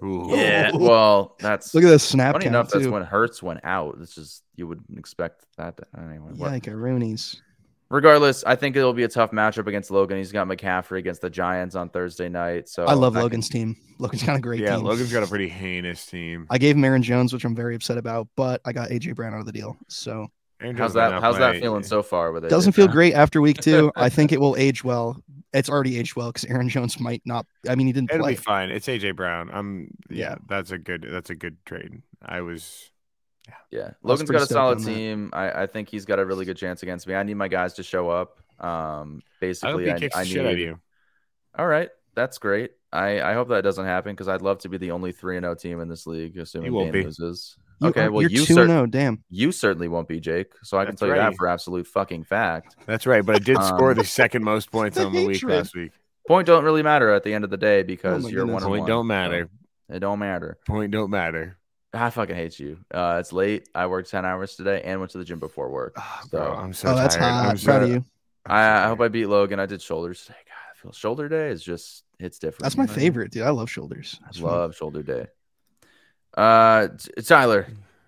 Speaker 2: Ooh.
Speaker 4: Yeah.
Speaker 3: Well, that's
Speaker 4: Look at this snap
Speaker 3: funny enough.
Speaker 4: count
Speaker 3: That's
Speaker 4: too.
Speaker 3: when Hertz went out. This is you wouldn't expect that. To, anyway, what-
Speaker 4: Like a Rooney's.
Speaker 3: regardless, I think it'll be a tough matchup against Logan. He's got McCaffrey against the Giants on Thursday night. So
Speaker 4: I love
Speaker 3: Oh, that
Speaker 4: Logan's team. Logan's got a great
Speaker 2: Yeah,
Speaker 4: team.
Speaker 2: Logan's got a pretty heinous team.
Speaker 4: I gave him Aaron Jones, which I'm very upset about, but I got AJ Brown out of the deal. So
Speaker 2: Aaron
Speaker 3: Can, how's
Speaker 2: Jones might
Speaker 3: that?
Speaker 2: not
Speaker 3: How's that
Speaker 2: play.
Speaker 3: feeling so far? With it
Speaker 4: doesn't feel great after week two. I think it will age well. It's already aged well because Aaron Jones might not. I mean, he didn't
Speaker 2: It'll
Speaker 4: play.
Speaker 2: be fine. It's AJ Brown. I'm yeah,
Speaker 4: Yeah.
Speaker 2: that's a good that's a good trade. I was
Speaker 3: Yeah, Logan's got
Speaker 4: pretty
Speaker 3: a
Speaker 4: stoked
Speaker 3: solid
Speaker 4: on that.
Speaker 3: team. I, I think he's got a really good chance against me. I need my guys to show up. Um,
Speaker 2: I hope
Speaker 3: basically,
Speaker 2: he
Speaker 3: I,
Speaker 2: kicks
Speaker 3: I
Speaker 2: the shit out of
Speaker 3: need.
Speaker 2: you.
Speaker 3: All right, that's great. I, I hope that doesn't happen because I'd love to be the only three and zero team in this league, assuming
Speaker 2: You won't
Speaker 3: Dame
Speaker 2: be.
Speaker 3: loses.
Speaker 4: You-
Speaker 3: okay, well
Speaker 4: you're
Speaker 3: you
Speaker 4: two
Speaker 3: cer-
Speaker 4: no. Damn.
Speaker 3: you certainly won't be, Jake. So I can
Speaker 2: oh. That's
Speaker 3: tell you
Speaker 2: right.
Speaker 3: that for absolute fucking fact.
Speaker 2: That's right, but I did score
Speaker 3: Um,
Speaker 2: the second most points
Speaker 4: the
Speaker 2: on the week
Speaker 4: hatred.
Speaker 2: last week.
Speaker 3: Point don't really matter at the end of the day because
Speaker 4: my
Speaker 3: you're one.
Speaker 4: goodness.
Speaker 3: and
Speaker 2: Oh Point
Speaker 3: one,
Speaker 2: don't matter.
Speaker 3: so It don't matter.
Speaker 2: Point don't matter.
Speaker 3: I fucking hate you. Uh, it's late. I worked ten hours today and went to the gym before work. So
Speaker 2: Ah, Bro, I'm so
Speaker 4: oh, that's
Speaker 2: tired.
Speaker 4: hot.
Speaker 2: I'm so
Speaker 4: Proud of you.
Speaker 2: I'm so
Speaker 3: I, I hope
Speaker 2: tired.
Speaker 3: I beat Logan. I did shoulders today. God, I feel shoulder day is just it's different.
Speaker 4: That's
Speaker 3: you
Speaker 4: my
Speaker 3: know what I mean?
Speaker 4: favorite, dude. I love shoulders. That's
Speaker 3: I
Speaker 4: fun.
Speaker 3: love shoulder day. Uh, T- Tyler,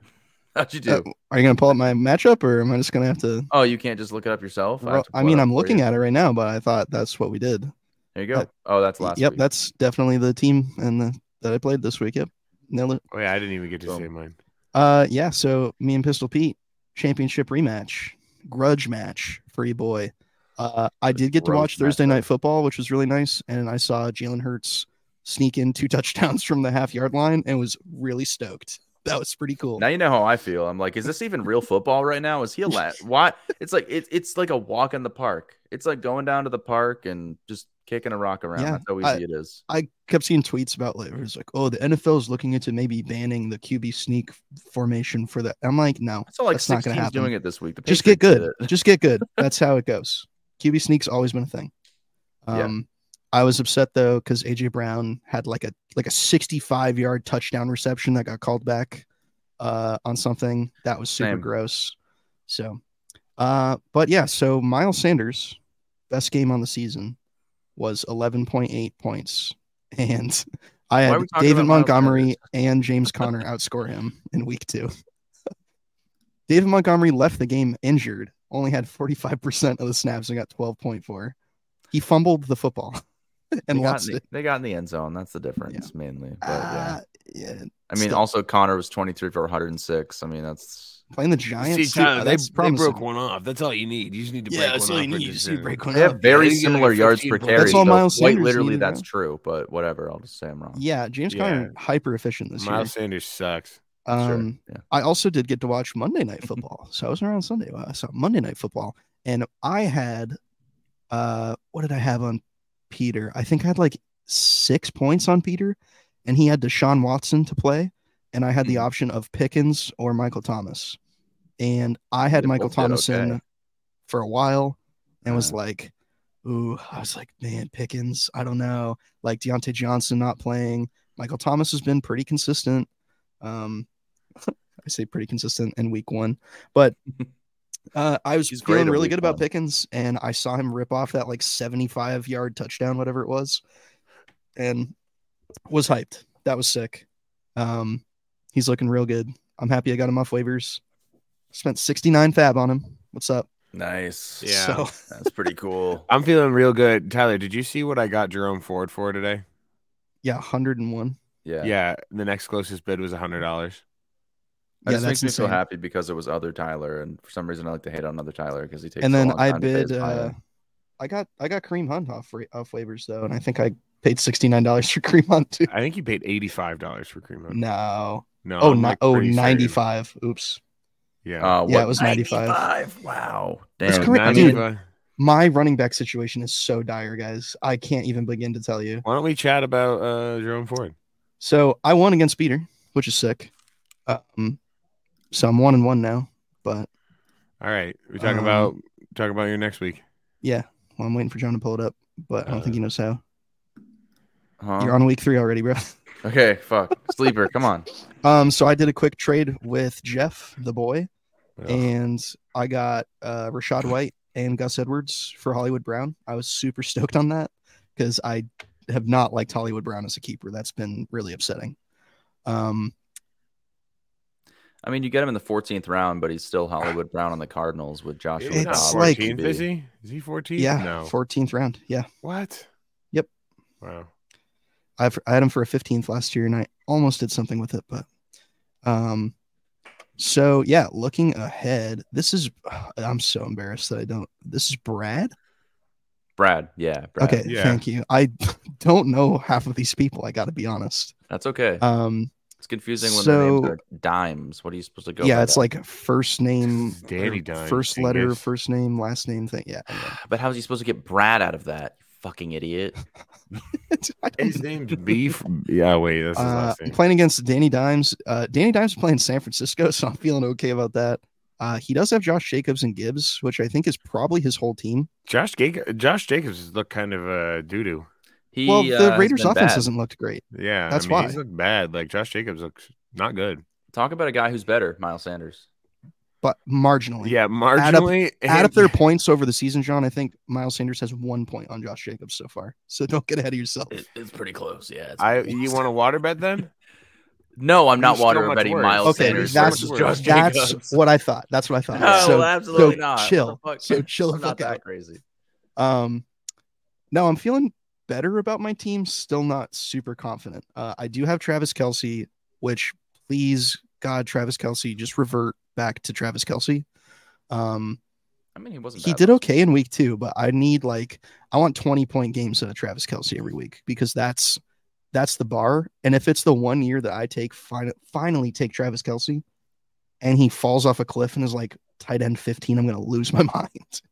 Speaker 3: how'd you do?
Speaker 4: Mm. Uh, Are you gonna pull up my matchup, or am I just gonna have to?
Speaker 3: oh, you can't just look it up yourself.
Speaker 4: Ro-
Speaker 3: have to pull
Speaker 4: I
Speaker 3: it
Speaker 4: mean,
Speaker 3: up
Speaker 4: I'm
Speaker 3: for
Speaker 4: looking
Speaker 3: you.
Speaker 4: at it right now, but I thought that's what we did.
Speaker 3: There you go. oh, that's last.
Speaker 4: yep,
Speaker 3: week.
Speaker 4: that's definitely the team and the that I played this week. Yep, nailed it.
Speaker 2: Oh yeah, I didn't even get to
Speaker 3: Boom.
Speaker 2: say mine.
Speaker 4: Uh, yeah. So me and Pistol Pete championship rematch, grudge match for you boy. Uh, I did get to
Speaker 3: grudge
Speaker 4: watch Thursday
Speaker 3: matchup.
Speaker 4: night football, which was really nice, and I saw Jalen Hurts sneak in two touchdowns from the half yard line and was really stoked. That was pretty cool.
Speaker 3: Now you know how I feel. I'm like, is this even real football right now? Is he allowed? Why? It's like it, it's like a walk in the park. It's like going down to the park and just kicking a rock around.
Speaker 4: Yeah,
Speaker 3: That's how easy
Speaker 4: I-
Speaker 3: it is.
Speaker 4: I kept seeing tweets about like, it was like, oh, the NFL is looking into maybe banning the QB sneak formation for that. I'm like, no,
Speaker 3: I saw like
Speaker 4: that's
Speaker 3: six
Speaker 4: not
Speaker 3: teams
Speaker 4: gonna happen.
Speaker 3: doing it this week. The
Speaker 4: just get
Speaker 3: Patriots
Speaker 4: good.
Speaker 3: did it.
Speaker 4: just get good. That's how it goes. QB sneak's always been a thing.
Speaker 3: Yeah.
Speaker 4: Um, I was upset though because AJ Brown had like a like a 65 yard touchdown reception that got called back uh, on something that was super
Speaker 3: Same.
Speaker 4: gross. So, uh, but yeah, so Miles Sanders' best game on the season was 11.8 points, and I
Speaker 3: Why are
Speaker 4: had
Speaker 3: we talking
Speaker 4: David
Speaker 3: about Miles
Speaker 4: Montgomery
Speaker 3: Sanders?
Speaker 4: and James Conner outscore him in week two. David Montgomery left the game injured, only had 45% of the snaps and got 12.4. He fumbled the football and
Speaker 3: they, got
Speaker 4: lost
Speaker 3: in the,
Speaker 4: it.
Speaker 3: they got in the end zone. That's the difference mainly. But yeah,
Speaker 4: Ah, yeah.
Speaker 3: I mean,
Speaker 4: still-
Speaker 3: also Connor was 23 for 106. I mean, that's
Speaker 4: Playing the Giants.
Speaker 2: See, Tyler,
Speaker 4: yeah,
Speaker 2: they,
Speaker 4: that's
Speaker 2: they broke
Speaker 4: promising.
Speaker 2: one off. That's all you need. You just need to break
Speaker 4: Yeah, that's
Speaker 2: one
Speaker 4: all you
Speaker 2: off.
Speaker 4: need. You just need to break one
Speaker 3: they have
Speaker 4: up.
Speaker 3: very
Speaker 2: he's gonna
Speaker 3: similar
Speaker 2: get
Speaker 3: yards
Speaker 2: 15
Speaker 3: per
Speaker 2: points.
Speaker 3: carry.
Speaker 4: That's all
Speaker 3: so
Speaker 4: Miles
Speaker 3: quite
Speaker 4: Sanders
Speaker 3: literally,
Speaker 4: needed,
Speaker 3: that's
Speaker 4: bro.
Speaker 3: true. But whatever, I'll just say I'm wrong.
Speaker 4: Yeah, James Conner hyper efficient this year.
Speaker 2: Miles Sanders sucks.
Speaker 3: Sure.
Speaker 4: Um,
Speaker 3: Yeah.
Speaker 4: I also did get to watch Monday
Speaker 3: Mm-hmm.
Speaker 4: Night Football, so I wasn't around Sunday. Well, I saw Monday Night Football, and I had, uh, what did I have on Peter? I think I had like six points on Peter, and he had Deshaun Watson to play, and I had the
Speaker 3: Hmm.
Speaker 4: option of Pickens or Michael Thomas, and I had
Speaker 3: They
Speaker 4: Michael
Speaker 3: both did
Speaker 4: Thomason
Speaker 3: okay.
Speaker 4: for a while, and was
Speaker 3: Uh.
Speaker 4: like, ooh, I was like, man, Pickens, I don't know, like Deontay Johnson not playing. Michael Thomas has been pretty consistent. Um, I say pretty consistent in week one, but uh, I was
Speaker 3: He's great
Speaker 4: feeling
Speaker 3: in
Speaker 4: really
Speaker 3: week
Speaker 4: good about
Speaker 3: one.
Speaker 4: Pickens, and I saw him rip off that like 75 yard touchdown, whatever it was, and was hyped. That was sick. Um, he's looking real good. I'm happy I got him off waivers. Spent 69 fab on him. What's up?
Speaker 3: Nice.
Speaker 2: Yeah.
Speaker 4: So
Speaker 3: That's pretty cool.
Speaker 2: I'm feeling real good. Tyler, did you see what I got Jerome Ford for today?
Speaker 4: yeah, 101.
Speaker 3: Yeah.
Speaker 2: Yeah. the next closest bid was hundred dollars.
Speaker 3: That
Speaker 4: yeah,
Speaker 3: just
Speaker 4: that's
Speaker 3: makes me
Speaker 4: insane.
Speaker 3: feel happy because it was other Tyler, and for some reason I like to hate on other Tyler because he takes.
Speaker 4: and
Speaker 3: so
Speaker 4: then
Speaker 3: long
Speaker 4: I
Speaker 3: time to pay his
Speaker 4: bid. Uh,
Speaker 3: buy-in.
Speaker 4: I got I got Kareem Hunt off ra- off waivers though, and I think I paid sixty nine dollars for Kareem Hunt too.
Speaker 2: I think you paid eighty five dollars for cream Hunt.
Speaker 4: No,
Speaker 2: No.
Speaker 4: oh
Speaker 2: I'm,
Speaker 4: ni-
Speaker 2: like,
Speaker 4: oh
Speaker 2: pretty certain.
Speaker 4: 95. Oops,
Speaker 2: Yeah.
Speaker 3: Uh,
Speaker 4: yeah,
Speaker 3: what-
Speaker 4: it was 95.
Speaker 3: 95? Wow.
Speaker 4: It's
Speaker 3: Damn.
Speaker 4: correct,
Speaker 3: I
Speaker 4: dude.
Speaker 3: mean,
Speaker 2: 95.
Speaker 4: my running back situation is so dire, guys. I can't even begin to tell you.
Speaker 2: Why don't we chat about uh, Jerome Ford?
Speaker 4: So I won against Peter, which is sick. Um, so I'm one and one now, but
Speaker 2: All right, we talking
Speaker 4: Um,
Speaker 2: about talk about your next week.
Speaker 4: yeah, well, I'm waiting for John to pull it up, but I don't
Speaker 2: Uh,
Speaker 4: think he knows how.
Speaker 3: huh?
Speaker 4: You're on week three already, bro.
Speaker 3: Okay, fuck. Sleeper, come on.
Speaker 4: Um, so I did a quick trade with Jeff, the boy,
Speaker 2: Ugh.
Speaker 4: and I got uh, Rashad White and Gus Edwards for Hollywood Brown. I was super stoked on that because I have not liked Hollywood Brown as a keeper. That's been really upsetting. Um,
Speaker 3: I mean, you get him in the 14th round, but he's still Hollywood Brown on the Cardinals with Joshua.
Speaker 2: He's not
Speaker 4: It's
Speaker 3: Dobbs,
Speaker 4: like-
Speaker 2: 14th,
Speaker 3: QB.
Speaker 2: is he? Is he 14?
Speaker 4: yeah,
Speaker 2: No.
Speaker 4: fourteenth round. Yeah,
Speaker 2: what?
Speaker 4: Yep.
Speaker 2: Wow.
Speaker 4: I've, I had him for a fifteenth last year, and I almost did something with it, but um, so yeah, looking ahead, this is I'm so embarrassed that I don't. This is Brad.
Speaker 3: Brad. Yeah, Brad.
Speaker 4: Okay,
Speaker 2: yeah.
Speaker 4: thank you. I don't know half of these people. I got to be honest.
Speaker 3: That's okay.
Speaker 4: Um,
Speaker 3: it's confusing when their names
Speaker 4: so-
Speaker 3: are dimes. What are you supposed to go?
Speaker 4: yeah,
Speaker 3: by
Speaker 4: it's
Speaker 3: that?
Speaker 4: like first name,
Speaker 2: Danny
Speaker 4: or
Speaker 2: Dimes,
Speaker 4: first
Speaker 2: I
Speaker 4: letter,
Speaker 2: guess.
Speaker 4: first name, last name thing. Yeah,
Speaker 3: But how is he supposed to get Brad out of that? You fucking idiot.
Speaker 4: I don't
Speaker 2: His
Speaker 4: know.
Speaker 2: name's Beef. yeah, wait, that's his
Speaker 4: Uh,
Speaker 2: last
Speaker 4: I'm
Speaker 2: name.
Speaker 4: playing against Danny Dimes. Uh, Danny Dimes is playing San Francisco, so I'm feeling okay about that. Uh, he does have Josh Jacobs and Gibbs, which I think is probably his whole team.
Speaker 2: Josh, Jac- Josh Jacobs has looked kind of uh, doo doo.
Speaker 3: He,
Speaker 4: well,
Speaker 3: uh,
Speaker 4: the
Speaker 3: has
Speaker 4: Raiders'
Speaker 3: been
Speaker 4: offense
Speaker 3: bad.
Speaker 4: hasn't looked great.
Speaker 2: Yeah,
Speaker 4: That's
Speaker 2: I mean,
Speaker 4: why.
Speaker 2: he's looked bad. Like Josh Jacobs looks not good.
Speaker 3: Talk about a guy who's better, Miles Sanders.
Speaker 4: But marginally,
Speaker 2: Yeah,
Speaker 4: add up-
Speaker 2: marginally.
Speaker 4: Add up
Speaker 2: and-
Speaker 4: their points over the season, John. I think Miles Sanders has one point on Josh Jacobs so far. So don't get ahead of yourself.
Speaker 3: it's pretty close. Yeah.
Speaker 2: I you want to water bet then?
Speaker 3: No, I'm not
Speaker 2: There's so
Speaker 3: water
Speaker 2: much
Speaker 3: betting
Speaker 2: worse.
Speaker 3: Miles
Speaker 4: Okay,
Speaker 3: Oh, Sanders
Speaker 4: that's-
Speaker 3: versus Josh
Speaker 4: That's
Speaker 3: Jacobs.
Speaker 4: what I thought. That's what I thought.
Speaker 3: No,
Speaker 4: so,
Speaker 3: absolutely
Speaker 4: so
Speaker 3: not. What the
Speaker 4: chill.
Speaker 3: fuck?
Speaker 4: So chill the
Speaker 3: I'm not
Speaker 4: fuck
Speaker 3: that
Speaker 4: out.
Speaker 3: crazy.
Speaker 4: Um, no, I'm feeling better about my team. Still not super confident. Uh, I do have Travis Kelsey, which please God, Travis Kelsey, just revert back to Travis Kelsey. Um,
Speaker 3: I mean, he wasn't.
Speaker 4: he
Speaker 3: bad
Speaker 4: did
Speaker 3: last
Speaker 4: okay in week two, but I need like I want 20 point games out of Travis Kelsey every week because that's that's the bar. And if it's the one year that I take fin- finally take Travis Kelsey and he falls off a cliff and is like tight end 15, I'm gonna lose my mind.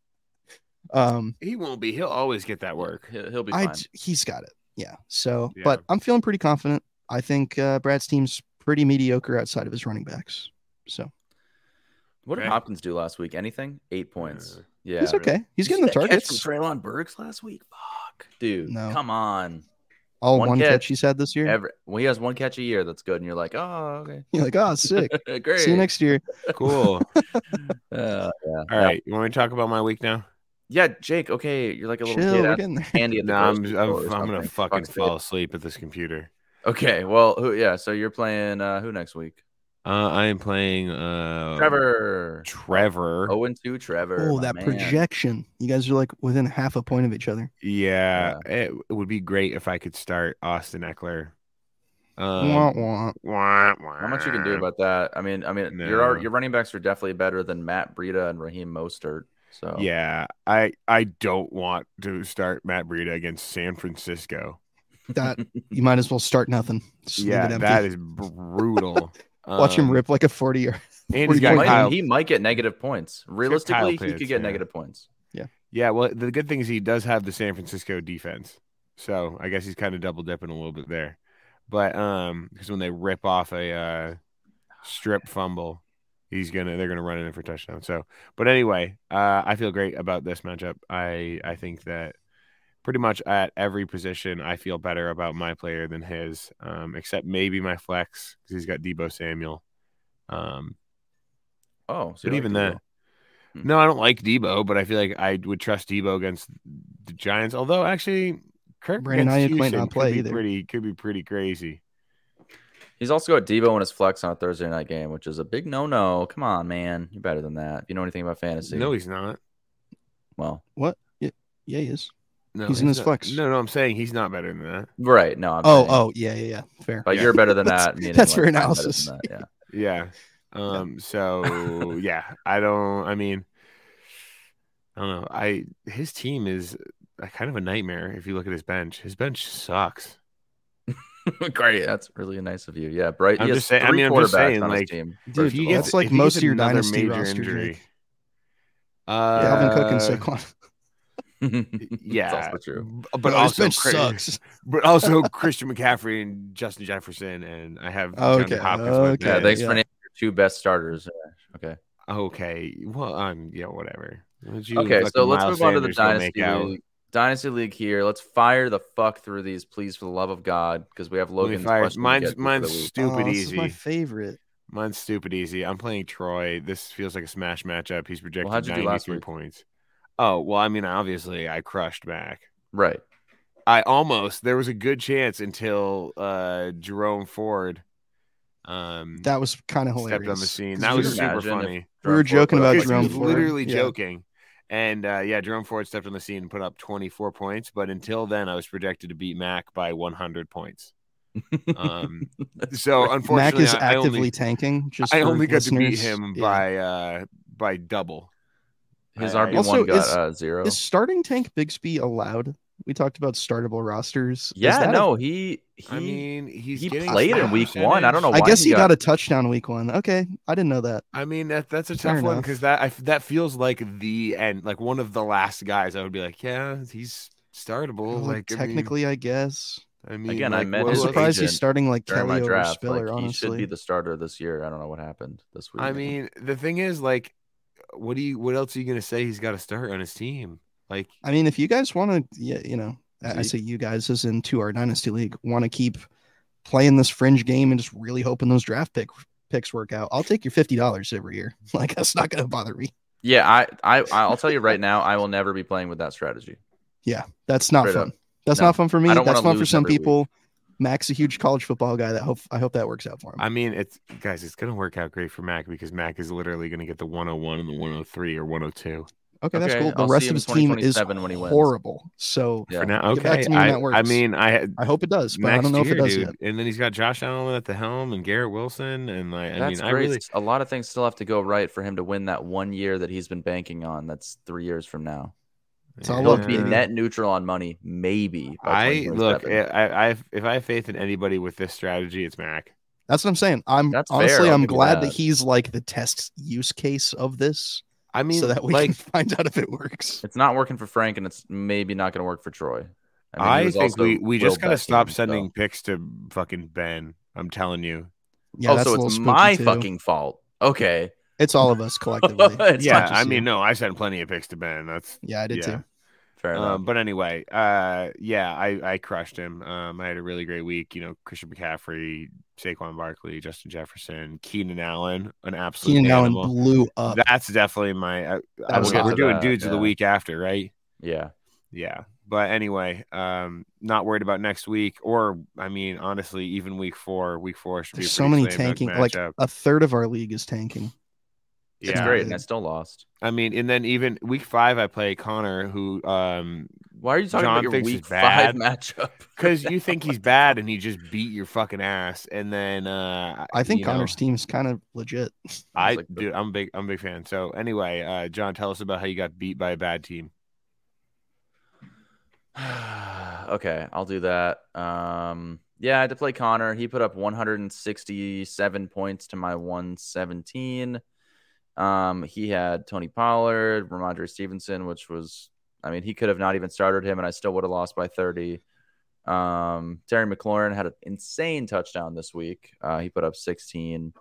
Speaker 4: Um,
Speaker 2: He won't be. He'll always get that work.
Speaker 3: He'll, he'll be
Speaker 4: I
Speaker 3: fine.
Speaker 4: d- he's got it. Yeah. So,
Speaker 2: Yeah.
Speaker 4: but I'm feeling pretty confident. I think uh, Brad's team's pretty mediocre outside of his running backs. So
Speaker 3: what did
Speaker 2: Okay.
Speaker 3: Hopkins do last week? Anything? Eight points. Yeah,
Speaker 4: he's okay. He's
Speaker 3: Did you
Speaker 4: getting the
Speaker 3: see that catch
Speaker 4: targets.
Speaker 3: From Traylon Burks last week. Fuck, dude.
Speaker 4: No.
Speaker 3: Come on.
Speaker 4: All
Speaker 3: one
Speaker 4: one, catch.
Speaker 3: catch.
Speaker 4: he's had this year.
Speaker 3: Every, when he has one catch a year, that's good, and you're like, oh, okay,
Speaker 4: You're like, oh, sick.
Speaker 3: great.
Speaker 4: See you next year.
Speaker 2: Cool.
Speaker 3: Uh, yeah.
Speaker 2: All right. You want me to talk about my week now?
Speaker 3: Yeah, Jake. Okay, you're like a little
Speaker 4: Chill.
Speaker 3: kid.
Speaker 4: We're
Speaker 3: asking
Speaker 4: getting there.
Speaker 3: Candy at the
Speaker 2: No, I'm,
Speaker 3: grocery
Speaker 2: I'm,
Speaker 3: store or
Speaker 2: I'm gonna
Speaker 3: something.
Speaker 2: fucking
Speaker 3: Fuck's sake.
Speaker 2: fall asleep at this computer.
Speaker 3: Okay, well, who, yeah. So you're playing uh, who next week?
Speaker 2: Uh, I am playing uh,
Speaker 3: Trevor.
Speaker 2: Trevor.
Speaker 3: Oh, and two, Trevor.
Speaker 4: Oh,
Speaker 3: my
Speaker 4: that
Speaker 3: man.
Speaker 4: projection. You guys are like within half a point of each other.
Speaker 2: Yeah, It, it would be great if I could start Austin Eckler.
Speaker 4: wah,
Speaker 2: Um,
Speaker 4: wah.
Speaker 2: How
Speaker 3: How much you can do about that? I mean, I mean, your
Speaker 2: No.
Speaker 3: our- your running backs are definitely better than Matt Breida and Raheem Mostert. So
Speaker 2: Yeah, I I don't want to start Matt Breida against San Francisco.
Speaker 4: That you might as well start nothing. Just leave it
Speaker 2: yeah,
Speaker 4: empty.
Speaker 2: that is brutal.
Speaker 4: Watch him
Speaker 2: Um,
Speaker 4: rip like a 40 year.
Speaker 2: And he's
Speaker 3: he
Speaker 2: got
Speaker 3: might,
Speaker 2: Kyle.
Speaker 3: he might get negative points. Realistically, he
Speaker 2: Pitts,
Speaker 3: could get
Speaker 2: yeah.
Speaker 3: negative points.
Speaker 2: yeah, well, the good thing is he does have the San Francisco defense, so I guess he's kind of double dipping a little bit there. But um, because when they rip off a uh, strip fumble, he's gonna they're gonna run it in for a touchdown. So, but anyway, uh, I feel great about this matchup. I I think that pretty much at every position, I feel better about my player than his, um, except maybe my flex because he's got Debo Samuel. Um,
Speaker 3: Oh, so
Speaker 2: but
Speaker 3: you
Speaker 2: even
Speaker 3: like
Speaker 2: then,
Speaker 3: Debo. Hmm.
Speaker 2: no, I don't like Debo, but I feel like I would trust Debo against the Giants. Although actually, Kirk
Speaker 4: Brandon
Speaker 2: against
Speaker 4: Ayuk might
Speaker 2: Houston
Speaker 4: not play
Speaker 2: could be
Speaker 4: either.
Speaker 2: Pretty could be pretty crazy.
Speaker 3: he's also got Debo in his flex on a Thursday night game, which is a big no no. Come on, man, you're better than that. If you know anything about fantasy,
Speaker 2: No, he's not.
Speaker 3: well,
Speaker 4: What? Yeah, yeah he is.
Speaker 2: No,
Speaker 4: He's in his
Speaker 2: not-
Speaker 4: flex.
Speaker 2: No, no, I'm saying he's not better than that.
Speaker 3: right? No, I'm
Speaker 4: Oh,
Speaker 3: saying.
Speaker 4: oh, yeah, yeah, yeah. Fair.
Speaker 3: but you're better than
Speaker 4: That's-
Speaker 3: that. meaning,
Speaker 4: that's for
Speaker 3: I'm better than
Speaker 4: analysis.
Speaker 3: that, Yeah.
Speaker 2: Yeah. Um. So yeah, I don't. I mean, I don't know. I his team is a kind of a nightmare if you look at his bench. His bench sucks.
Speaker 3: Great. That's really nice of you. Yeah, Bright.
Speaker 2: I'm
Speaker 3: he has
Speaker 2: just saying- I
Speaker 3: three
Speaker 2: mean, I'm just
Speaker 3: quarterbacks
Speaker 2: saying,
Speaker 3: on his
Speaker 2: like,
Speaker 3: team.
Speaker 2: if
Speaker 4: Dude,
Speaker 2: he
Speaker 4: that's
Speaker 2: gets-
Speaker 4: like
Speaker 2: if he
Speaker 4: most of
Speaker 2: gets
Speaker 4: your
Speaker 2: another
Speaker 4: dynasty
Speaker 2: major
Speaker 4: roster,
Speaker 2: injury-
Speaker 4: Jake.
Speaker 2: Uh,
Speaker 4: Dalvin Cook and Saquon.
Speaker 3: yeah,
Speaker 2: Yeah,
Speaker 3: that's also true.
Speaker 2: b- but
Speaker 4: Bro, his
Speaker 2: also
Speaker 4: bench
Speaker 2: cra-
Speaker 4: sucks.
Speaker 2: but also Christian McCaffrey and Justin Jefferson, and I have DeAndre
Speaker 4: Okay,
Speaker 2: Hopkins went
Speaker 3: Yeah,
Speaker 4: Yeah,
Speaker 2: there.
Speaker 3: thanks
Speaker 4: yeah.
Speaker 3: for naming your two best starters. Okay.
Speaker 2: Okay, well, um, yeah, whatever. Would you
Speaker 3: Okay,
Speaker 2: let
Speaker 3: so let's
Speaker 2: Miles
Speaker 3: move on to the
Speaker 2: Sanders go make
Speaker 3: dynasty
Speaker 2: out?
Speaker 3: league. Dynasty league here. Let's fire the fuck through these, please, for the love of God, because we have
Speaker 2: Let me
Speaker 3: Logan's
Speaker 2: fire-
Speaker 3: question. to get
Speaker 2: Mine's
Speaker 3: to for
Speaker 2: mine's
Speaker 3: the week.
Speaker 2: stupid
Speaker 4: oh, This is
Speaker 2: easy.
Speaker 4: my favorite.
Speaker 2: Mine's stupid easy. I'm playing Troy. This feels like a smash matchup. He's projected
Speaker 3: how'd you do last
Speaker 2: 93
Speaker 3: week?
Speaker 2: points. Oh, well, I mean, obviously, I crushed back.
Speaker 3: right.
Speaker 2: I almost, there was a good chance until uh Jerome Ford um,
Speaker 4: That was kind of hilarious.
Speaker 2: stepped on the scene.
Speaker 4: 'Cause
Speaker 2: That
Speaker 4: we
Speaker 2: was
Speaker 4: were-
Speaker 3: Imagine
Speaker 2: super
Speaker 3: if
Speaker 2: funny.
Speaker 4: We
Speaker 3: Jerome
Speaker 4: were
Speaker 3: Ford
Speaker 4: joking
Speaker 3: put up
Speaker 4: about
Speaker 2: Because he
Speaker 3: like
Speaker 4: Jerome
Speaker 2: was
Speaker 3: 80.
Speaker 4: Ford.
Speaker 2: literally
Speaker 4: Yeah.
Speaker 2: joking. And uh, yeah, Jerome Ford stepped on the scene and put up 24 points. But until then, I was projected to beat Mac by 100 points. Um, so
Speaker 4: Mac
Speaker 2: unfortunately,
Speaker 4: is
Speaker 2: I- I
Speaker 4: actively
Speaker 2: only-
Speaker 4: tanking. Just
Speaker 2: I
Speaker 4: for
Speaker 2: only got to beat
Speaker 4: listeners.
Speaker 2: him
Speaker 4: Yeah.
Speaker 2: by uh by double.
Speaker 3: His
Speaker 2: I- I-
Speaker 3: RB1
Speaker 4: Also,
Speaker 3: got
Speaker 4: is-
Speaker 3: uh, zero.
Speaker 4: Is starting Tank Bigsby allowed? We talked about startable rosters. Is
Speaker 3: yeah,
Speaker 4: that a-
Speaker 3: no, he he
Speaker 2: I mean, he's
Speaker 3: he
Speaker 2: getting
Speaker 3: played
Speaker 2: snap
Speaker 3: in week one. I don't know
Speaker 2: percentage.
Speaker 4: I
Speaker 3: why
Speaker 4: guess he
Speaker 3: he
Speaker 4: got,
Speaker 3: got-
Speaker 4: a touchdown week one. Okay, I didn't know that.
Speaker 2: I mean, that that's a
Speaker 4: Fair
Speaker 2: tough one
Speaker 4: enough.
Speaker 2: because that I, that feels like the end, like one of the last guys. I would be like, yeah, he's startable.
Speaker 3: Oh,
Speaker 4: Well,
Speaker 2: like I mean-
Speaker 4: technically, I guess.
Speaker 2: I mean,
Speaker 3: Again, I
Speaker 2: like,
Speaker 3: meant
Speaker 2: what
Speaker 4: I'm
Speaker 3: his
Speaker 2: was-
Speaker 4: surprised
Speaker 3: agent
Speaker 4: he's starting like
Speaker 3: during
Speaker 4: Kelly
Speaker 3: my
Speaker 4: over
Speaker 3: draft.
Speaker 4: Spiller.
Speaker 3: Like, he should
Speaker 4: honestly,
Speaker 3: be the starter this year. I don't know what happened this week.
Speaker 2: I mean, the thing is, like, what do you? What else are you gonna say? He's got to start on his team. Like,
Speaker 4: I mean, if you guys want to, yeah, you know, I- I
Speaker 2: Zeke.
Speaker 4: say you guys as in two our dynasty league want to keep playing this fringe game and just really hoping those draft pick picks work out. I'll take your fifty dollars every year. Like that's not going to bother me.
Speaker 3: yeah, I I I'll tell you right now, I will never be playing with that strategy.
Speaker 4: That's not
Speaker 3: Straight
Speaker 4: fun.
Speaker 3: up.
Speaker 4: That's
Speaker 3: No.
Speaker 4: not fun for me.
Speaker 3: I don't
Speaker 4: That's
Speaker 3: wanna
Speaker 4: fun for
Speaker 3: lose
Speaker 4: some
Speaker 3: every week.
Speaker 4: people. Mac's a huge college football guy. That hope I hope that works out for him.
Speaker 2: I mean, it's guys, it's gonna work out great for Mac because Mac is literally gonna get the 101 and the 103 or 102.
Speaker 4: okay, that's
Speaker 3: okay,
Speaker 4: cool. The
Speaker 3: I'll
Speaker 4: rest
Speaker 3: see
Speaker 4: of
Speaker 3: him
Speaker 4: his team is
Speaker 3: 2027 when he wins.
Speaker 4: horrible. So
Speaker 2: For
Speaker 3: Yeah.
Speaker 2: now,
Speaker 4: Get back
Speaker 2: okay.
Speaker 4: to me when
Speaker 2: I,
Speaker 4: that
Speaker 2: I
Speaker 4: works.
Speaker 2: mean, I
Speaker 4: I hope it does, but
Speaker 2: next
Speaker 4: I don't know
Speaker 2: year,
Speaker 4: if it does
Speaker 2: dude.
Speaker 4: yet.
Speaker 2: And then he's got Josh Allen at the helm and Garrett Wilson, and like I mean,
Speaker 3: that's
Speaker 2: I
Speaker 3: great.
Speaker 2: really
Speaker 3: A lot of things still have to go right for him to win that one year that he's been banking on. That's three years from now.
Speaker 4: So I
Speaker 3: He'll
Speaker 4: love
Speaker 3: be
Speaker 4: Yeah.
Speaker 3: net neutral on money, maybe. by
Speaker 2: I look, eh,
Speaker 3: 2027.
Speaker 2: I, I, I- if I have faith in anybody with this strategy, it's Mac.
Speaker 4: That's what I'm saying. I'm
Speaker 3: That's fair,
Speaker 4: honestly
Speaker 3: I'll
Speaker 4: I'm
Speaker 3: give you
Speaker 4: glad that.
Speaker 3: that.
Speaker 4: he's like the test use case of this.
Speaker 2: I mean,
Speaker 4: so that we
Speaker 2: like
Speaker 4: can find out if it works.
Speaker 3: It's not working for Frank, and it's maybe not going to work for Troy. mean, he
Speaker 2: I,
Speaker 3: was
Speaker 2: think
Speaker 3: also
Speaker 2: we, we just
Speaker 3: Will
Speaker 2: gotta
Speaker 3: Beckham's
Speaker 2: stop
Speaker 3: stuff.
Speaker 2: sending pics to fucking Ben. I'm telling you.
Speaker 4: Yeah,
Speaker 3: oh,
Speaker 4: that's
Speaker 3: so
Speaker 4: a little
Speaker 3: it's
Speaker 4: spooky
Speaker 3: my
Speaker 4: too.
Speaker 3: fucking fault. Okay.
Speaker 4: It's all of us collectively.
Speaker 3: It's
Speaker 2: yeah,
Speaker 4: not just
Speaker 2: I
Speaker 4: you.
Speaker 2: mean, no, I sent plenty of pics to Ben. That's
Speaker 4: Yeah, I did
Speaker 2: Yeah.
Speaker 4: too.
Speaker 3: Fair enough.
Speaker 2: Um, but anyway, uh, yeah, I, I crushed him. Um, I had a really great week. You know, Christian McCaffrey, Saquon Barkley, Justin Jefferson, Keenan Allen, an absolute
Speaker 4: Keenan Allen
Speaker 2: animal.
Speaker 4: blew up.
Speaker 2: That's definitely my. I, I
Speaker 4: was
Speaker 2: will get-
Speaker 4: hot.
Speaker 2: we're doing
Speaker 3: That,
Speaker 2: dudes of the
Speaker 3: yeah.
Speaker 2: week after, right?
Speaker 3: yeah.
Speaker 2: Yeah. But anyway, um, not worried about next week, or I mean, honestly, even week four. Week four should be a
Speaker 4: There's so
Speaker 2: pretty
Speaker 4: many
Speaker 2: slam dunk
Speaker 4: tanking. Like
Speaker 2: matchup.
Speaker 4: a third of our league is tanking.
Speaker 3: It's
Speaker 2: yeah,
Speaker 3: great, and I still lost.
Speaker 2: I mean, and then even week five, I play Connor, who um,
Speaker 3: Why are you talking
Speaker 2: John
Speaker 3: about your
Speaker 2: thinks
Speaker 3: week
Speaker 2: it's
Speaker 3: five
Speaker 2: bad.
Speaker 3: matchup?
Speaker 2: because you think he's bad and he just beat your fucking ass, and then uh,
Speaker 4: I think
Speaker 2: you know,
Speaker 4: Connor's team is kind of legit.
Speaker 2: I
Speaker 3: like the-
Speaker 2: dude, I'm a big, I'm a big fan. So anyway, uh, John, tell us about how you got beat by a bad team.
Speaker 3: okay, I'll do that. Um, yeah, I had to play Connor. He put up 167 points to my 117. Um, he had Tony Pollard, Ramondre Stevenson, which was, I mean, he could have not even started him, and I still would have lost by 30. Um, Terry McLaurin had an insane touchdown this week. Uh, he put up 16.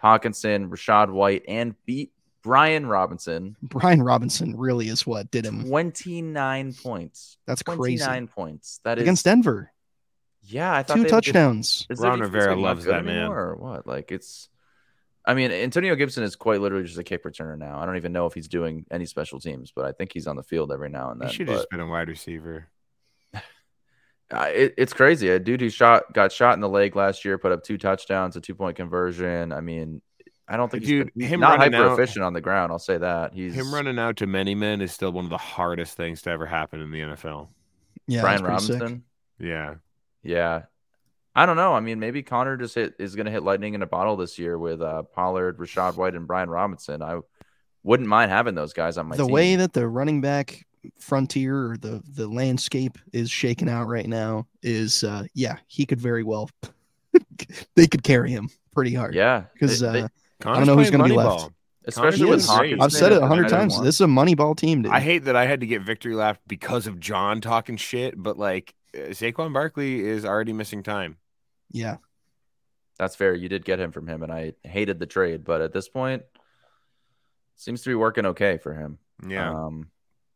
Speaker 3: Hawkinson, Rashad White, and beat Brian Robinson.
Speaker 4: Brian Robinson really is what did him.
Speaker 3: 29 points.
Speaker 4: That's crazy.
Speaker 3: 29 points. That is
Speaker 4: Against Denver,
Speaker 3: yeah, I thought they
Speaker 4: two
Speaker 3: would get-
Speaker 4: touchdowns.
Speaker 3: Is their
Speaker 2: Ron
Speaker 3: defense,
Speaker 2: Rivera
Speaker 3: like, not
Speaker 2: loves
Speaker 3: good
Speaker 2: that man.
Speaker 3: anymore Or what? Like it's I mean, Antonio Gibson is quite literally just a kick returner now. I don't even know if he's doing any special teams, but I think he's on the field every now and
Speaker 2: He
Speaker 3: then.
Speaker 2: should
Speaker 3: but-
Speaker 2: have just been a wide receiver.
Speaker 3: uh, it, it's crazy. A dude who shot got shot in the leg last year, put up two touchdowns, a two point conversion. I mean, I don't think he's
Speaker 2: Dude,
Speaker 3: been- he's
Speaker 2: him
Speaker 3: not
Speaker 2: running
Speaker 3: hyper
Speaker 2: out-
Speaker 3: efficient on the ground. I'll say that he's
Speaker 2: Him running out to many men is still one of the hardest things to ever happen in the NFL.
Speaker 4: Yeah,
Speaker 3: Brian
Speaker 4: that's pretty sick.
Speaker 3: Robinson.
Speaker 2: Yeah,
Speaker 3: Yeah. I don't know. I mean, maybe Connor just hit is going to hit lightning in a bottle this year with uh, Pollard, Rashad White, and Brian Robinson. I wouldn't mind having those guys on my
Speaker 4: the
Speaker 3: team.
Speaker 4: way that the running back frontier or the the landscape is shaken out right now is uh yeah he could very well they could carry him pretty hard
Speaker 3: yeah,
Speaker 4: because
Speaker 3: They- they-
Speaker 4: uh,
Speaker 2: Connor's
Speaker 4: know who's
Speaker 2: playing
Speaker 4: gonna be
Speaker 2: Moneyball.
Speaker 4: left.
Speaker 3: especially
Speaker 2: Connor
Speaker 3: with
Speaker 2: is
Speaker 3: Hawkins,
Speaker 2: great.
Speaker 4: i've said it a hundred
Speaker 3: I
Speaker 4: times
Speaker 3: want-
Speaker 4: this is a moneyball team dude
Speaker 2: I hate that I had to get victory lap because of John talking shit, but like uh, Saquon Barkley is already missing time.
Speaker 4: yeah
Speaker 3: That's fair. You did get him from him, and I hated the trade, but at this point, seems to be working okay for him.
Speaker 2: Yeah,
Speaker 3: Um,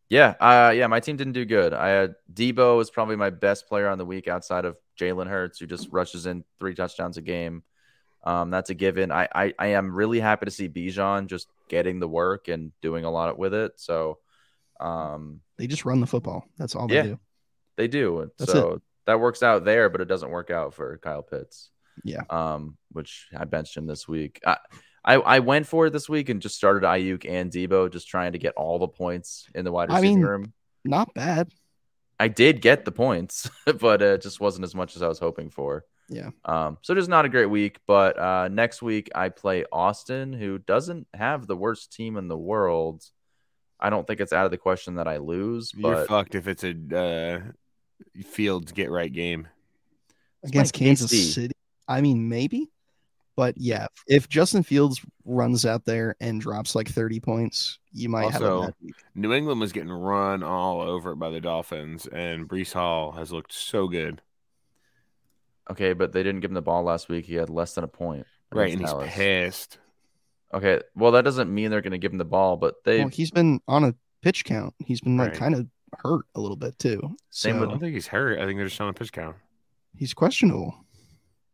Speaker 3: yeah. Uh, yeah. My team didn't do good. I had Debo is probably my best player on the week outside of Jalen Hurts, who just rushes in three touchdowns a game. Um, that's a given. I, I I am really happy to see Bijan just getting the work and doing a lot with it. So, um,
Speaker 4: they just run the football that's all they
Speaker 3: Yeah.
Speaker 4: do
Speaker 3: they do. And
Speaker 4: That's
Speaker 3: so that works out there, but it doesn't work out for Kyle Pitts.
Speaker 4: Yeah.
Speaker 3: Um, which I benched him this week. I, I, I went for it this week and just started Ayuk and Debo, just trying to get all the points in the wide
Speaker 4: I
Speaker 3: receiver
Speaker 4: mean-
Speaker 3: room.
Speaker 4: not bad
Speaker 3: I did get the points, but uh, it just wasn't as much as I was hoping for.
Speaker 4: Yeah.
Speaker 3: Um, so just not a great week. But uh, next week I play Austin, who doesn't have the worst team in the world. I don't think it's out of the question that I lose,
Speaker 2: you're
Speaker 3: but
Speaker 2: fucked if it's a uh, Fields get right game.
Speaker 4: against
Speaker 3: my
Speaker 4: kansas
Speaker 3: KC.
Speaker 4: city i mean maybe but yeah if justin fields runs out there and drops like 30 points you might have a
Speaker 2: Also-
Speaker 4: bad week.
Speaker 2: New England was getting run all over by the Dolphins, and Brees Hall has looked so good.
Speaker 3: okay, but they didn't give him the ball last week. He had less than a point.
Speaker 2: Right, and
Speaker 3: against
Speaker 2: he's
Speaker 3: Dallas.
Speaker 2: pissed.
Speaker 3: Okay, well that doesn't mean they're going to give him the ball, but they
Speaker 4: well, he's been on a pitch count. He's been like
Speaker 2: Right.
Speaker 4: kind of hurt a little bit too.
Speaker 3: Same
Speaker 2: I
Speaker 4: so
Speaker 2: don't think he's hurt. I think they're just on a pitch count.
Speaker 4: he's questionable.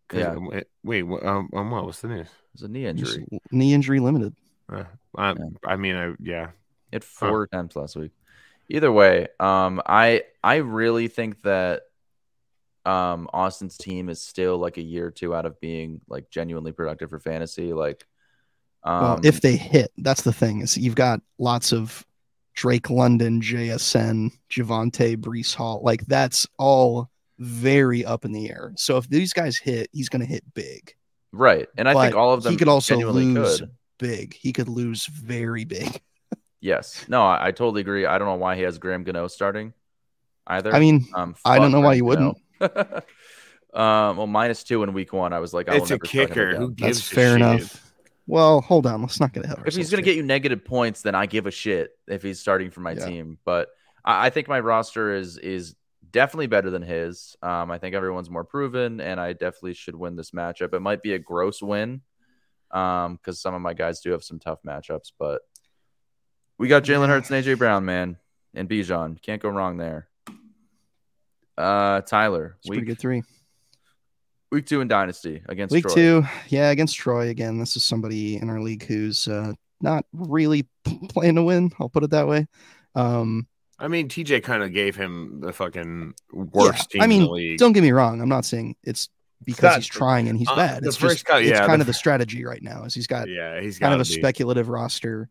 Speaker 2: 'Cause-
Speaker 3: Yeah.
Speaker 2: um, it- Wait, wh- um, um, what? What's the news?
Speaker 3: it's a knee
Speaker 4: He's
Speaker 3: injury.
Speaker 4: knee injury limited.
Speaker 2: Uh, I, I mean, I yeah.
Speaker 3: He had four attempts last week. Either way, um, I I really think that um Austin's team is still like a year or two out of being like genuinely productive for fantasy. Like, um,
Speaker 4: well, if they hit, that's the thing. Is you've got lots of Drake London, JSN, Javante, Brees Hall. Like that's all very up in the air. So if these guys hit, he's going to hit big,
Speaker 3: right, and I think
Speaker 4: but
Speaker 3: all of
Speaker 4: he
Speaker 3: them
Speaker 4: could also
Speaker 3: genuinely
Speaker 4: lose.
Speaker 3: could.
Speaker 4: big. He could lose very big.
Speaker 3: Yes, no, I, I totally agree. I don't know why he has Graham Gano starting either.
Speaker 4: I mean,
Speaker 3: um,
Speaker 4: I don't
Speaker 3: fuck
Speaker 4: know why you
Speaker 3: Graham Gano. um, well, minus two in week one. I was like, I will
Speaker 2: it's a
Speaker 3: never start him
Speaker 2: kicker.
Speaker 3: again.
Speaker 2: Who
Speaker 4: that's
Speaker 2: gives a
Speaker 4: fair
Speaker 2: shit?
Speaker 4: enough. Well, hold on. Let's not get ahead of
Speaker 3: If
Speaker 4: ourselves.
Speaker 3: he's going to
Speaker 4: here.
Speaker 3: get you negative points, then I give a shit if he's starting for my
Speaker 4: Yeah.
Speaker 3: team. But I, I think my roster is is definitely better than his. Um, I think everyone's more proven, and I definitely should win this matchup. It might be a gross win because some of my guys do have some tough matchups. But we got Jalen Hurts and AJ Brown, man, and Bijan. Can't go wrong there. Uh, Tyler,
Speaker 4: It's a pretty
Speaker 3: week,
Speaker 4: good three.
Speaker 3: week two in Dynasty against
Speaker 4: Week
Speaker 3: Troy.
Speaker 4: two, yeah, against Troy again. This is somebody in our league who's uh, not really p- playing to win. I'll put it that way. Um,
Speaker 2: I mean, TJ kind of gave him the fucking worst
Speaker 4: Yeah,
Speaker 2: team
Speaker 4: I
Speaker 2: in
Speaker 4: mean,
Speaker 2: the league.
Speaker 4: don't get me wrong. I'm not saying it's because
Speaker 2: not-
Speaker 4: he's trying and he's
Speaker 2: uh,
Speaker 4: bad.
Speaker 2: the
Speaker 4: It's
Speaker 2: first
Speaker 4: just
Speaker 2: guy-
Speaker 4: it's
Speaker 2: yeah,
Speaker 4: kind
Speaker 2: the
Speaker 4: of the strategy right now. Is he's got
Speaker 2: yeah, he's
Speaker 4: kind
Speaker 2: got
Speaker 4: of a speculative roster.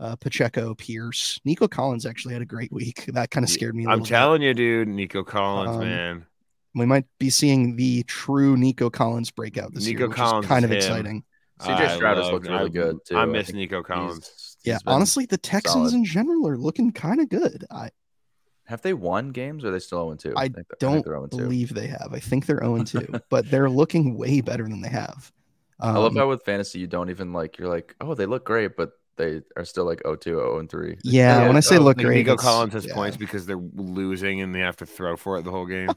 Speaker 4: Uh, Pacheco, Pierce, Nico Collins actually had a great week. That kind of
Speaker 2: Yeah,
Speaker 4: scared me. i
Speaker 2: I'm telling you, dude, Nico Collins,
Speaker 4: Um,
Speaker 2: man.
Speaker 4: We might be seeing the true Nico Collins breakout this
Speaker 2: Nico
Speaker 4: year, which
Speaker 2: Collins
Speaker 4: is
Speaker 2: is
Speaker 4: kind of
Speaker 2: him.
Speaker 4: exciting.
Speaker 2: I
Speaker 3: CJ Stroud has
Speaker 2: love-
Speaker 3: looked really
Speaker 2: I-
Speaker 3: good too.
Speaker 2: I
Speaker 3: I
Speaker 2: miss
Speaker 3: think
Speaker 2: Nico Collins.
Speaker 3: he's-
Speaker 4: Yeah,
Speaker 3: he's been-
Speaker 4: honestly, the Texans
Speaker 3: solid.
Speaker 4: in general are looking kind of good. I
Speaker 3: Have they won games or are they still 0 2?
Speaker 4: I don't
Speaker 3: oh
Speaker 4: believe they have. I think they're 0 2, but they're looking way better than they have. Um,
Speaker 3: I love how with fantasy you don't even like, you're like, oh, they look great, but they are still like 0 2, 0 3.
Speaker 4: yeah, when I say
Speaker 2: so,
Speaker 4: look
Speaker 2: like,
Speaker 4: great,
Speaker 2: Nico
Speaker 4: it's-
Speaker 2: Collins has
Speaker 4: yeah.
Speaker 2: points because they're losing and they have to throw for it the whole game.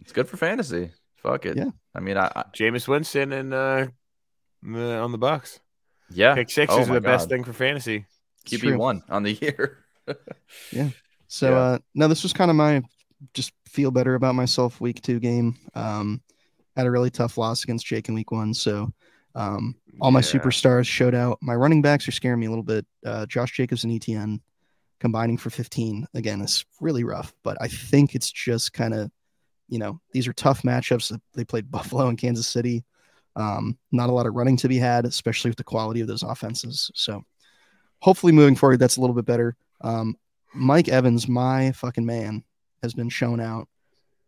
Speaker 3: It's good for fantasy. Fuck it.
Speaker 4: Yeah.
Speaker 3: I mean, I, I
Speaker 2: Jameis Winston and uh, the, on the Bucks.
Speaker 3: yeah,
Speaker 2: Pick six
Speaker 3: Oh
Speaker 2: is
Speaker 3: my
Speaker 2: the best
Speaker 3: God.
Speaker 2: thing for fantasy.
Speaker 4: It's true.
Speaker 3: QB1 on the year.
Speaker 4: So
Speaker 3: Yeah.
Speaker 4: uh no, this was kind of my just feel better about myself week two game. Um had a really tough loss against Jake in week one. So um all my
Speaker 2: Yeah.
Speaker 4: superstars showed out. My running backs are scaring me a little bit. Uh Josh Jacobs and ETN combining for 15 again is really rough, but I think it's just kind of you know, these are tough matchups. They played Buffalo and Kansas City. Um, not a lot of running to be had, especially with the quality of those offenses. So hopefully moving forward, that's a little bit better. Um, Mike Evans, my fucking man, has been shown out.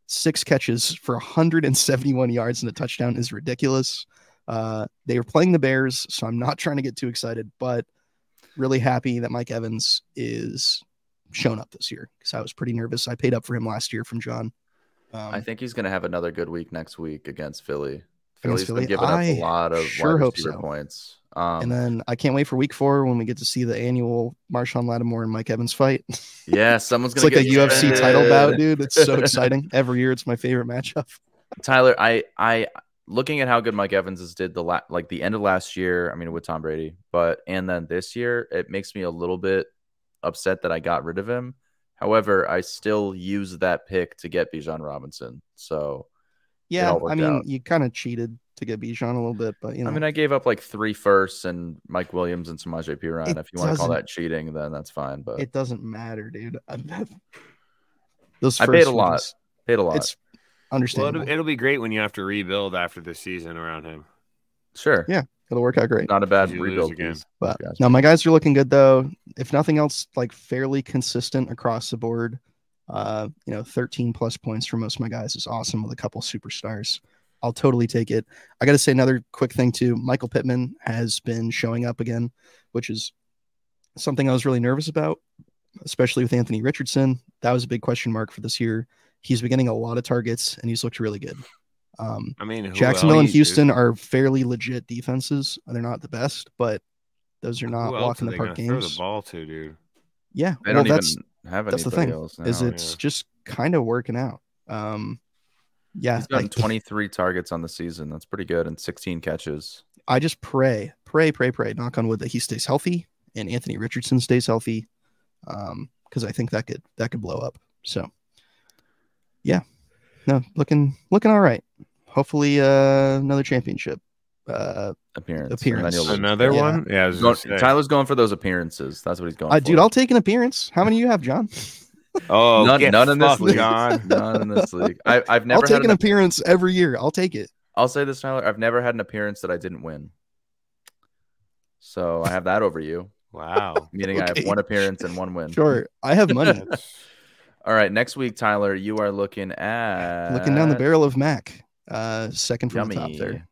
Speaker 4: Six catches for 171 yards and a touchdown is ridiculous. Uh, they are playing the Bears, so I'm not trying to get too excited, but really happy that Mike Evans is shown up this year because I was pretty nervous. I paid up for him last year from John. Um,
Speaker 3: I think he's going to have another good week next week against Philly. Philly's
Speaker 4: Against Philly?
Speaker 3: been giving up
Speaker 4: I
Speaker 3: a lot of
Speaker 4: sure
Speaker 3: wide
Speaker 4: hope
Speaker 3: receiver
Speaker 4: so.
Speaker 3: points. Um,
Speaker 4: and then I can't wait for week four when we get to see the annual Marshawn Lattimore and Mike Evans fight.
Speaker 3: yeah, someone's
Speaker 4: It's
Speaker 3: going
Speaker 4: like
Speaker 3: to
Speaker 4: a
Speaker 3: get
Speaker 4: UFC
Speaker 3: suspended.
Speaker 4: title bout, dude. It's so exciting. Every year, it's my favorite matchup.
Speaker 3: Tyler, I I looking at how good Mike Evans is did the la- like the end of last year. I mean, with Tom Brady, but and then this year, it makes me a little bit upset that I got rid of him. However, I still use that pick to get Bijan Robinson. So
Speaker 4: Yeah,
Speaker 3: all
Speaker 4: I
Speaker 3: worked
Speaker 4: mean,
Speaker 3: out.
Speaker 4: you kind of cheated to get Bijan a little bit, but you know,
Speaker 3: I mean, I gave up like three firsts and Mike Williams and Samaje Perine.
Speaker 4: It
Speaker 3: If you want to call
Speaker 4: doesn't-
Speaker 3: that cheating, then that's fine. But
Speaker 4: it doesn't matter, dude. I'm- Those
Speaker 3: I paid
Speaker 4: first
Speaker 3: a lot.
Speaker 4: ones,
Speaker 3: paid a lot.
Speaker 4: It's
Speaker 2: Well,
Speaker 4: understandable.
Speaker 2: it'll, it'll be great when you have to rebuild after this season around him.
Speaker 3: sure,
Speaker 4: Yeah. It'll work out great.
Speaker 3: not a bad
Speaker 2: You lose
Speaker 3: rebuild
Speaker 2: again.
Speaker 3: piece.
Speaker 4: But
Speaker 3: Gotcha.
Speaker 4: no, my guys are looking good though. If nothing else, like fairly consistent across the board. Uh, you know, 13 plus points for most of my guys is awesome with a couple superstars. I'll totally take it. I got to say another quick thing too. Michael Pittman has been showing up again, which is something I was really nervous about, especially with Anthony Richardson. That was a big question mark for this year. He's been getting a lot of targets and he's looked really good. Um,
Speaker 2: I mean, who
Speaker 4: Jacksonville
Speaker 2: else,
Speaker 4: and
Speaker 2: dude?
Speaker 4: Houston are fairly legit defenses. They're not the best, but those are
Speaker 2: Who
Speaker 4: not
Speaker 2: else
Speaker 4: walk
Speaker 2: are
Speaker 4: in uh, the
Speaker 2: they
Speaker 4: park
Speaker 2: gonna Throw the
Speaker 4: games.
Speaker 2: ball to dude.
Speaker 4: Yeah,
Speaker 3: I
Speaker 4: well,
Speaker 3: don't
Speaker 4: that's
Speaker 3: even have
Speaker 4: that's the
Speaker 3: anybody
Speaker 4: thing,
Speaker 3: else.
Speaker 4: is
Speaker 3: now.
Speaker 4: it's just kind of working out. Um, yeah,
Speaker 3: He's gotten
Speaker 4: like,
Speaker 3: 23 targets on the season. That's pretty good, and 16 catches.
Speaker 4: I just pray, pray, pray, pray, knock on wood that he stays healthy and Anthony Richardson stays healthy, um, because I think that could that could blow up. So, yeah, no, looking looking all right. Hopefully, uh, another championship. Uh,
Speaker 3: appearance.
Speaker 4: Appearance.
Speaker 3: you'll lose.
Speaker 2: Another
Speaker 4: Yeah.
Speaker 2: one? Yeah, I was
Speaker 3: Go-
Speaker 2: gonna say.
Speaker 3: Tyler's going for those appearances. That's what he's going
Speaker 4: uh,
Speaker 3: for.
Speaker 4: dude, I'll take an appearance. How many you have, John?
Speaker 2: Oh,
Speaker 3: none,
Speaker 2: get
Speaker 3: none in this
Speaker 2: fucked,
Speaker 3: league.
Speaker 2: John.
Speaker 3: None in this league. I, I've never
Speaker 4: I'll take
Speaker 3: had.
Speaker 4: an
Speaker 3: An,
Speaker 4: appearance every year. I'll take it.
Speaker 3: I'll say this, Tyler. I've never had an appearance that I didn't win. So I have that over you,
Speaker 2: Wow.
Speaker 3: meaning I have
Speaker 4: Okay.
Speaker 3: one appearance and one win.
Speaker 4: Sure, I have money.
Speaker 3: All right, next week, Tyler, you are looking at
Speaker 4: Looking down the barrel of Mac, uh, second from the top
Speaker 3: Yummy.
Speaker 4: there.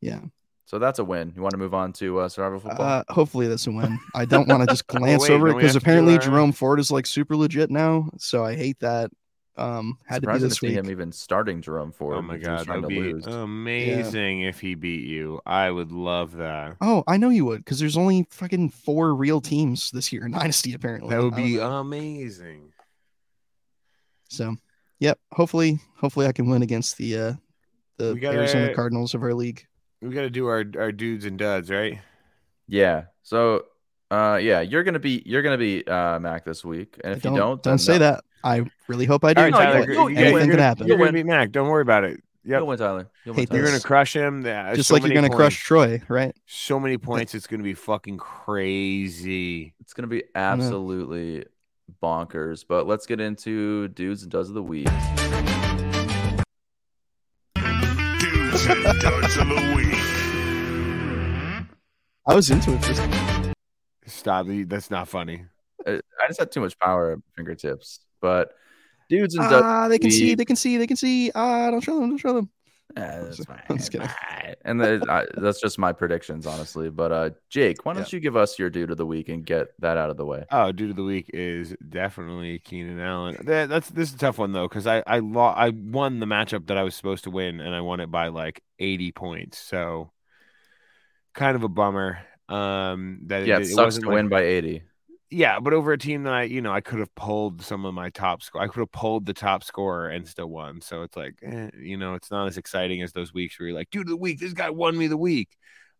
Speaker 4: Yeah.
Speaker 3: So that's a win. You want to move on to uh, survival football?
Speaker 4: Uh, hopefully that's a win. I don't want to just glance
Speaker 2: wait,
Speaker 4: over it
Speaker 2: don't we have to
Speaker 4: because
Speaker 2: do
Speaker 4: apparently
Speaker 2: our-
Speaker 4: Jerome Ford is like super legit now, so I hate that. Um, had to be
Speaker 3: Surprised to
Speaker 4: this
Speaker 3: see
Speaker 4: week.
Speaker 3: him e even starting Jerome Ford.
Speaker 2: Oh my
Speaker 3: because he was
Speaker 2: god, that
Speaker 3: trying
Speaker 2: would
Speaker 3: to
Speaker 2: be
Speaker 3: lose.
Speaker 2: amazing if he beat you. I would love that.
Speaker 4: Oh, I know you would, because there's only fucking four real teams this year in Dynasty, apparently.
Speaker 2: That would
Speaker 4: I don't
Speaker 2: be
Speaker 4: know.
Speaker 2: amazing.
Speaker 4: so. Yep. Hopefully, hopefully I can win against the uh the
Speaker 2: We gotta-
Speaker 4: Arizona Cardinals of our league.
Speaker 2: We got to do our our dudes and duds, right?
Speaker 3: Yeah. So, uh, yeah, you're gonna be you're gonna be uh Mac this week, and if
Speaker 4: don't
Speaker 3: you don't,
Speaker 4: don't
Speaker 3: then
Speaker 4: say
Speaker 3: no.
Speaker 4: that. I really hope I do.
Speaker 2: All right,
Speaker 3: No,
Speaker 2: Tyler,
Speaker 4: but
Speaker 3: you'll-
Speaker 2: you
Speaker 3: you'll
Speaker 4: anything
Speaker 2: guys-
Speaker 3: win.
Speaker 4: could happen.
Speaker 2: You're
Speaker 3: You'll
Speaker 2: gonna
Speaker 3: win.
Speaker 2: beat Mac. Don't worry about it. Yep.
Speaker 3: You'll win, Tyler. You'll win,
Speaker 4: Hate
Speaker 3: Tyler.
Speaker 2: You're
Speaker 4: this.
Speaker 2: gonna crush him. Yeah,
Speaker 4: Just
Speaker 2: so
Speaker 4: like you're
Speaker 2: many
Speaker 4: gonna
Speaker 2: points.
Speaker 4: crush Troy, right?
Speaker 2: so many points. It's gonna be fucking crazy.
Speaker 3: It's gonna be
Speaker 4: know.
Speaker 3: absolutely bonkers. But let's get into dudes and does of the week.
Speaker 1: Dudes and Duds of the Week.
Speaker 4: I was into it. For...
Speaker 2: Stop. That's not funny.
Speaker 3: Uh, I just had too much power at my fingertips. But dudes and does.
Speaker 4: Ah, they can see.
Speaker 3: we-
Speaker 4: They can see. They can see. Ah, don't show them. Don't show them.
Speaker 3: Eh, that's fine.
Speaker 4: I'm just kidding.
Speaker 3: Alright. And the, I, that's just my predictions, honestly. But uh, Jake, why don't you give us your dude of the week and get that out of the way?
Speaker 2: Oh, dude of the week is definitely Keenan Allen. That, that's this is a tough one though because I I lo- I won the matchup that I was supposed to win and I won it by like eighty points. So kind of a bummer. Um, that it-
Speaker 3: yeah,
Speaker 2: it,
Speaker 3: it, sucks
Speaker 2: wasn't
Speaker 3: to
Speaker 2: like-
Speaker 3: win by 80.
Speaker 2: Yeah, but over a team that I you know I could have pulled some of my top score. I could have pulled the top scorer and still won. So it's like eh, you know it's not as exciting as those weeks where you're like, dude of the week, this guy won me the week.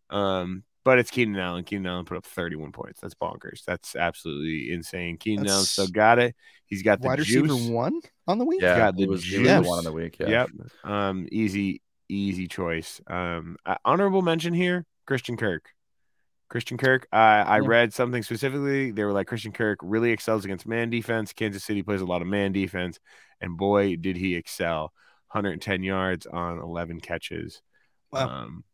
Speaker 2: Um, but it's Keenan Allen. Keenan Allen put up 31 points. That's bonkers. That's absolutely insane. Keenan Allen
Speaker 4: That's-
Speaker 2: still got it. He's got the
Speaker 4: Wide
Speaker 2: juice.
Speaker 4: receiver one on the week.
Speaker 3: Yeah,
Speaker 2: got the
Speaker 3: it was, he was the
Speaker 2: juice.
Speaker 3: one in the week. Yeah.
Speaker 2: Yep. Um, easy, easy choice. Um, uh, honorable mention here, Christian Kirk. Christian Kirk. Uh, I
Speaker 4: Yeah.
Speaker 2: read something specifically. They were like, Christian Kirk really excels against man defense. Kansas City plays a lot of man defense, and boy, did he excel. 110 yards on 11 catches.
Speaker 4: Wow.
Speaker 2: Um,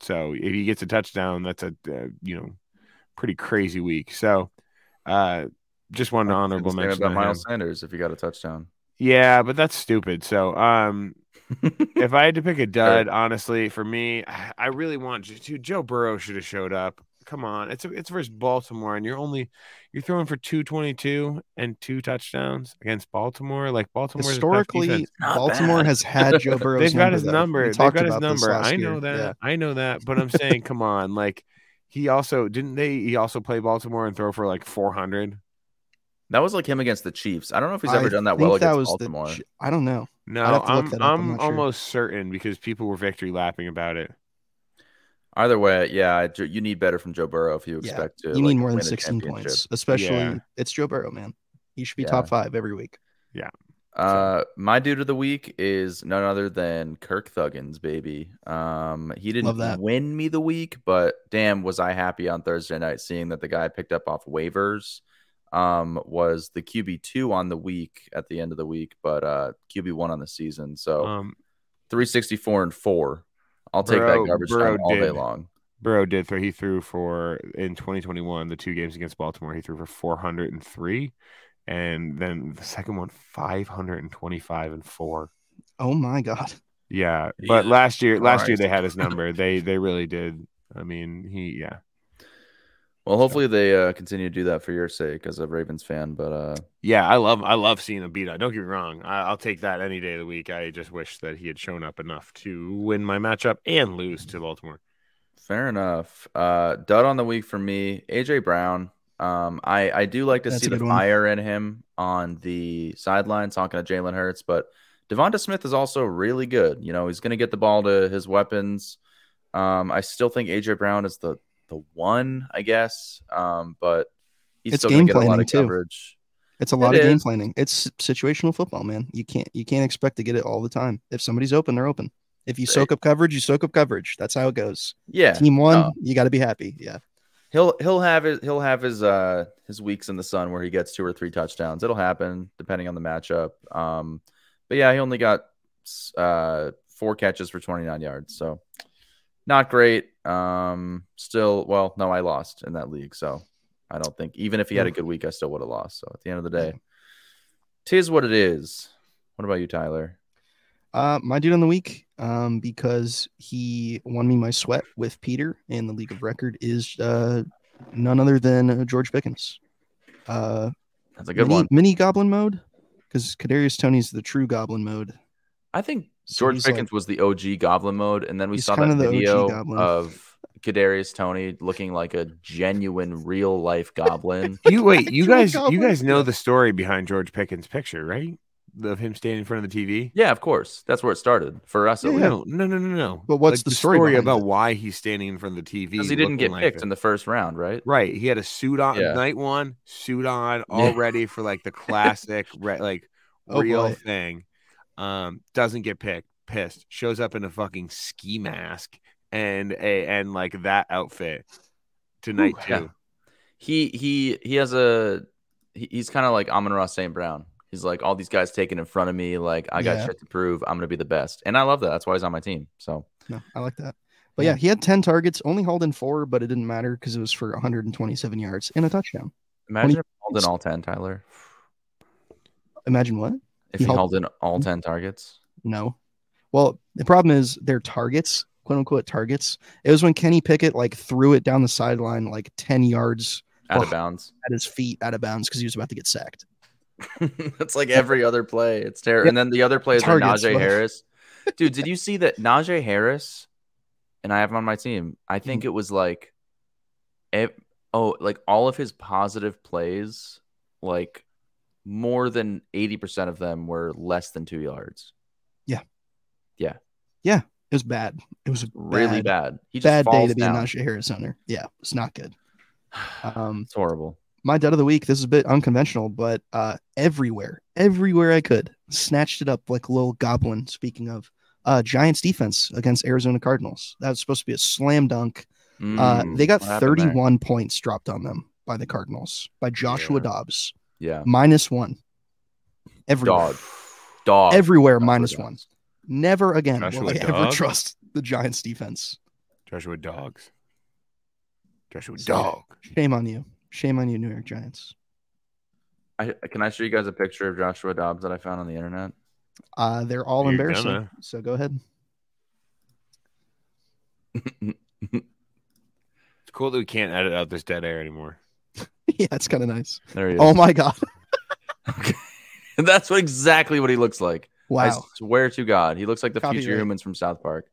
Speaker 2: so if he gets a touchdown, that's a uh, you know pretty crazy week. So, uh, just one honorable
Speaker 3: Same
Speaker 2: mention.
Speaker 3: about
Speaker 2: to him.
Speaker 3: Miles Sanders if you got a touchdown.
Speaker 2: Yeah, but that's stupid. So, um, if I had to pick a dud, honestly, for me, I I really want to. dude, Joe Burrow should have showed up. Come on, it's it's versus Baltimore, and you're only you're throwing for two twenty two and two touchdowns against Baltimore. Like Baltimore
Speaker 4: Historically,
Speaker 3: Not
Speaker 4: Baltimore
Speaker 3: bad.
Speaker 4: has had Joe Burrow's
Speaker 2: they've got
Speaker 4: number.
Speaker 2: his
Speaker 4: though. We
Speaker 2: number. They've
Speaker 4: talked
Speaker 2: got his
Speaker 4: about this
Speaker 2: number.
Speaker 4: last
Speaker 2: I know
Speaker 4: year.
Speaker 2: that.
Speaker 4: Yeah.
Speaker 2: I know that. But I'm saying, come on, like he also didn't they? He also play Baltimore and throw for like four hundred.
Speaker 3: That was like him against the Chiefs. I don't know if he's ever
Speaker 4: I
Speaker 3: done that well
Speaker 4: think
Speaker 3: against
Speaker 4: was the
Speaker 3: Baltimore.
Speaker 4: ch- I don't know.
Speaker 2: No,
Speaker 4: I'd have to look
Speaker 2: I'm
Speaker 4: that up. I'm
Speaker 2: I'm
Speaker 4: not sure.
Speaker 2: almost certain because people were victory lapping about it.
Speaker 3: Either way, yeah, I- you need better from Joe Burrow if you
Speaker 4: Yeah.
Speaker 3: expect to.
Speaker 4: You
Speaker 3: like,
Speaker 4: need more
Speaker 3: win
Speaker 4: than
Speaker 3: a
Speaker 4: 16
Speaker 3: championship.
Speaker 4: points, especially
Speaker 2: Yeah.
Speaker 4: it's Joe Burrow, man. He should be
Speaker 3: Yeah.
Speaker 4: top five every week.
Speaker 3: Uh, my dude of the week is none other than Kirk Thuggins, baby. Um, he
Speaker 4: Love
Speaker 3: didn't
Speaker 4: that.
Speaker 3: win me the week, but damn, was I happy on Thursday night seeing that the guy I picked up off waivers. Um, was the QB two on the week at the end of the week, but uh, QB one on the season.
Speaker 4: Oh.
Speaker 3: So
Speaker 2: Um,
Speaker 3: three sixty four and four. I'll take
Speaker 2: Burrow-
Speaker 3: that garbage
Speaker 2: Burrow
Speaker 3: time all day
Speaker 2: did.
Speaker 3: long.
Speaker 2: Burrow did throw. He threw for in 2021 the two games against Baltimore. He threw for 403, and then the second one 525 and four.
Speaker 4: Oh my God.
Speaker 2: Yeah,
Speaker 3: Jesus
Speaker 2: but last year, last year
Speaker 3: Christ.
Speaker 2: they had his number. They they really did. I mean, he yeah
Speaker 3: Well, hopefully they uh, continue to do that for your sake as a Ravens fan. But uh,
Speaker 2: yeah. I love I love seeing him beat up. Don't get me wrong. I, I'll take that any day of the week. I just wish that he had shown up enough to win my matchup and lose to Baltimore.
Speaker 3: fair enough. Uh, dud on the week for me, AJ Brown. Um, I I do like to
Speaker 4: That's
Speaker 3: see
Speaker 4: a
Speaker 3: the
Speaker 4: good one.
Speaker 3: fire in him on the sideline talking to Jalen Hurts, but Devonta Smith is also really good. You know, he's going to get the ball to his weapons. Um, I still think AJ Brown is the the one, I guess. Um, but he's
Speaker 4: It's
Speaker 3: still going to
Speaker 4: game
Speaker 3: get a lot
Speaker 4: planning,
Speaker 3: of
Speaker 4: too.
Speaker 3: coverage.
Speaker 4: It's a lot of game
Speaker 3: is.
Speaker 4: planning. It's situational football, man. You can't you can't expect to get it all the time. If somebody's open, they're open. If you
Speaker 3: Right.
Speaker 4: soak up coverage, you soak up coverage. That's how it goes.
Speaker 3: Yeah,
Speaker 4: Team one,
Speaker 3: Oh.
Speaker 4: you got to be happy. Yeah.
Speaker 3: he'll he'll have his he'll have his uh his weeks in the sun where he gets two or three touchdowns. It'll happen depending on the matchup. Um, but yeah, he only got uh four catches for 29 yards, so not great. Um, still, well, no, I lost in that league, so I don't think even if he had a good week, I still would have lost. So at the end of the day, tis what it is. What about you, Tyler?
Speaker 4: Uh, my dude on the week, um, because he won me my sweat with Peter in the league of record is uh, none other than uh, George Pickens. Uh,
Speaker 3: That's a good
Speaker 4: mini,
Speaker 3: one.
Speaker 4: Mini Goblin mode. because Kadarius Tony's the true Goblin mode.
Speaker 3: I think
Speaker 4: So
Speaker 3: George
Speaker 4: he's like-
Speaker 3: Pickens was the OG Goblin mode, and then we
Speaker 4: He's
Speaker 3: saw
Speaker 4: kinda
Speaker 3: that
Speaker 4: the OG
Speaker 3: video
Speaker 4: Goblin.
Speaker 3: of Kadarius Tony looking like a genuine, real life Goblin.
Speaker 2: You wait, you
Speaker 4: True
Speaker 2: guys, you
Speaker 4: Goblin.
Speaker 2: guys know the story behind George Pickens' picture, right? Of him standing in front of the TV.
Speaker 3: yeah, of course, that's where it started for us. at least.
Speaker 2: No, no, no, no, no.
Speaker 4: But what's
Speaker 2: Like,
Speaker 4: the story behind
Speaker 2: about
Speaker 4: it?
Speaker 2: why he's standing in front of the TV?
Speaker 3: because he didn't
Speaker 2: looking
Speaker 3: get
Speaker 2: like
Speaker 3: picked
Speaker 2: that?
Speaker 3: in the first round, right?
Speaker 2: Right. He had a suit on
Speaker 3: Yeah.
Speaker 2: night one, suit on, all
Speaker 3: Yeah.
Speaker 2: ready for like the classic, re- like
Speaker 4: Oh,
Speaker 2: real
Speaker 4: boy.
Speaker 2: thing. Um, doesn't get picked, pissed, shows up in a fucking ski mask and a and like that outfit tonight
Speaker 3: Ooh,
Speaker 2: too.
Speaker 3: yeah. He he he has a he- he's kind of like Amon Ross St. Brown. He's like all these guys taken in front of me. Like I got
Speaker 4: Yeah.
Speaker 3: shit to prove. I'm gonna be the best, and I love that. That's why he's on my team. So
Speaker 4: No, I like that. But yeah, he had 10 targets, only hauled in four, but it didn't matter because it was for 127 yards and a touchdown.
Speaker 3: imagine
Speaker 4: he-
Speaker 3: if he hauled in all ten, Tyler.
Speaker 4: Imagine what?
Speaker 3: If he,
Speaker 4: He hauled-
Speaker 3: hauled in all ten targets,
Speaker 4: No. Well, the problem is their targets, quote unquote targets. It was when Kenny Pickett like threw it down the sideline like 10 yards
Speaker 3: out of
Speaker 4: Oh.
Speaker 3: bounds.
Speaker 4: at his feet out of bounds because he was about to get sacked.
Speaker 3: That's like every other play. It's terrible.
Speaker 4: Yeah.
Speaker 3: And then the other plays are
Speaker 4: Targets,
Speaker 3: Najee
Speaker 4: bro.
Speaker 3: Harris. Dude, did you see that Najee Harris? And I have him on my team. I think
Speaker 4: Mm-hmm.
Speaker 3: it was like, ev- oh, like all of his positive plays, like more than eighty percent of them were less than two yards.
Speaker 4: It was bad. It was a
Speaker 3: Really
Speaker 4: bad,
Speaker 3: bad. He just
Speaker 4: bad day
Speaker 3: falls
Speaker 4: to be
Speaker 3: down.
Speaker 4: a Najee Harris owner. Yeah, it's not good. Um,
Speaker 3: it's horrible.
Speaker 4: my dead of the week. This is a bit unconventional, but uh, everywhere, everywhere I could, snatched it up like a little goblin. Speaking of uh, Giants defense against Arizona Cardinals, that was supposed to be a slam dunk. Uh,
Speaker 3: Mm,
Speaker 4: they got
Speaker 3: what happened there?
Speaker 4: 31 points dropped on them by the Cardinals by Joshua
Speaker 3: Yeah.
Speaker 4: Dobbs,
Speaker 3: Yeah.
Speaker 4: minus one. Everywhere,
Speaker 3: Dog. Dog.
Speaker 4: everywhere,
Speaker 3: Joshua
Speaker 4: minus
Speaker 3: Dobbs.
Speaker 4: one. Never again will
Speaker 2: Joshua
Speaker 4: I ever
Speaker 2: Dobbs?
Speaker 4: trust the Giants defense.
Speaker 2: Joshua Dogs. Joshua
Speaker 4: So-
Speaker 2: Dog.
Speaker 4: Shame on you. Shame on you, New York Giants.
Speaker 3: I, can I show you guys a picture of Joshua Dobbs that I found on the internet?
Speaker 4: Uh, they're all
Speaker 2: You're
Speaker 4: embarrassing.
Speaker 2: gonna.
Speaker 4: So go ahead.
Speaker 2: It's cool that we can't edit out this dead air anymore.
Speaker 4: yeah, it's kind of nice.
Speaker 3: There he is.
Speaker 4: Oh my god!
Speaker 3: That's what exactly what he looks like. I
Speaker 4: Wow.
Speaker 3: swear to God, he looks like the future
Speaker 4: Copyright.
Speaker 3: humans from South Park.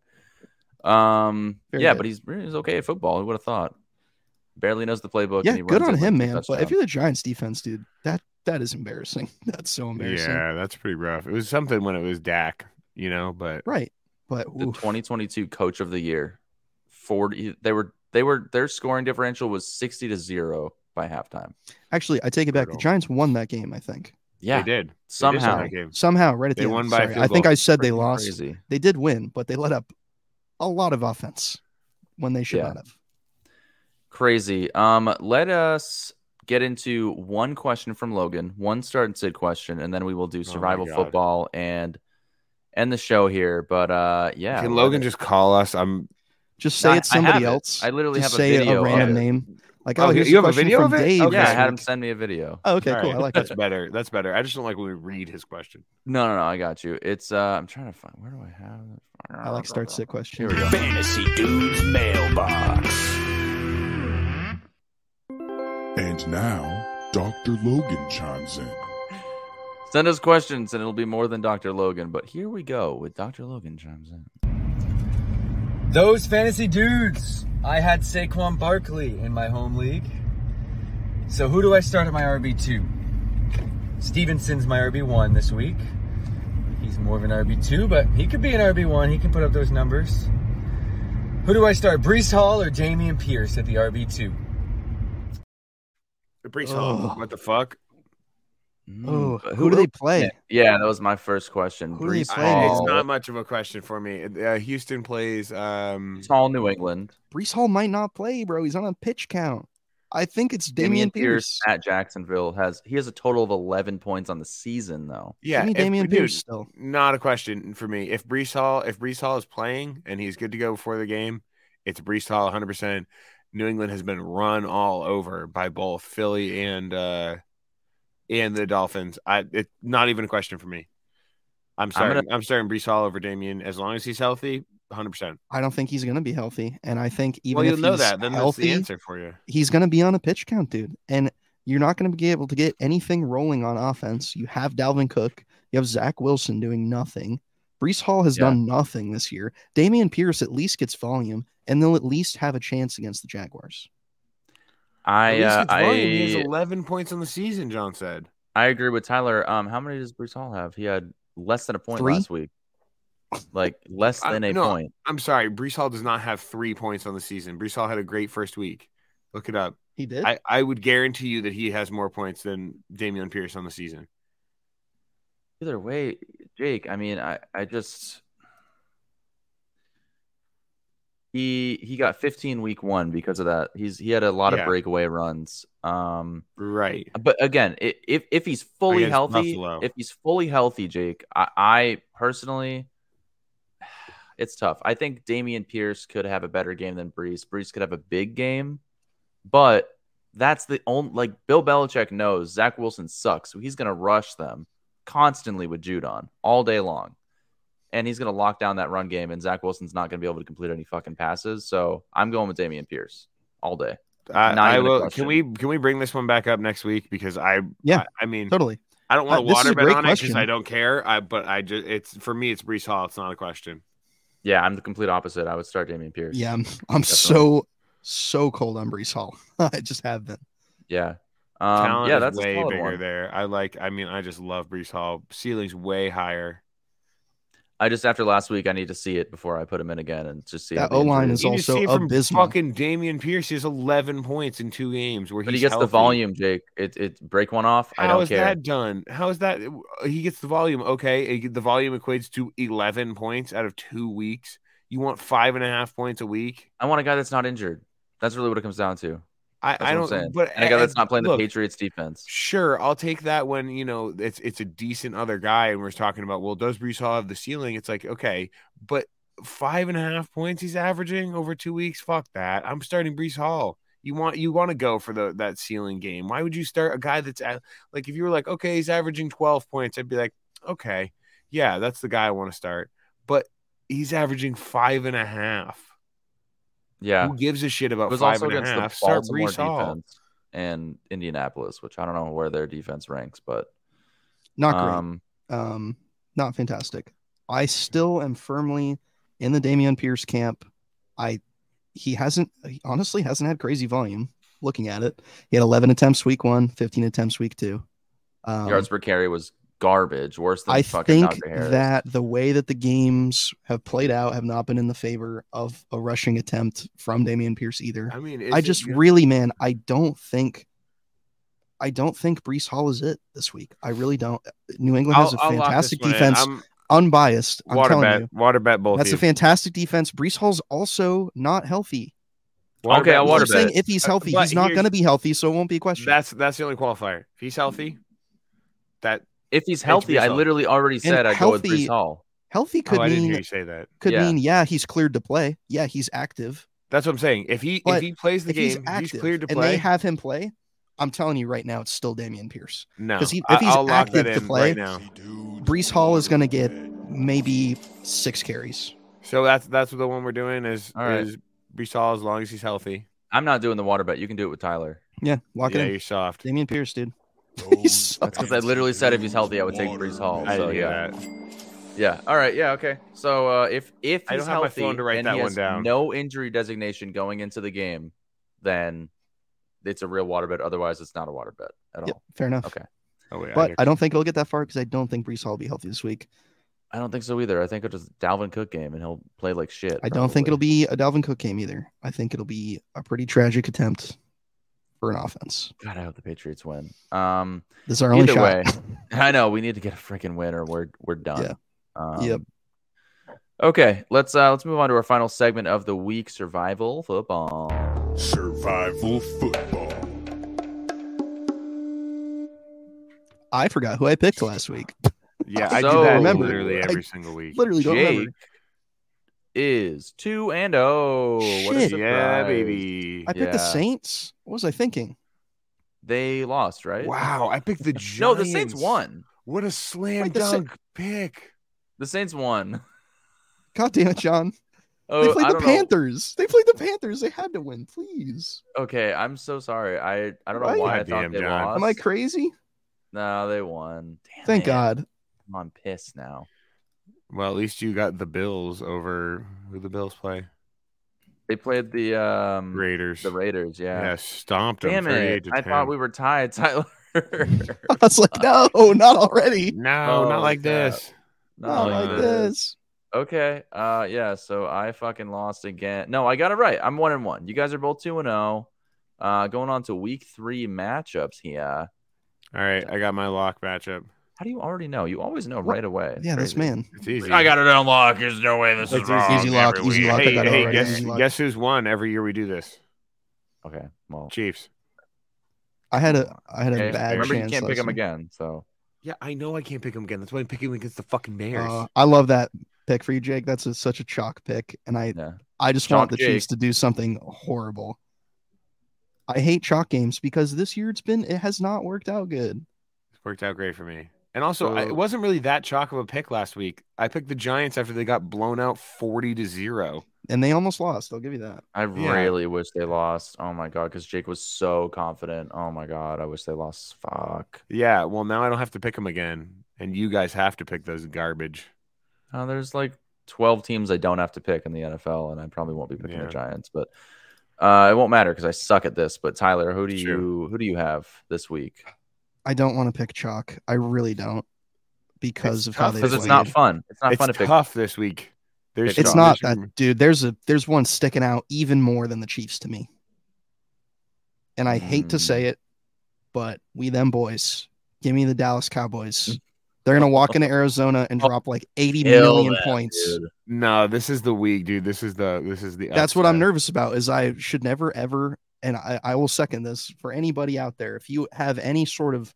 Speaker 3: Um,
Speaker 4: Very
Speaker 3: yeah,
Speaker 4: good.
Speaker 3: but he's he's okay at football. Who would have thought? Barely knows the playbook.
Speaker 4: Yeah,
Speaker 3: and he
Speaker 4: good
Speaker 3: runs
Speaker 4: on
Speaker 3: it like
Speaker 4: him,
Speaker 3: a
Speaker 4: man. But
Speaker 3: touchdown.
Speaker 4: if you're the Giants defense, dude, that that is embarrassing. That's so embarrassing.
Speaker 2: Yeah, that's pretty rough. It was something when it was Dak, you know, but
Speaker 4: Right. But
Speaker 3: the
Speaker 4: oof.
Speaker 3: 2022 Coach of the Year, forty. They were they were their scoring differential was 60 to zero by halftime.
Speaker 4: actually, I take it back. The
Speaker 2: Brutal.
Speaker 4: Giants won that game. I think
Speaker 3: Yeah,
Speaker 2: they did. They did win
Speaker 3: somehow
Speaker 2: that game.
Speaker 4: somehow right at the
Speaker 2: They
Speaker 4: end.
Speaker 2: won by a
Speaker 4: Sorry,
Speaker 2: field
Speaker 4: I think
Speaker 2: goal.
Speaker 4: I said they
Speaker 3: Freaking
Speaker 4: lost.
Speaker 3: Crazy.
Speaker 4: They did win, but they let up a lot of offense when they should
Speaker 3: Yeah.
Speaker 4: not have.
Speaker 3: Crazy. Um, let us get into one question from Logan, one start and sit question, and then we will do
Speaker 2: my
Speaker 3: survival
Speaker 2: God.
Speaker 3: football and end the show here. But uh, yeah,
Speaker 2: Can
Speaker 3: let
Speaker 2: Logan
Speaker 3: it-
Speaker 2: just call us? I'm
Speaker 4: Just say
Speaker 3: I-
Speaker 4: it's
Speaker 3: I have
Speaker 4: somebody
Speaker 3: it.
Speaker 4: else.
Speaker 3: I literally
Speaker 4: Just
Speaker 3: have a
Speaker 4: say
Speaker 3: video.
Speaker 4: a random
Speaker 3: of it.
Speaker 4: name. Like,
Speaker 2: Oh,
Speaker 4: oh,
Speaker 2: you-
Speaker 4: here's
Speaker 2: you
Speaker 4: a
Speaker 2: have a
Speaker 4: question
Speaker 2: video
Speaker 4: from
Speaker 2: of it?
Speaker 4: Dave.
Speaker 2: Okay.
Speaker 3: Yeah, I
Speaker 4: this
Speaker 3: had him
Speaker 4: week.
Speaker 3: send me a video.
Speaker 4: Oh, okay,
Speaker 2: All
Speaker 4: cool.
Speaker 2: right,
Speaker 4: I like
Speaker 2: that's
Speaker 4: that.
Speaker 2: better. That's better. I just don't like when we read his question.
Speaker 3: No, no, no, I got you. It's uh, I'm trying to find where do I have?
Speaker 4: I like start sit
Speaker 3: Here
Speaker 4: question.
Speaker 3: we go.
Speaker 6: Fantasy Dudes Mailbox.
Speaker 1: And now, Dr. Logan chimes in.
Speaker 3: Send us questions, and it'll be more than Dr. Logan. But here we go with Dr. Logan chimes in.
Speaker 7: Those fantasy dudes. I had Saquon Barkley in my home league. So who do I start at my RB2? Stevenson's my RB1 this week. He's more of an RB2, but he could be an RB1. He can put up those numbers. Who do I start, Brees Hall or Damian Pierce at the RB2?
Speaker 2: Brees
Speaker 4: Hall, Ugh.
Speaker 2: what the fuck?
Speaker 3: Mm,
Speaker 4: Oh,
Speaker 3: but
Speaker 4: who do they play?
Speaker 3: Yeah, that was my first question.
Speaker 4: Who do they
Speaker 3: Brees
Speaker 4: play next?
Speaker 2: It's
Speaker 3: Hall,
Speaker 2: not much of a question for me. Uh, Houston plays. Um,
Speaker 3: Brees Hall, New England.
Speaker 4: Brees Hall might not play, bro. He's on a pitch count. I think it's Damian, Pierce.
Speaker 3: at Jacksonville has he has a total of eleven points on the season though.
Speaker 2: yeah,
Speaker 4: Give me
Speaker 2: if-
Speaker 4: Damian
Speaker 2: dude,
Speaker 4: Pierce still.
Speaker 2: Not a question for me. If Brees Hall, if Brees Hall is playing and he's good to go before the game, it's Brees Hall 100. percent New England has been run all over by both Philly and uh and the Dolphins. I it's not even a question for me. I'm starting. I'm, starting Brees Hall over Damien as long as he's healthy. 100. percent
Speaker 4: I don't think he's going to be healthy, and I think even
Speaker 2: Well, you'll
Speaker 4: if
Speaker 2: know
Speaker 4: he's
Speaker 2: that. Then
Speaker 4: healthy,
Speaker 2: that's the answer for you.
Speaker 4: he's going to be on a pitch count, dude. And You're not going to be able to get anything rolling on offense. You have Dalvin Cook. You have Zach Wilson doing nothing. Brees Hall has
Speaker 3: Yeah.
Speaker 4: done nothing this year. Damian Pierce at least gets volume, and they'll at least have a chance against the Jaguars.
Speaker 3: I
Speaker 2: At least
Speaker 3: uh,
Speaker 2: it's volume. He has
Speaker 3: I,
Speaker 2: 11 points on the season, John said.
Speaker 3: I agree with Tyler. Um, how many does Bruce Hall have? He had less than a point
Speaker 4: Three?
Speaker 3: last week. Like less
Speaker 2: I-
Speaker 3: than a
Speaker 2: no.
Speaker 3: point.
Speaker 2: I'm sorry. Brees Hall does not have three points on the season. Brees Hall had a great first week. Look it up.
Speaker 4: He did.
Speaker 2: I, I would guarantee you that he has more points than Damian Pierce on the season.
Speaker 3: Either way, Jake. I mean, I I just he he got 15 week one because of that. He's he had a lot
Speaker 2: Yeah.
Speaker 3: of breakaway runs. Um,
Speaker 2: Right.
Speaker 3: But again, i- if if he's fully
Speaker 2: Against
Speaker 3: healthy,
Speaker 2: Buffalo.
Speaker 3: if he's fully healthy, Jake, I, I personally, it's tough. I think Damian Pierce could have a better game than Brees. Brees could have a big game, but that's the only like Bill Belichick knows Zach Wilson sucks, so he's gonna rush them constantly with Judon all day long, and he's gonna lock down that run game, and Zach Wilson's not gonna be able to complete any fucking passes. So I'm going with Damian Pierce all day.
Speaker 2: I,
Speaker 3: Not
Speaker 2: I
Speaker 3: even a
Speaker 2: will.
Speaker 3: question.
Speaker 2: Can we can we bring this one back up next week? Because I
Speaker 4: Yeah.
Speaker 2: I, I mean
Speaker 4: totally.
Speaker 2: I don't want
Speaker 4: Uh,
Speaker 2: to
Speaker 4: this is a
Speaker 2: water bet
Speaker 4: great
Speaker 2: on it because
Speaker 4: question.
Speaker 2: I don't care. I but I just it's for me it's Brees Hall. It's not a question.
Speaker 3: Yeah, I'm the complete opposite. I would start Damian Pierce.
Speaker 4: Yeah, I'm, I'm so so cold on Brees Hall. I just have been.
Speaker 3: Yeah. Um,
Speaker 2: Talent
Speaker 3: yeah,
Speaker 2: is
Speaker 3: that's
Speaker 2: way
Speaker 3: a solid
Speaker 2: bigger
Speaker 3: one.
Speaker 2: there. I like. I mean, I just love Brees Hall. Ceiling's way higher.
Speaker 3: I just after last week, I need to see it before I put him in again and just see.
Speaker 4: That
Speaker 3: how the
Speaker 4: O-line
Speaker 3: injury
Speaker 4: is
Speaker 2: You just
Speaker 4: also
Speaker 2: see from
Speaker 4: abysmal.
Speaker 2: fucking Damian Pierce. He has 11 points in two games where
Speaker 3: But
Speaker 2: he's
Speaker 3: he gets
Speaker 2: healthy.
Speaker 3: the volume, Jake. It it break one off. I
Speaker 2: How
Speaker 3: don't
Speaker 2: is
Speaker 3: care.
Speaker 2: that done? How is that? uh, He gets the volume. Okay, It- the volume equates to 11 points out of two weeks. You want five and a half points a week?
Speaker 3: I want a guy that's not injured. That's really what it comes down to.
Speaker 2: I,
Speaker 3: That's
Speaker 2: I
Speaker 3: what
Speaker 2: don't.
Speaker 3: I'm saying.
Speaker 2: But
Speaker 3: And a guy that's
Speaker 2: I-
Speaker 3: not playing
Speaker 2: look,
Speaker 3: the Patriots defense.
Speaker 2: Sure, I'll take that when you know it's it's a decent other guy, and we're talking about well, does Brees Hall have the ceiling? It's like okay, but five and a half points he's averaging over two weeks. Fuck that. I'm starting Brees Hall. You want you want to go for the that ceiling game? Why would you start a guy that's at, like if you were like okay, he's averaging twelve points, I'd be like okay, yeah, that's the guy I want to start. But he's averaging five and a half.
Speaker 3: Yeah,
Speaker 2: Who gives a shit
Speaker 3: it
Speaker 2: about
Speaker 3: was
Speaker 2: five
Speaker 3: also
Speaker 2: and a half?
Speaker 3: against the
Speaker 2: Start
Speaker 3: Baltimore
Speaker 2: Brees Hall.
Speaker 3: defense and Indianapolis, which I don't know where their defense ranks, but
Speaker 4: Not great.
Speaker 3: um,
Speaker 4: um, not fantastic. I still am firmly in the Damian Pierce camp. I he hasn't he honestly hasn't had crazy volume. Looking at it, he had 11 attempts week one, 15 attempts week two. Um,
Speaker 3: yards per carry was garbage, worse than
Speaker 4: I
Speaker 3: fucking
Speaker 4: think
Speaker 3: Najee Harris.
Speaker 4: that the way that the games have played out have not been in the favor of a rushing attempt from Damian Pierce either.
Speaker 2: I mean,
Speaker 4: I
Speaker 2: is it-
Speaker 4: just really, man, I don't think, I don't think Brees Hall is it this week. I really don't. New England has a
Speaker 2: I'll- I'll lock this
Speaker 4: fantastic
Speaker 2: one in.
Speaker 4: defense,
Speaker 2: I'm-
Speaker 4: unbiased. I'm
Speaker 2: Water
Speaker 4: telling
Speaker 2: bet,
Speaker 4: you,
Speaker 2: water bet both.
Speaker 4: that's
Speaker 2: of
Speaker 4: a fantastic defense. Brees Hall's also not healthy.
Speaker 2: you. Water
Speaker 3: Okay,
Speaker 2: bet
Speaker 3: I
Speaker 4: That's
Speaker 2: both
Speaker 4: what
Speaker 3: water
Speaker 4: I'm
Speaker 2: of you.
Speaker 4: saying
Speaker 3: bet.
Speaker 4: if he's
Speaker 2: Uh,
Speaker 4: healthy,
Speaker 2: but
Speaker 4: he's not
Speaker 2: here's-
Speaker 4: going to be healthy, so it won't be a question.
Speaker 2: That's that's the only qualifier. If he's healthy, that
Speaker 3: If he's
Speaker 2: Thanks,
Speaker 3: healthy,
Speaker 2: Brees
Speaker 3: I
Speaker 2: Hall.
Speaker 3: literally already said I go with
Speaker 4: healthy-
Speaker 3: Brees Hall.
Speaker 4: healthy
Speaker 2: oh,
Speaker 4: could
Speaker 2: I didn't hear
Speaker 4: mean
Speaker 2: you say that.
Speaker 4: could
Speaker 3: Yeah.
Speaker 4: mean yeah, he's cleared to play. Yeah, he's active.
Speaker 2: That's what I'm saying. If he if
Speaker 4: But
Speaker 2: he plays the
Speaker 4: if he's
Speaker 2: game, he's,
Speaker 4: active
Speaker 2: cleared to
Speaker 4: and they
Speaker 2: play.
Speaker 4: have him play, I'm telling you right now, it's still Damian Pierce.
Speaker 2: no,
Speaker 4: 'cause he- if
Speaker 2: I-
Speaker 4: he's
Speaker 2: I'll lock that
Speaker 4: active to
Speaker 2: in
Speaker 4: play-
Speaker 2: right now.
Speaker 4: Brees Hall is going to get maybe six carries.
Speaker 2: So that's that's the one we're doing is
Speaker 3: All right.
Speaker 2: is Brees as long as he's healthy.
Speaker 3: I'm not doing the water bet. You can do it with Tyler.
Speaker 4: Yeah, lock
Speaker 2: yeah,
Speaker 4: it in.
Speaker 2: you're soft.
Speaker 4: Damian Pierce, dude.
Speaker 3: That's because I literally said if he's healthy, I would take Brees Hall.
Speaker 2: I
Speaker 3: So
Speaker 2: didn't hear
Speaker 3: yeah,
Speaker 2: that.
Speaker 3: yeah. All right, yeah, okay. So uh, if if he's
Speaker 2: I don't have my
Speaker 3: healthy
Speaker 2: phone to write
Speaker 3: and
Speaker 2: that
Speaker 3: he
Speaker 2: one
Speaker 3: has
Speaker 2: down.
Speaker 3: no injury designation going into the game, then it's a real water bet. Otherwise, it's not a water bet at
Speaker 4: Yep,
Speaker 3: all.
Speaker 4: fair enough.
Speaker 3: Okay.
Speaker 2: Oh wait,
Speaker 4: But
Speaker 2: I,
Speaker 4: I don't think it'll get that far because I don't think Brees Hall will be healthy this week.
Speaker 3: I don't think so either. I think it'll just Dalvin Cook game and he'll play like shit.
Speaker 4: I don't think it'll
Speaker 3: probably.
Speaker 4: be a Dalvin Cook game either. I think it'll be a pretty tragic attempt for an offense.
Speaker 3: God, I hope the Patriots win. Um,
Speaker 4: This is our only
Speaker 3: Either
Speaker 4: shot.
Speaker 3: way, I know we need to get a freaking win or we're we're done.
Speaker 4: Yeah.
Speaker 3: Um,
Speaker 4: Yep.
Speaker 3: Okay, let's uh let's move on to our final segment of the week, survival football.
Speaker 1: Survival football.
Speaker 4: I forgot who I picked last week.
Speaker 2: yeah, I
Speaker 3: So-
Speaker 2: do that
Speaker 4: Remember,
Speaker 2: literally
Speaker 4: I
Speaker 2: every single week.
Speaker 4: Literally don't
Speaker 3: Jake
Speaker 4: remember.
Speaker 3: is two and oh. What a
Speaker 4: Shit.
Speaker 2: Yeah,
Speaker 3: surprise.
Speaker 2: baby.
Speaker 4: I picked the
Speaker 3: Yeah.
Speaker 4: Saints. What was I thinking?
Speaker 3: They lost, right?
Speaker 2: Wow, Oh, I picked the Giants.
Speaker 3: No, the Saints won.
Speaker 2: What a slam
Speaker 4: Wait, the Sa-
Speaker 2: dunk pick.
Speaker 3: The Saints won.
Speaker 4: God damn it, John. They
Speaker 3: Oh, I
Speaker 4: played the
Speaker 3: don't know.
Speaker 4: Panthers. They played the Panthers. They had to win. Please.
Speaker 3: Okay, I'm so sorry. I I don't know
Speaker 4: Right?
Speaker 3: why I
Speaker 2: Goddamn,
Speaker 3: thought they
Speaker 2: John.
Speaker 3: lost.
Speaker 4: Am I crazy?
Speaker 3: no, they won. Damn
Speaker 4: Thank
Speaker 3: it.
Speaker 4: God.
Speaker 3: I'm on piss now.
Speaker 2: Well, at least you got the Bills over who the Bills play.
Speaker 3: They played the um
Speaker 2: Raiders.
Speaker 3: the Raiders.
Speaker 2: Yeah,
Speaker 3: Yeah.
Speaker 2: stomped
Speaker 3: Damn
Speaker 2: them. 38
Speaker 3: it!
Speaker 2: to
Speaker 3: I
Speaker 2: 10.
Speaker 3: thought we were tied, Tyler.
Speaker 4: Oh, I was like, no, not already.
Speaker 2: No,
Speaker 3: Oh,
Speaker 2: not like
Speaker 3: crap.
Speaker 2: this.
Speaker 4: Not
Speaker 2: like this.
Speaker 4: like this.
Speaker 3: Okay. Uh yeah, so I fucking lost again. No, I got it right. I'm one and one. You guys are both two and oh. Uh going on to week three matchups here.
Speaker 2: All right, I got my lock matchup.
Speaker 3: How do you already know? You always know right away. It's
Speaker 4: Yeah, this
Speaker 3: crazy.
Speaker 4: man.
Speaker 2: It's easy.
Speaker 6: got it on lock. There's no way this
Speaker 2: It's easy. Easy
Speaker 4: lock, easy lock.
Speaker 2: Hey,
Speaker 4: I got it
Speaker 2: hey,
Speaker 4: already.
Speaker 2: guess,
Speaker 4: Easy lock.
Speaker 2: guess who's won every year we do this?
Speaker 3: Okay. Well
Speaker 2: Chiefs.
Speaker 4: I had a I had a
Speaker 3: okay.
Speaker 4: bad
Speaker 3: remember
Speaker 4: chance.
Speaker 3: you can't
Speaker 4: last
Speaker 3: pick them
Speaker 4: night.
Speaker 3: again. So
Speaker 2: Yeah, I know I can't pick him again. That's why I'm picking him against the fucking Bears.
Speaker 4: Uh, I love that pick for you, Jake. That's a, such a chalk pick, and I
Speaker 3: yeah.
Speaker 4: I just
Speaker 3: Chalk
Speaker 4: want the Chiefs
Speaker 3: Jake.
Speaker 4: to do something horrible. I hate chalk games because this year it's been it has not worked out good.
Speaker 2: Worked out great for me. And also, I,
Speaker 4: uh,
Speaker 3: So-
Speaker 2: it wasn't really that chalk of a pick last week. I picked the Giants after they got blown out 40 to 0.
Speaker 4: And they almost lost. I'll give you that.
Speaker 3: I
Speaker 2: Yeah.
Speaker 3: really wish they lost. Oh my god, because Jake was so confident. Oh my god, I wish they lost. Fuck.
Speaker 2: Yeah, well, now I don't have to pick him again. And you guys have to pick those garbage.
Speaker 3: Uh, there's like 12 teams I don't have to pick in the NFL, and I probably won't be picking
Speaker 2: Yeah.
Speaker 3: the Giants, but uh, it won't matter because I suck at this. But Tyler, who do
Speaker 2: It's true.
Speaker 3: you who do you have this week?
Speaker 4: I don't want to pick chalk. I really don't because
Speaker 2: It's
Speaker 4: of how
Speaker 2: tough
Speaker 4: they
Speaker 3: Because
Speaker 4: played.
Speaker 3: it's not fun. It's not
Speaker 2: it's
Speaker 3: fun to pick.
Speaker 2: tough this week. There's
Speaker 3: Pick
Speaker 4: It's
Speaker 3: Chalk.
Speaker 4: not
Speaker 2: there's-
Speaker 4: that dude. There's a there's one sticking out even more than the Chiefs to me. And I hate to
Speaker 3: Mm.
Speaker 4: say it, but we them boys. Give me the Dallas Cowboys. They're gonna walk into Arizona and drop like eighty
Speaker 3: Kill
Speaker 4: million
Speaker 3: that,
Speaker 4: points.
Speaker 3: dude.
Speaker 2: No, this is the week, dude. This is the this is the.
Speaker 4: that's what I'm
Speaker 2: upset.
Speaker 4: nervous about. Is I should never ever, and I, I will second this for anybody out there. If you have any sort of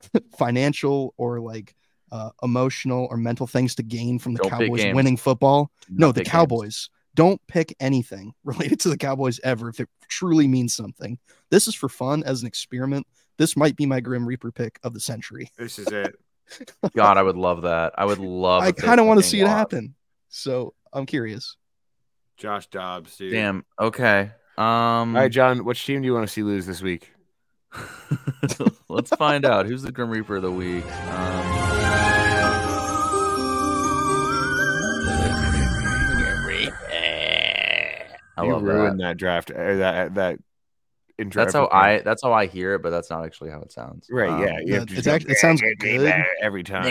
Speaker 4: financial or like uh, emotional or mental things to gain from the
Speaker 3: Don't pick
Speaker 4: Cowboys
Speaker 3: games.
Speaker 4: winning football, no, the
Speaker 3: Pick games.
Speaker 4: Cowboys. Don't pick anything related to the Cowboys ever if it truly means something. This is for fun as an experiment. This might be my Grim Reaper pick of the century.
Speaker 2: This is it.
Speaker 3: God, I would love that. I would love.
Speaker 4: I
Speaker 3: if they
Speaker 4: kind of want to
Speaker 3: fucking
Speaker 4: see it
Speaker 3: lost.
Speaker 4: happen. So I'm curious.
Speaker 2: Josh Dobbs, dude.
Speaker 3: Damn. Okay. Um.
Speaker 2: All right, John. Which team do you want to see lose this week?
Speaker 3: let's find out who's the Grim Reaper of the week. Um, I
Speaker 2: you
Speaker 3: love that.
Speaker 2: ruined that, draft. Or that uh, that. In
Speaker 3: That's how I. That's how I hear it, but that's not actually how it sounds.
Speaker 2: Right.
Speaker 3: Um,
Speaker 2: yeah. You
Speaker 4: Uh,
Speaker 2: have to
Speaker 4: it's
Speaker 2: do
Speaker 4: act- it sounds good.
Speaker 2: every time.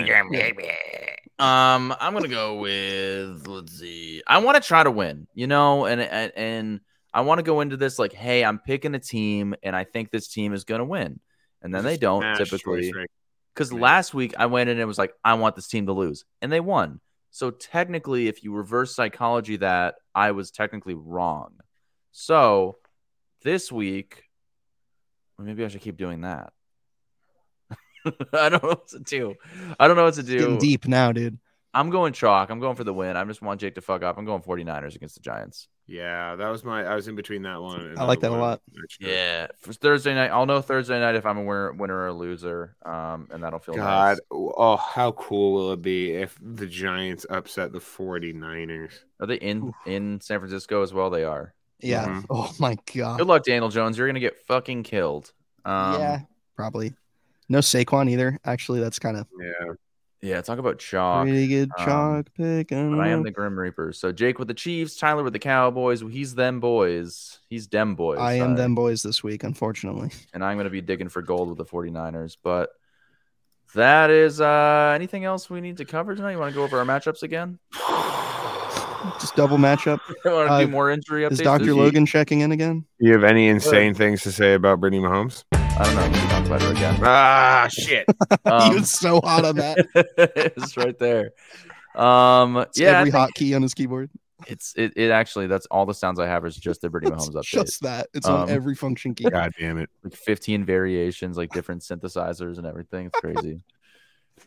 Speaker 3: Um, I'm gonna go with let's see. I want to try to win, you know, and and, and I want to go into this like, hey, I'm picking a team, and I think this team is gonna win, and then they don't
Speaker 2: Smash
Speaker 3: typically.
Speaker 2: choice, right?
Speaker 3: Because
Speaker 2: Yeah.
Speaker 3: last week I went in and was like, I want this team to lose, and they won. So technically, if you reverse psychology, that I was technically wrong. So this week, well, maybe I should keep doing that. I don't know what to do. I don't know what to do.
Speaker 4: Getting deep now, dude.
Speaker 3: I'm going chalk. I'm going for the win. I just want Jake to fuck up. I'm going 49ers against the Giants.
Speaker 2: Yeah, that was my. I was in between that one. and
Speaker 4: I like that a
Speaker 2: one.
Speaker 4: lot.
Speaker 2: Actually.
Speaker 3: Yeah. For Thursday night, I'll know Thursday night if I'm a winner, winner or a loser. Um, and that'll feel
Speaker 2: God,
Speaker 3: nice.
Speaker 2: oh, how cool will it be if the Giants upset the 49ers?
Speaker 3: Are they in in San Francisco as well? They are.
Speaker 4: Yeah.
Speaker 3: Mm-hmm.
Speaker 2: Mhm.
Speaker 4: Oh my god.
Speaker 3: Good luck, Daniel Jones. You're gonna get fucking killed. Um,
Speaker 4: yeah, probably. No Saquon either. Actually, that's kind of
Speaker 2: Yeah.
Speaker 3: Yeah. Talk about chalk.
Speaker 4: pretty good
Speaker 3: um,
Speaker 4: chalk pick. I don't
Speaker 3: But I am
Speaker 4: know.
Speaker 3: the Grim Reaper. So Jake with the Chiefs, Tyler with the Cowboys. He's them boys. He's dem boys.
Speaker 4: Uh, I am
Speaker 3: sorry.
Speaker 4: them boys this week, unfortunately.
Speaker 3: and I'm going to be digging for gold with the 49ers. But that is uh anything else we need to cover tonight? You want to go over our matchups again?
Speaker 4: Just double matchup.
Speaker 3: want to
Speaker 4: Uh,
Speaker 3: do more injury updates?
Speaker 4: Is
Speaker 3: this
Speaker 4: Dr.
Speaker 3: week?
Speaker 4: Logan checking in again?
Speaker 2: Do you have any insane things to say about Brittany Mahomes?
Speaker 3: I don't know. We can talk about her again.
Speaker 2: Ah, shit.
Speaker 4: he
Speaker 3: Um,
Speaker 4: was so hot on that.
Speaker 3: it's right there. Um,
Speaker 4: It's
Speaker 3: yeah, I
Speaker 4: every
Speaker 3: think
Speaker 4: hot key on his keyboard.
Speaker 3: it's it, it. Actually, that's all the sounds I have is just the Brittany
Speaker 4: It's
Speaker 3: Mahomes update.
Speaker 4: Just that. It's
Speaker 3: Um,
Speaker 4: on every function key.
Speaker 2: God damn it.
Speaker 3: like 15 variations, like different synthesizers and everything. It's crazy.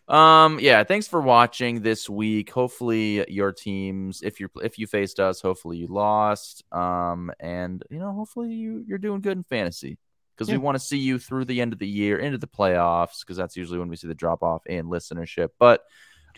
Speaker 3: um, yeah, thanks for watching this week. Hopefully your teams, if you're if you faced us, hopefully you lost. Um, and you know, hopefully you you're doing good in fantasy. Because we
Speaker 4: Yeah.
Speaker 3: want to see you through the end of the year, into the playoffs, because that's usually when we see the drop off in listenership. But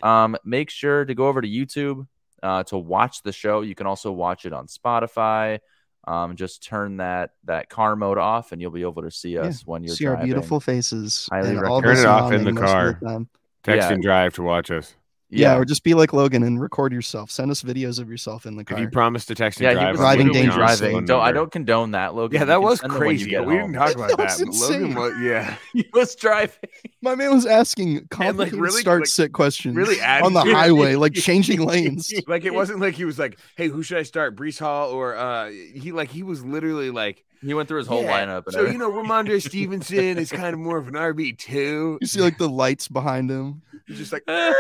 Speaker 3: um, make sure to go over to YouTube, uh, to watch the show. You can also watch it on Spotify. Um, just turn that that car mode off, and you'll be able to see us when you're
Speaker 4: See our
Speaker 3: driving.
Speaker 4: beautiful faces.
Speaker 3: Highly
Speaker 4: and all
Speaker 2: recommend-
Speaker 4: this
Speaker 2: Turn it off
Speaker 4: on
Speaker 2: in the
Speaker 4: most of
Speaker 2: car.
Speaker 4: time.
Speaker 2: Text
Speaker 3: Yeah.
Speaker 2: and drive to watch us.
Speaker 4: Yeah.
Speaker 3: Yeah,
Speaker 4: or just be like Logan and record yourself. Send us videos of yourself in the
Speaker 2: If
Speaker 4: car.
Speaker 2: you promise to text and
Speaker 3: yeah,
Speaker 2: drive,
Speaker 3: he was
Speaker 2: I'll
Speaker 4: Driving
Speaker 2: put you on
Speaker 3: literally
Speaker 2: our
Speaker 4: dangerously.
Speaker 2: phone
Speaker 3: driving. Don't, I
Speaker 2: number.
Speaker 3: don't condone that, Logan.
Speaker 2: Yeah,
Speaker 3: You
Speaker 2: that
Speaker 3: can
Speaker 2: was
Speaker 3: send them when you
Speaker 2: crazy.
Speaker 3: get
Speaker 2: We
Speaker 3: home.
Speaker 2: didn't talk about
Speaker 4: That
Speaker 2: that.
Speaker 4: was
Speaker 2: Logan
Speaker 4: insane.
Speaker 2: was, yeah,
Speaker 3: he was driving.
Speaker 4: My man was asking complicated
Speaker 2: really-
Speaker 4: start
Speaker 2: like,
Speaker 4: sit questions
Speaker 2: really
Speaker 4: on the
Speaker 2: added-
Speaker 4: highway, like changing lanes.
Speaker 2: like it wasn't like he was like, "Hey, who should I start, Brees Hall?" Or uh, he like he was literally like
Speaker 3: He went through his whole
Speaker 2: Yeah,
Speaker 3: lineup. And
Speaker 2: So you know, Ramondre Stevenson is kind of more of an RB two.
Speaker 4: You see like the lights behind him.
Speaker 2: He's just like
Speaker 3: everything.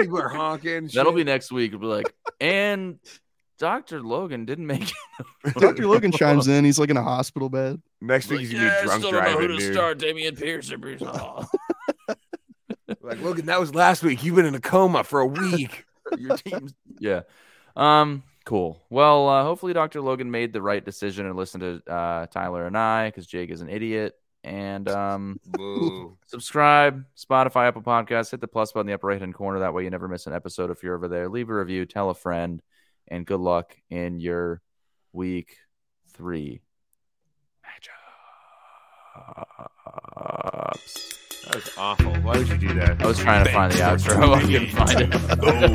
Speaker 2: people are honking. and
Speaker 3: That'll be
Speaker 2: shit.
Speaker 3: next week. It'll be like, and Dr. Logan didn't make it.
Speaker 4: Dr. Logan chimes in. He's like in a hospital bed.
Speaker 2: next week. He's gonna be a drunk driving dude.
Speaker 6: Damian Pierce or Bruce Hall.
Speaker 2: Like Logan, that was last week. You've been in a coma for a week.
Speaker 3: Your team's yeah. Um, cool. Well, uh, hopefully Dr. Logan made the right decision and listened to uh, Tyler and I because Jake is an idiot. And um,
Speaker 2: Whoa.
Speaker 3: subscribe, Spotify, Apple Podcasts, hit the plus button in the upper right hand corner. That way you never miss an episode if you're over there. Leave a review, tell a friend, and good luck in your week three matchups.
Speaker 2: That was awful. Why would you do that?
Speaker 3: I was trying to find the outro. I couldn't find it.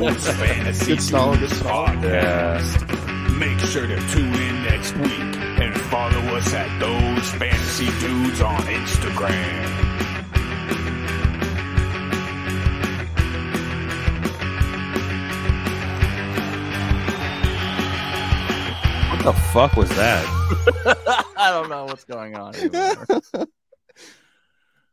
Speaker 1: Those fantasy
Speaker 4: Good solid, good
Speaker 1: Dudes
Speaker 4: solid.
Speaker 1: podcast. Make sure to tune in next week and follow us at Those Fantasy Dudes on Instagram.
Speaker 2: What the fuck was that?
Speaker 3: I don't know what's going on. Anymore.